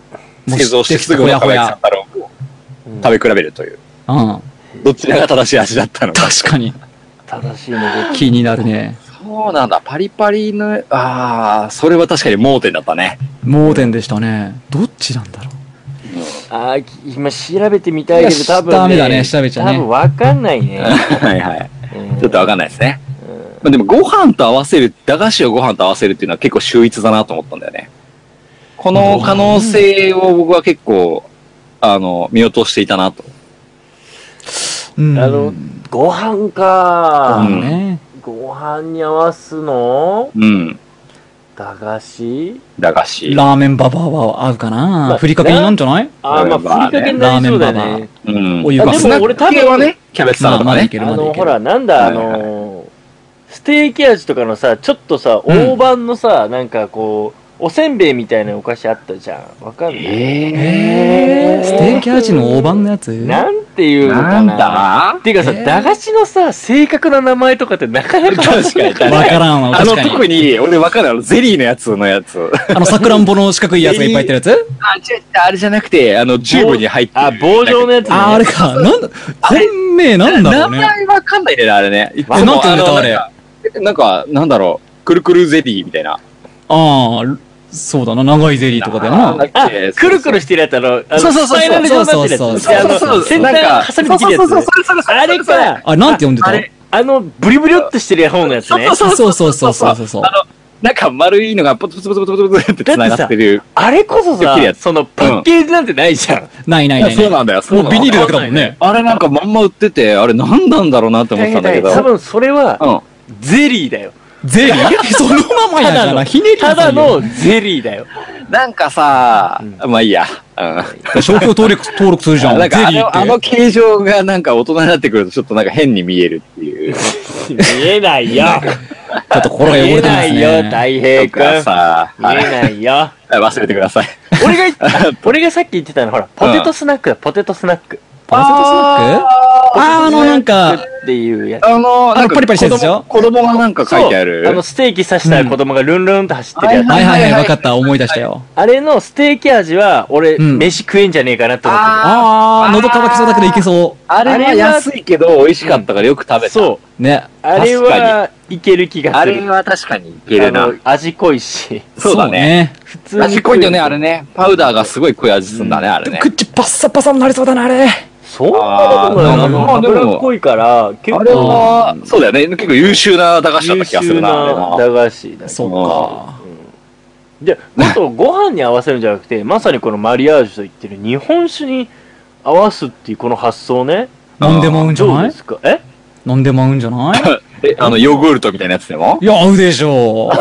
S6: 製造してすぐの蒲焼さん太郎を
S1: うん
S6: 食べ比べるという。
S7: うん。
S6: どちらが正しい味だったのか。
S7: 確かに。
S1: 正しいので。
S7: 気になるね。
S6: そうなんだ。パリパリの、ああ、それは確かに盲点だったね。
S7: 盲点でしたね。どっちなんだろう。
S1: あー、き今調べてみたいけど、
S7: いや
S1: 多分、ね。
S7: ダメだね調べちゃね
S1: 多分わかんないね。
S6: はいはい。
S1: うん
S6: ちょっとわかんないですね。
S1: うん
S6: まあ、でもご飯と合わせる、駄菓子をご飯と合わせるっていうのは結構秀逸だなと思ったんだよね。この可能性を僕は結構、あの、見落としていたなと。
S7: うん。
S1: あのご飯か、
S6: うん
S7: ね。
S1: ご飯に合わすの
S6: うん。
S1: 駄菓子
S6: 駄菓子。
S7: ラーメンババアは合うか
S1: ま
S7: な
S1: あ
S7: ふりかけになんじゃない
S1: あー、
S6: ラーメン
S1: まあ、
S6: バ
S1: ふ
S6: ーね
S1: りかけになりそうだよ
S7: ラーメンバ
S1: ね。
S6: うん。
S7: お湯が
S6: あでも俺多分はね、キャベツサラダと
S7: まあま
S6: か
S7: だい
S6: ね。
S7: ける
S1: あ
S7: まだい
S1: の、
S7: け
S1: ほ
S7: る。
S1: ら、なんだ、あ
S6: はいはいはい
S1: のー、ステーキ味とかのさ、ちょっとさ、
S7: うん
S1: 大判のさ、なんかこう、おせんべいみたいなお菓子あったじゃん。わかんない。
S7: えー、ステーキ味の大判のやつ
S1: なんていうのかな。
S6: なんだ
S1: っていうかさ、
S7: えー
S1: 駄菓子のさ、正確な名前とかってな かなか
S6: 確かに。確
S7: わ
S6: か
S7: か
S6: に
S7: らんわ、
S6: あの、
S7: 確かに。
S6: 特に、俺わかるあの、ゼリーのやつのやつ。
S7: あの、さくらんぼの四角いやつがいっぱい入ってるやつ
S6: あ、違う、あれじゃなくて、あの、チューブに入ってる
S1: あ、棒状のやつ、ね。
S7: ああれか、なんだ、本命なんだろう
S6: 名
S7: ね。
S6: 前わかんないね、あれね。いつも
S7: えなんて言うんだった
S6: の
S7: あれ
S6: なんかなんか、なんだろう。くるくるゼリーみたいな。
S7: ああ、そうだな、長いゼリーとかだよな。
S6: なんだ
S1: あ
S6: っけ、
S1: くるくるしてるやつあの、あの
S7: そうそうそうそう
S1: スパイラル状になってるやつ。
S7: そうそうそう
S1: であの先端挟みできるやつね。あれか、
S7: あ、なんて呼んでた
S1: あれ、あの、ブリブリっとしてる方のやつね。
S7: そうそうそうそうそうそうそう。
S6: なんか丸いのがポツポツポツポツポツって繋がってる。
S1: あれこそ
S6: で
S1: さ
S6: きるや、つ
S1: そのパッケージなんてないじゃん。
S7: ないないないない。
S6: なんだよ。
S7: もうビニールだけ
S6: け
S7: だもんね。
S6: あれなんかまんま売ってて、あれ何なんだろうなって思ってたんだけど。
S1: 多分それは、
S6: うん。
S1: ゼリーだよ。
S7: ゼリー そのままやから、ひねり
S1: た
S7: なさ
S1: だ
S7: いよ。
S1: のゼリーだよ。
S6: なんかさ、まあいいや。うん。
S7: 商標登録登録するじゃん。ゼ
S6: なんかあ
S7: リー
S6: のあ
S7: っ
S6: の
S7: て。
S6: 形状がなんか大人になってくるとちょっとなんか変に見えるっていう。
S1: 見えないよ。
S7: ちょっと心が汚
S1: 見え
S7: れてま
S1: な
S7: す
S1: いよ、
S7: ね。
S1: 大
S6: と
S1: 平
S6: か
S1: 君。
S6: さ、
S1: 見えないよ。
S6: はい忘れてください。
S1: 俺が言っ、俺がさっき言ってたの、ほら、ポテトスナックだ、ポテトスナック。
S7: ポテトスナックあーあのなんか
S1: っていうやつ。
S6: あの、
S7: あ
S6: なん
S7: の
S6: か
S7: パリパリしたやつでしょ
S6: 子供子供がなんか書いてある。
S1: そうあの、ステーキ刺した子供がルンルンと走ってるやつ。
S7: はいはいはい、わかった。思い出したよ。
S1: あれのステーキ味は、俺、
S7: うん
S1: 飯食えんじゃねえかなと思って
S7: あー、喉乾きそうだけどいけそ
S6: あれは
S1: あれは
S6: 安いけど美味しかったからよく食べ
S1: た。
S6: た。
S1: そう。
S7: う。ね。
S1: あれはいける気が
S6: あ
S1: す
S6: れ
S1: る。
S6: は確かにいけるな
S1: あの。 味濃いし。
S6: そうだね。。
S1: 普通に。
S6: 味濃いんだよね、あれ。ね。パウダーがすごい濃い味するんだね、あれね。
S7: 口パッサパサになりそうだな、あれ。
S1: そんなことない
S7: あーな
S1: な。
S7: るほ
S6: ど
S1: 脂っこいから、結
S6: あれ
S1: 構
S6: は、そうだよね。結構優秀な駄菓子だった
S1: 優
S6: 気がする
S1: 秀
S6: な、あれ
S1: な
S6: な。
S1: 駄菓子だね。
S7: そっか。
S1: じゃあ、もっとご飯に合わせるんじゃなくて、まさにこのマリアージュと言ってる日本酒に合わすっていうこの発想ね。
S7: 飲んでも合うんじゃ
S1: どう
S7: な
S1: で
S7: い
S1: すかえ
S7: 飲んでも合うんじゃない
S6: え、あの、ヨーグルトみたいなやつでも
S7: いや、合うでしょ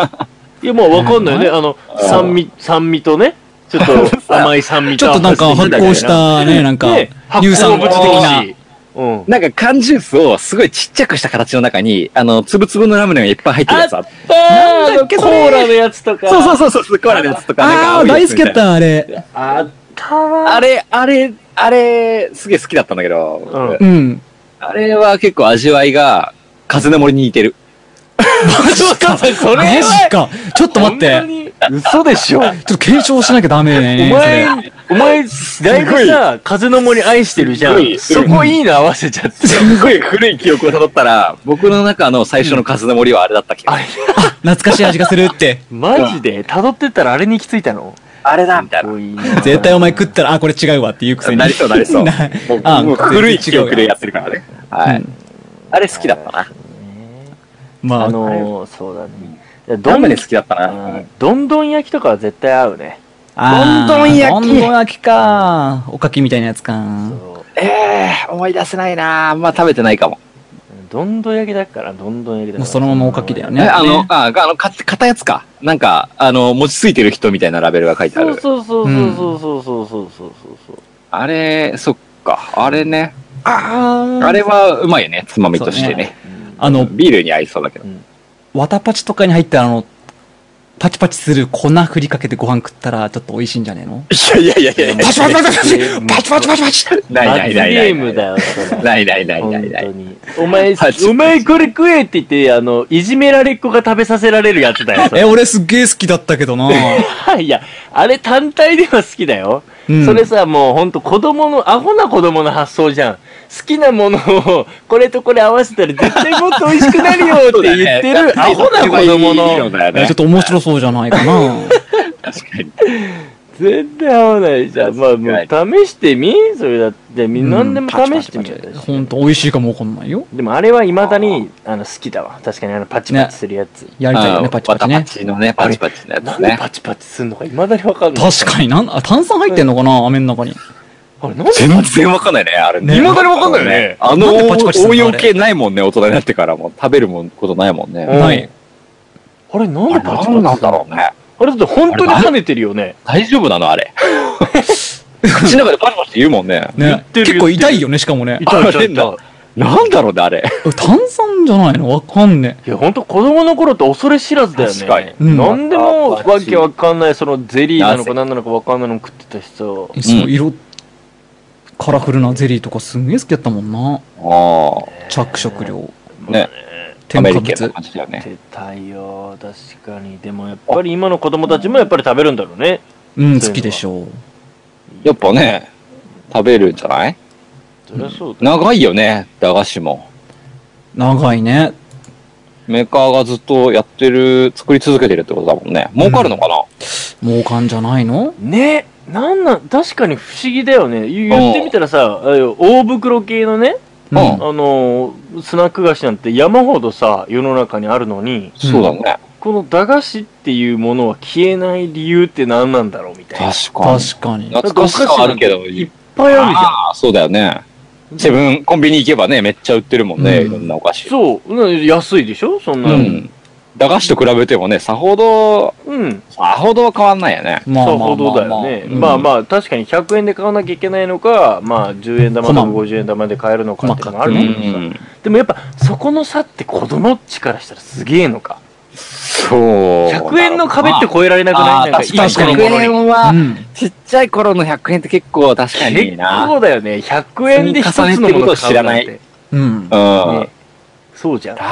S1: いや、まあわかんないよね。あの、
S6: ー
S1: 酸味、酸味とね、ちょっと甘い酸味
S7: う。ち
S1: と
S7: ょっとなんか発酵したね、なんか
S1: で、
S7: 乳酸物
S1: 発
S7: 的
S1: 酵物
S7: な
S1: 的。な。うん。
S6: なんか缶ジュースをすごいちっちゃくした形の中に、あの、つぶつぶのラムネがいっぱい入ってるやつあっ
S1: あーあのコーラのやつとか。
S6: そうそうそうそうそう、コーラのやつとか。なんか
S7: あ
S6: 青
S7: ー、
S6: いや
S7: 大
S6: つ
S7: 好
S6: み
S7: き
S6: た
S7: だっ
S6: いな
S7: た、あれ。
S1: あったわ。
S6: あれ、あれ、あれ、すげえ好きだったんだけど、
S1: うん
S7: うん。
S6: あれは結構味わいが、風の森に似てる。
S1: 嘘か、そ
S7: マジか。ちょっと待って。ちょ
S1: て。嘘でしょ。お
S7: っと検証しなきゃダメね。それ
S1: 前、お前、だいぶさ、風の森愛してるじゃ
S6: すご
S1: ん。
S6: い
S1: そこいいの合わせちゃって。
S6: すっごい古い記憶を辿ったら、僕の中の最初の風の森はあれだった気がする。
S7: 懐かしい味がするって。
S1: マジで辿ってったらあれに行き着いたの
S6: あれだみたいな。
S7: 絶対お前食ったら、あ、これ違うわっていうくせに。
S6: なりそうなりそ う
S7: な
S6: もう
S7: あ
S6: もう古
S7: 全
S6: い記
S7: 然違う
S6: 憶でやってるからね。は
S7: う
S6: い
S7: ん。
S6: あれ好きだったな。
S7: ま
S1: あ
S7: あ、
S1: のー、そうだね。
S6: ど
S1: ど
S6: ん
S1: ん
S6: まで好きだった
S1: あ
S6: な。
S1: ーどんどん焼きとかは絶対合うね。
S7: あー
S6: どんどん焼き
S7: どんどん焼きか。おかきみたいなやつか。
S6: えー、思い出せないなあんま食べてないかも。
S1: どんどん焼きだからどんどん焼きだから
S7: もうそのままおかきだよね。
S6: え、あの
S7: ね、
S6: あ、あの、か、片やつか。なんか、あの、餅ついてる人みたいなラベルが書いてあ
S1: そう
S6: る。
S1: そうそうそうそうそうそうそうそうそう
S6: あれ、そっか。あれね。
S7: あー
S6: あれはうまいよね。つまみとして
S7: そう
S6: ね。
S7: あの、
S6: ビールに合いそうだけど。
S7: わたパチとかに入ってあの、パチパチする粉ふりかけてご飯食ったらちょっと美味しいんじゃねえの
S6: いやいやいやいや
S2: パチパチパチパチパチパチパチパチ
S6: ないないないない。
S1: 罰ゲームだよそれ
S6: ないないないない
S1: 本
S6: な
S1: 当
S6: い。
S1: にお前
S6: パチパチ
S1: お前これ食えって言ってあのいじめられっ子が食べさせられるやつだよそれ
S7: え、俺すっげえ好きだったけどな
S1: いやあれ単体では好きだよ
S7: うん
S1: それさ、もうほんと子供の、アホな子供の発想じゃん。好きなものを、これとこれ合わせたら絶対もっと美味しくなるよって言ってる、アホな子供の。
S6: だよ
S7: え
S6: ね
S7: ちょっ。と面白そうじゃないかな
S6: 確かに。
S1: 絶対合わないじゃん。まあもう試してみそれだって、み
S7: うん
S1: 何でも試してみ
S7: パチパチパ
S1: る
S7: チほんと美味しいかもわかんないよ。
S1: でもあれは未だに、あの、好きだわ。確かにあの、パチパチするやつ。
S7: やりたいよね、
S6: あ
S7: パチパチね
S6: パ。チのね、パチパチのや
S1: な
S6: つ
S1: んで
S6: ね。
S1: パチパチすんのか未だにわかんない。
S7: 確かになん、あ、炭酸入ってんのかな飴の中に。
S1: あれなんで
S6: 全然わかんないね、あれ。
S7: ね
S6: 未だにわかんないよね。あ
S7: な
S6: の、
S7: んでパチパチする
S6: 応
S7: の
S6: 用系ないもんね、大人になってからも。食べるもんことないもんね。
S7: ない。
S1: あれなんでパチパチ
S6: なんだろうね。
S1: あれだって本当に跳ねてるよね。
S6: 大丈夫なのあれ。口の中でパチパチ言うもんね。
S7: ね。
S1: てる
S7: 結構痛いよね、しかもね。
S1: 痛い
S6: あ
S1: 痛
S6: れ
S1: い痛い。
S6: なんだろうね、あれ。
S7: 炭酸じゃないのわかんね
S1: いや、ほんと子供の頃って恐れ知らずだよね。
S6: 確かに
S7: うん
S1: 何でもわけわかんない、そのゼリーなのか何なのかわかんないの食ってたしさ。
S7: え。その色、カラフルなゼリーとかすんげえ好きだったもんな。
S6: あ
S7: 着色料。
S6: あ。ね。ア
S7: 添
S6: メ
S7: 加
S6: リカンな
S7: 物。
S6: 感じだよね。
S1: 出たいよ、確かに。でもやっぱり今の子供たちもやっぱり食べるんだろうね。
S7: うん、好きでしょう。
S6: やっぱね、食べるんじゃない
S1: そりゃそうだ。
S6: 長いよね、駄菓子も。
S7: 長いね。
S6: メーカーがずっとやってる、作り続けてるってことだもんね。儲かるのかな、
S7: 儲かんじゃないの
S1: ね、なんなん、確かに不思議だよね。言言ってみたらさ、あの大袋系のね、
S7: うん
S6: うん
S1: あのー、スナック菓子なんて山ほどさ、世の中にあるのに、
S6: そうだね。
S1: この駄菓子っていうものは消えない理由って何なんだろうみたいな。
S6: 確かに。
S7: 確かに。
S6: 懐かしさはあるけど、
S1: いっぱいあるじゃん。
S6: ああ、そうだよね。自分、コンビニ行けばね、めっちゃ売ってるもんね、
S7: うん
S6: いろんなお菓子。
S1: そう、な安いでしょそん
S6: う
S1: なの。
S6: ん。駄菓子と比べてもね、さほど、
S1: うん。
S6: さほどは変わんないよね。
S7: ま
S1: さほどだよね。まあまあ、確かに100円で買わなきゃいけないのか、まあ、10円玉とか50円玉で買えるのかっていうのもある
S6: う
S1: けどさ
S6: ん。
S1: でもやっぱ、そこの差って子供っちからしたらすげえのか。
S6: そう。
S1: 100円の壁って超えられなくないなんか、
S6: 確かに
S1: 一個のものに。
S6: 円は
S7: うん
S6: ちっちゃい頃の100円って結構確かにいい
S1: 結
S6: な。
S1: 構だよね。100円で一つのものを買うなん
S6: 積み重ねって
S1: て。
S7: うん。
S6: うん。
S1: ねそうじゃん。
S6: 確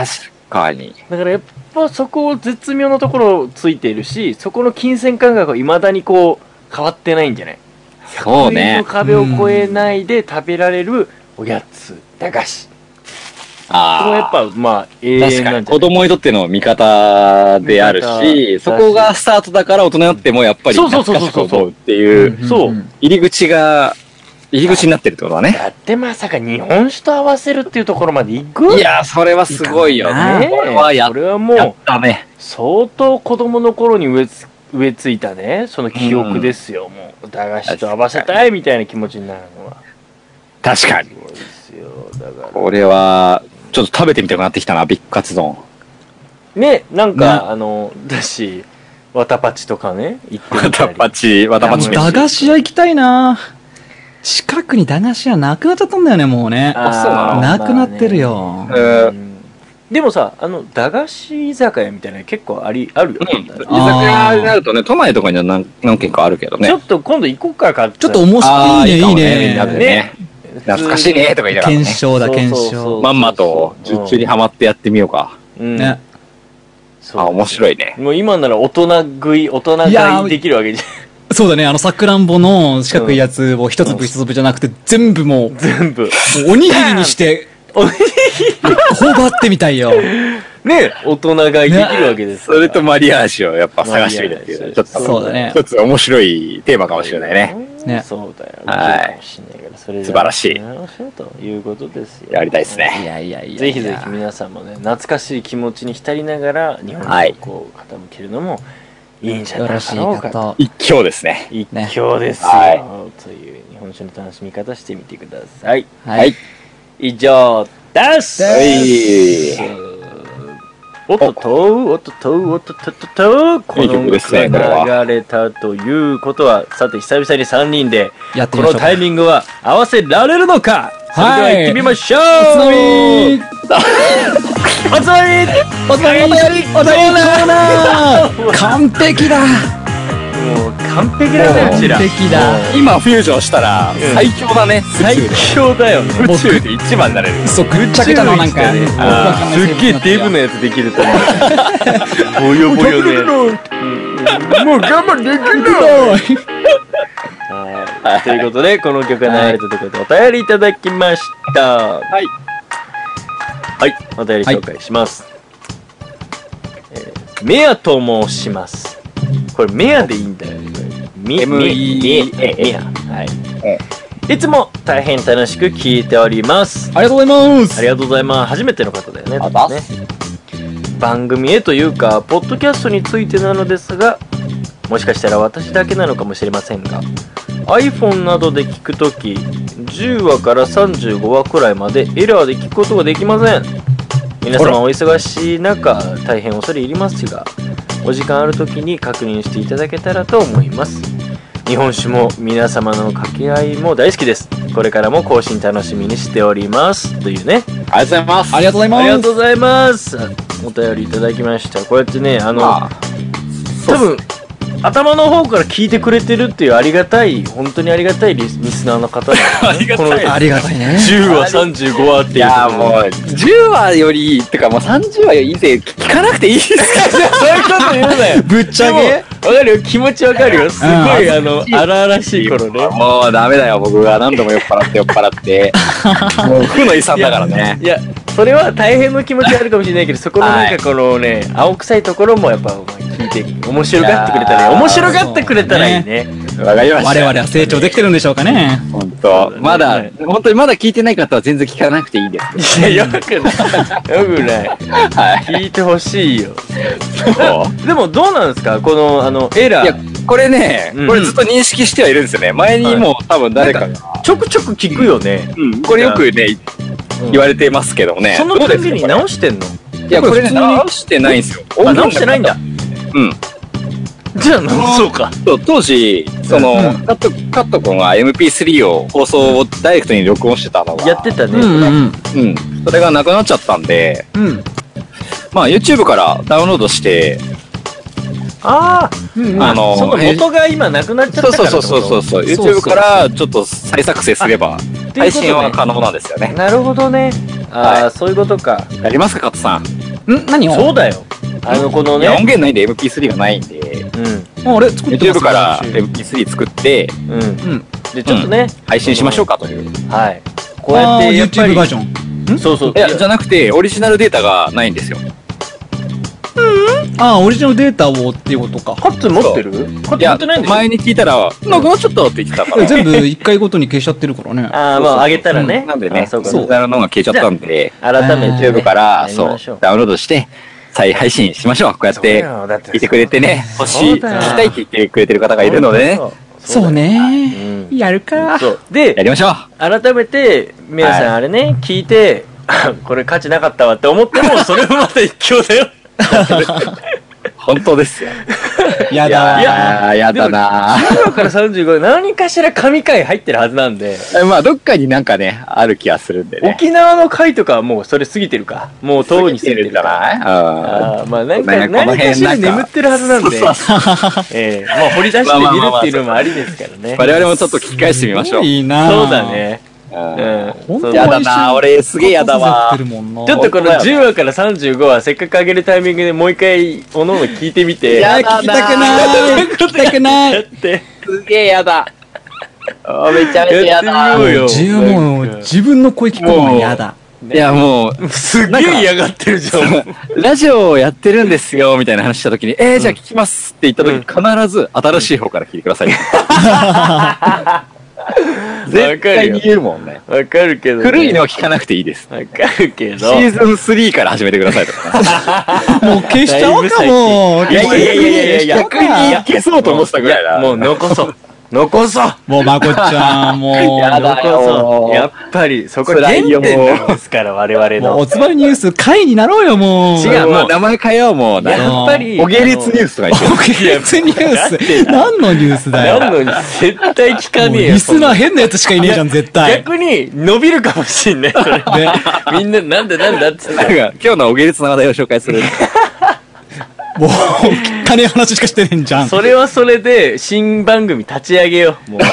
S6: かに。
S1: だからやっぱそこを絶妙なところをついているし、そこの金銭感覚はいまだにこう、変わってないんじゃない
S6: そう
S1: 冬の
S6: ね。
S1: 壁を越えないで食べられるおやつ、駄菓子。これはや
S6: あ
S1: っ
S6: あ。
S1: ぱ、まあ、永
S6: 確
S1: 遠
S6: か
S1: な
S6: に
S1: んじゃ
S6: 子
S1: ない
S6: 供にとっての味方である
S1: 味方
S6: し、そ
S1: だし
S6: こがスタートだから大人になってもやっぱり
S1: そうそ
S6: 懐
S1: うそうそう
S6: かし
S1: そう
S6: く思うっていう
S1: そう
S7: うん
S6: 入り口が、入り口になってるってことだね。
S1: だってまさか日本酒と合わせるっていうところまで行く
S6: いやー、それはすごいよ
S1: ね
S6: ね。これはや
S1: それは
S6: やっ
S1: もう、
S6: たね。
S1: 相当子供の頃に植えつ植えついたね、その記憶ですよ、もう。駄菓子と合わせたいみたいな気持ちになるのは。
S6: 確かに
S1: す。ごいですよ、だから。
S6: これは、ちょっと食べてみたくなってきたな、ビッグカツ丼。
S1: ね、なんか、
S7: ね
S1: あの、だし、わたぱちとかね、行ってみ
S6: わ
S1: た
S6: た
S1: り。
S6: ぱち、わたぱち
S1: いやもう
S6: 飯。
S7: 駄菓子屋行きたいな近くに駄菓子屋なくなっちゃったんだよね、もうね。
S1: あー
S7: なくなってるよ。
S1: まあねうんでもさ、あの、駄菓子居酒屋みたいなの結構あり、あるよ、
S6: うん。居
S1: ね
S6: 酒屋になるとね、都内とかには何何軒かあるけど
S1: ちょ
S6: ね。
S1: っと今度行こうか、買って
S7: ちょっと面
S6: あ
S7: 白
S6: ー
S7: いね、いい
S6: かもみんなで
S7: ね。
S6: ね。懐かしいね、とか言いながらね
S7: 検。証だ、
S1: そうそう
S7: 検
S1: そう
S7: 証。
S6: まんまと、術中にハマってやってみようか。
S1: うん。
S7: ね。
S6: あ、面
S1: い。
S6: 白いね。
S1: もう今なら大人食い、大人
S7: いや
S1: 買
S7: ー
S1: いできるわけじ
S7: そうだね、あの、さくらんぼの四角いやつを一粒一粒じゃなくて、全部もう、
S1: ゃ
S7: も
S1: ん。全部。
S7: うおにぎりにして、
S1: おにぎ
S7: 頬張ってみたいよ。
S1: りね、大人買いできるわけです
S6: そ
S1: から。
S6: れとマリアージュをやっぱ探してみるってい
S1: マリアー
S6: う、
S1: ジ
S6: ち
S1: ュ
S6: ょっと、
S7: そうだね
S6: 一つ面白いテーマかもしれないね。
S7: ね
S1: そうだよ。
S6: はい
S1: かもしれないから、それ
S6: 素晴らしい
S1: 面白いということですよ。
S6: やりたいですね。
S7: いやいやいや。
S1: ぜひぜひ皆さんもね、懐かしい気持ちに浸りながら、日本
S6: はい
S1: にこう傾けるのも
S3: いいんじゃ
S7: よ
S3: な
S7: ろ
S3: い
S7: し
S3: か
S7: い
S3: ろう
S7: か
S3: か。
S7: と。
S6: 一挙ですね。
S3: 一
S7: ね
S3: 興ですよ、
S6: は。
S3: という日本酒の楽しみ方してみてください。
S7: はい
S3: 以上です
S6: はい。
S3: おっとっと、おっとっと、おっとっとっとっと、こ
S6: いい
S3: の
S6: 曲で
S3: 音
S6: すねこれは
S3: 楽が流れたということは、さて久々に3人で、
S7: やって
S3: こ
S7: み
S3: の
S7: ましょうか。
S3: タイミングは合わせられるのかそれでは
S7: はい
S3: 行ってみましょう
S7: つまみ
S3: おつまみ
S7: おつまみお便りお便りコーナー完璧だ
S3: もう完璧だね、うちら
S7: 完。璧だ
S6: 今フュージョンしたら最強だね。
S3: 最強だよね。
S6: 宇宙で一番になれる。
S7: そうぐっちゃぐちゃのなんか
S3: あーすっげえデブのやつできると思う。 ぼよぼよで。
S9: もう我慢できない
S3: はいということで、この曲が流れたところでお便りいただきました。はい。はい、お便り紹介します。えーメアと申します。これ、メアでいいんだよね。み、み、
S6: M
S3: み
S6: E、
S3: メア。はい。いつも大変楽しく聞いております。
S7: ありがとうございま
S3: あ
S7: す
S3: りがとうございます。初めての方だよね。
S6: あざっ
S3: ね番組へというか、ポッドキャストについてなのですが、もしかしたら私だけなのかもしれませんが、iPhone などで聞くとき、10話から35話くらいまでエラーで聞くことができません。皆様お忙しい中、大変恐れ入りますが、お時間あるときに確認していただけたらと思います。日本酒も皆様の掛け合いも大好きです。これからも更新楽しみにしております。というね。
S6: ありがとうございます。
S7: ありがとうござい
S3: ありが
S7: ます
S3: とうございます。お便りいただきました。こうやってね、あの、
S6: まあ
S3: 多分、頭の方から聞いてくれてるっていうありがたい、本当にありがたいリスリスナーの方 なんですねこの
S7: ありがたいね
S3: 10話、35話って
S6: い
S3: いうとこ
S6: や
S3: ろ。
S6: ーもう、10話より、てかもう30話より以前聞かな くていいです
S3: そういうこと言うなよ。
S7: ぶっちゃ
S3: で
S7: け
S3: もわかるよ。気持ちわかるよ。すごい、あの、荒々しい頃ね
S6: よ。。もうダメだよ、僕が何度も酔っ払って酔っ払って。 もう負の遺産だからね。
S3: いや、それは大変の気持ちはあるかもしれないけど、そこのなんかこのね、青臭いところもやっぱ聞いて、面白がってくれたらいい、
S6: いやー
S3: 面白がってくれたらいいね。
S6: わかりました。
S7: 我々は成長できてるんでしょうかね
S6: 本当、まだ、本当にまだ聞いてない方は全然聞かなくていいです。
S3: いや、よくない。よくない。
S6: はい。
S3: 聞いてほしいよ。でも、どうなんですかこの、あの、エラ
S6: いや
S3: ー。、
S6: これね
S3: うん、
S6: これずっと認識してはいるんですよね。前にも多分誰かが。
S3: ちょくちょく聞くよね。
S6: うんこれよくね、言われてますけどね。
S3: その
S6: どうで
S3: 時
S6: すか
S3: に直してんの
S6: いや、これね、直してないんですよ。
S3: あ、直してないんだ。
S6: うん。
S3: じゃあ、直そうか。
S6: そう当時、その、
S7: うん
S6: カット、カット君は MP3 を放送をダイレクトに録音してたのが、
S3: やってた
S7: うんう
S3: ね。
S7: ん
S6: うん。それがなくなっちゃったんで、
S7: うんうん
S6: まあ YouTube からダウンロードして、
S3: あ
S7: うん
S6: あ
S3: あ、
S6: の、
S3: その元が今なくなっちゃった
S6: そう
S3: か
S6: そう
S3: ら。
S6: そうそうそうそう、
S7: そうそう
S6: YouTube からちょっと再作成すれば、
S3: という
S6: 配
S3: ことね
S6: 信は可能なんですよね。
S3: なるほどね。あ
S6: は
S3: あ、そういうことか。
S6: やりますか、カットさん。
S7: ん何を
S3: そうだよ。あの、この
S6: いや、音
S3: ね。
S6: 源ないんで MP3 がないんで、
S3: うん。
S7: ああれ作ってます
S6: YouTube から MP3 作って、
S3: うん。
S7: うん
S3: で、ちょっとね。
S6: 配信しましょうかという。
S3: はい。こうや
S7: あ
S3: っ
S7: ー
S3: て、やっぱ
S7: YouTube
S3: り
S7: バー。ジョン
S3: そうそう。
S6: いや、じゃなくて、オリジナルデータがないんですよ。
S7: ああオリジナルデータをっていうことか
S3: カッツ持ってるカッ
S6: い
S3: ツ持
S6: や
S3: ってないん、だよ。
S6: 前に聞いたら、なくなっちゃったって言ってたから。
S7: 全部一回ごとに消しちゃってるからね
S3: ああ、まあ、あげたらね。
S6: なんで
S3: あ
S6: ね、
S3: そ
S6: そうう
S3: か。
S6: そう。のが消えちゃったんで、
S3: 改めて。
S7: じゃあ
S6: YouTube から、
S3: やり
S6: そ
S3: ましょう
S6: う、ダウンロードして、再配信しましょう。こうやって、聞いてくれてね、
S3: そ
S6: 星、
S3: う
S6: 聞き
S3: だよ
S6: たいって言ってくれてる方がいるのでね、
S7: そう。
S3: う
S7: ね
S3: ん。
S7: やる か
S3: そう。
S6: や
S3: で、
S6: りましょう。
S3: 改めて、皆さ
S6: は
S3: んあれね、聞いて、あこれ価値なかったわって思っても、それはまた一興だよ。
S6: 本当ですよ。
S7: や
S6: い
S7: だ
S6: やー、やだなー
S3: 今から35、何かしら神回入ってるはずなんで、
S6: えまあ、どっかになんかね、ある気がするんでね。
S3: 沖縄の回とかはもうそれ過ぎてるか。もう遠に過ぎてる
S6: んじゃ
S3: か。
S6: ないうん。
S3: あーまあ何
S6: ごめ
S3: か
S6: んねこの
S3: 何か
S6: 辺
S3: しら
S6: なんか
S3: 眠ってるはずなんで、ええまあ掘り出してみるっていうのもありですからね。
S6: 我々もちょっと聞き返してみましょう。
S7: いいな
S3: そうだね。
S6: う
S3: うんん。
S7: 本当に
S6: やだなー俺すげえやだわ
S7: ち
S6: ー
S3: ちょ
S7: ょ
S3: っとこの10話から35話せっかく上げるタイミングでもう一回おのおの聞いてみて
S7: いや
S6: や
S7: 聞
S6: だ
S7: き
S6: な
S7: たくない聞きたくな
S3: やっ
S7: い
S3: て
S6: すげえやだ。あーめちゃめちゃやだ
S3: やっ
S6: ー
S3: てみようよ
S7: 自分もう自分の声聞くのも嫌だ
S6: いや、もう、
S3: すげえ嫌がってるじゃん
S6: ラジオをやってるんですよ、みたいな話したときに、えー、じゃあ聞きますって言ったとき、必ず新しい方から聞いてください。絶対に言うもんね。
S3: わかるけど、ね。
S6: 古いのは聞かなくていいです。
S3: わかるけ
S6: シ
S3: ど。
S6: ーズン3から始めてくださいとかね。
S7: もう消しちゃおうかもう。
S6: いやいやいやいやいや、逆
S7: 逆に
S6: に消そうと思ってたぐらいだ。
S3: もう残そう。残そう
S7: もう、まこっちゃん、も
S6: や
S7: う。
S6: だよ
S3: やっぱり、そこ
S6: 辛
S3: 原
S6: いよ
S3: 点な
S6: も
S3: んですから、我々
S7: もう、
S3: の。
S7: おつまみニュース、会になろうよ、もう。
S6: 違う、もう名前変えよう、もう。
S7: や
S6: お
S7: っぱり
S6: げれつニュースとか言って
S7: 特別ニュース。何のニュースだよ。
S3: なのに、絶対聞か
S7: もう
S3: ねえよ。
S7: リスナー
S3: そん
S7: 変なやつしかいねえじゃん、絶
S3: な
S7: 対。
S3: 逆に、伸びるかもしん ない、それ。
S7: ね、
S3: みんな、なんだなんだっつって。
S6: なんか今日のおげれつな話題を紹介する。
S7: もう、汚い話しかしてねえんじゃん。
S3: それはそれで、新番組立ち上げよう。 もう、ひ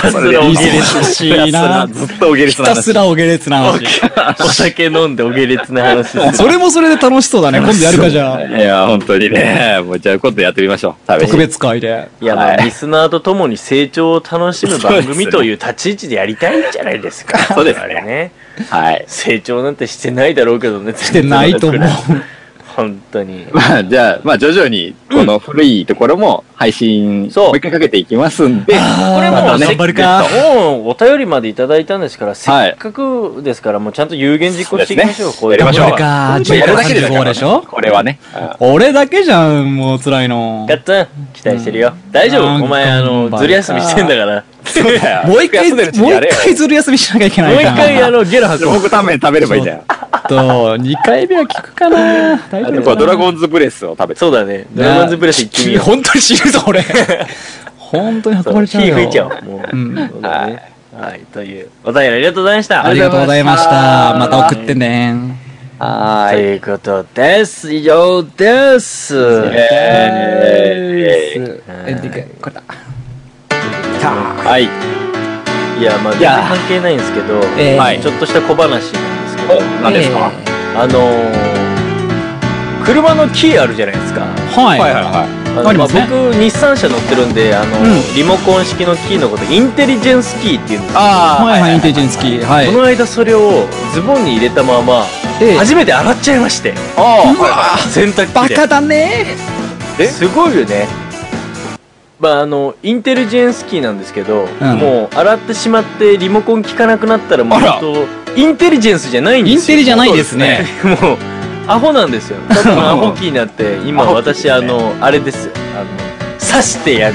S3: たすらおげれ
S7: 忙しいな。ひ
S6: ずっとおげれつな
S7: たす
S6: 話。
S7: らお下劣な話。
S3: つ、お酒飲んでおげれつな話する。
S7: それもそれで楽しそうだね。今度やるかじゃあ。
S6: いや、本当にね。もうじゃあ今度やってみましょう。試し
S7: 特
S6: に
S7: 別会で。
S3: いや、ま
S6: は
S3: あ、
S6: い
S3: リスナーと共に成長を楽しむ番
S6: そうです
S3: 組
S6: ね
S3: という立ち位置でやりたいんじゃないですか。
S6: そうです
S3: 我
S6: ね
S3: 々ね。
S6: はい。
S3: 成長なんてしてないだろうけどね。
S7: してないと思う。
S3: 本当に。
S6: まあ、じゃあ、まあ、徐々に、この古いところも配信、
S3: そう
S6: もう一回かけていきますん
S7: こ
S6: で、
S3: れも
S7: 頑張るか。
S3: もうお便りまでいただいたんですから、せっかくですから、もうちゃんと有言実行していきましょう。
S6: そうですねやりましょう
S7: これか
S6: まあやるだけでだから
S7: 15でしょ
S6: これはね。
S7: 俺だけじゃん、もう辛いの。
S3: ガッツン、期待してるよ。大丈
S7: な
S3: 夫
S7: んか
S3: お前、あの、ずる休みしてんだから。
S6: そうだよ
S7: もう一回、
S6: 休ん
S7: もう
S6: でるうちにやれ
S7: 一
S6: よ
S7: 回ずる休みしなきゃいけな
S3: もう
S7: い
S3: 一
S7: から。
S3: 回、あの、ゲラ
S6: そう
S3: 運
S6: 僕ため食べればいいじゃん。
S7: と、2回目は聞くかな。大
S6: あ
S7: 丈
S6: と
S7: 夫かな
S6: こうドラゴンズブレスを食べて。
S3: そうだね。ドラゴンズブレス行ってみよ
S7: 本当に死ぬぞ、 俺。本当に
S3: う。
S7: 運ばれちゃう
S3: 火
S7: よ。
S3: 吹いちゃおう。もう。
S7: ん
S3: そうだね。はい。という、お便りありがとうございました。
S7: ありがとうございました。また送ってね。
S6: は
S3: と
S6: ーい。
S3: いうことです。以上です。
S6: えー
S7: エンディング、これだ。
S6: はい。
S3: いや、まあ、全然関係ないんですけど、
S7: えー
S6: はい
S3: ちょっとした小話なんですけ
S6: お
S3: ど、、
S6: 何ですか
S7: え
S3: あのー車のキーあるじゃないですか。
S7: ーはい。
S6: はいはいは
S3: あの
S7: ありますね
S3: 僕、日産車乗ってるんで、あのーリモコン式のキーのこと、インテリジェンスキーっていうんですけど
S6: あー
S7: はいはい、インテリジェンスキー。はい
S3: こ。の間それをズボンに入れたまま、
S7: えー
S3: 初めて洗っちゃいまして、洗濯
S7: バ
S3: 機
S7: カ
S3: で。
S7: だね。
S3: すごいよね。まあ、あのインテリジェンスキーなんですけど、
S7: うん
S3: もう洗ってしまってリモコン効かなくなったらもう
S6: あら
S3: 本当インテリジェンスじゃないんです
S7: イ
S3: よ
S7: ンテリじゃないですね。
S3: もうアホなん ですよただのアホキーになって今私、あのあれですよあの刺してやるや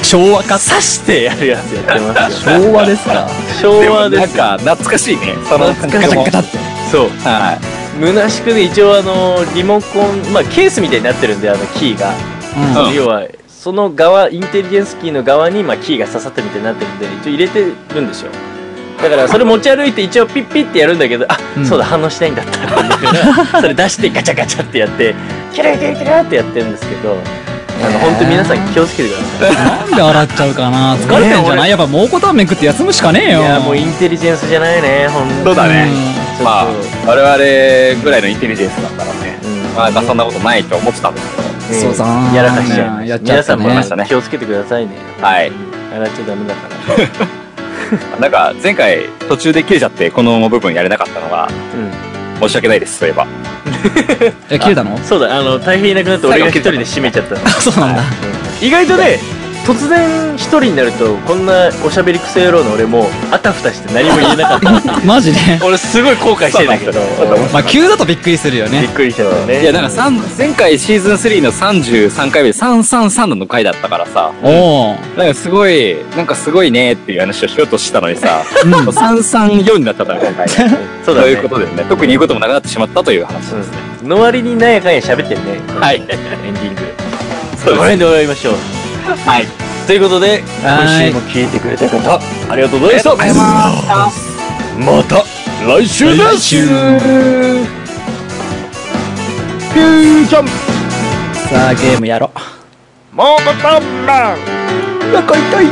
S3: つ
S7: 昭和か。
S3: 刺してやるやつやってますよ
S7: 昭和ですか。
S3: 昭
S6: い。でも
S3: 和
S6: な
S3: で
S6: ん
S3: すよ
S6: か、懐かしいね。その
S3: 懐か
S7: ガ
S3: し
S7: チ
S3: い
S7: ャガチャって。
S3: そう
S6: は
S3: 虚しくね一応あのリモコンまあケースみたいになってるんであのキーが、
S7: うん
S6: うん
S3: 要はその側インテリジェンスキーの側に、まあ、キーが刺さってるみたいになってるんで一応入れてるんですよだからそれ持ち歩いて一応ピッピッってやるんだけどあ、
S7: うん
S3: そうだ反応しないんだったって言うか らそれ出してガチャガチャってやってキラキラキラってやってるんですけどあの本当皆さん気をつけてください
S7: なんで洗っちゃうかな。 疲れてんじゃないやっぱ蒙古タンメン食って休むしかねえよ。
S3: いやもうインテリジェンスじゃないねほん
S6: い。
S3: と
S6: そうだね。
S3: うん
S6: まあ
S3: ちょっ、
S6: 我々ぐらいのインテリジェンスだったらね
S3: う、ん
S6: まあ、そんなことないと思ってたんですけ
S7: う
S6: ど。
S7: んそうだな
S3: やらかしちゃいま
S7: やっ
S3: した
S7: ちゃ
S3: 皆
S7: っ
S3: さ
S7: た
S3: ん
S7: ね
S3: も気をつけてくださいね
S6: はい
S3: 洗っちゃダメだから
S6: なんか、前回途中で切れちゃって、この部分やれなかったのが、申し訳ないです、そういえば。
S7: え、切れたの
S3: そうだあの大変いなくなって俺が一人で締めちゃったの
S7: あ、そうなんだ。
S3: 意外とね突然一人になるとこんなおしゃべりクソ野郎の俺もあたふたして何も言えなかった
S7: マジで。
S3: 俺すごい後悔してんだけど
S6: そう だね
S7: まあ、急だとびっくりするよ
S3: びっ
S7: ね。
S3: くりしちゃった
S6: いや、
S3: ね
S6: なんかさん前回シーズン3の33回目で333の回だったからさ、
S7: おお。
S6: なんかすごい、なんかすごいねっていう話をしようとしたのにさ、334になっちゃったの、今回。
S3: そうだ
S6: と
S3: ね
S6: いうことでね、特に言うこともなくなってしまったという話ですね。
S3: うんの割になんやかんや喋ってるね
S6: はい
S3: エンディングこ
S6: そう
S3: の
S6: で
S3: 辺
S6: すね
S3: で終わりましょう
S6: はい。
S3: ということで今
S7: はーい
S3: 週も聞いてくれた方ありがとうございました
S1: また来週です
S7: さあ、ゲームやろう。
S3: もうボタンマン
S7: お腹痛いよ。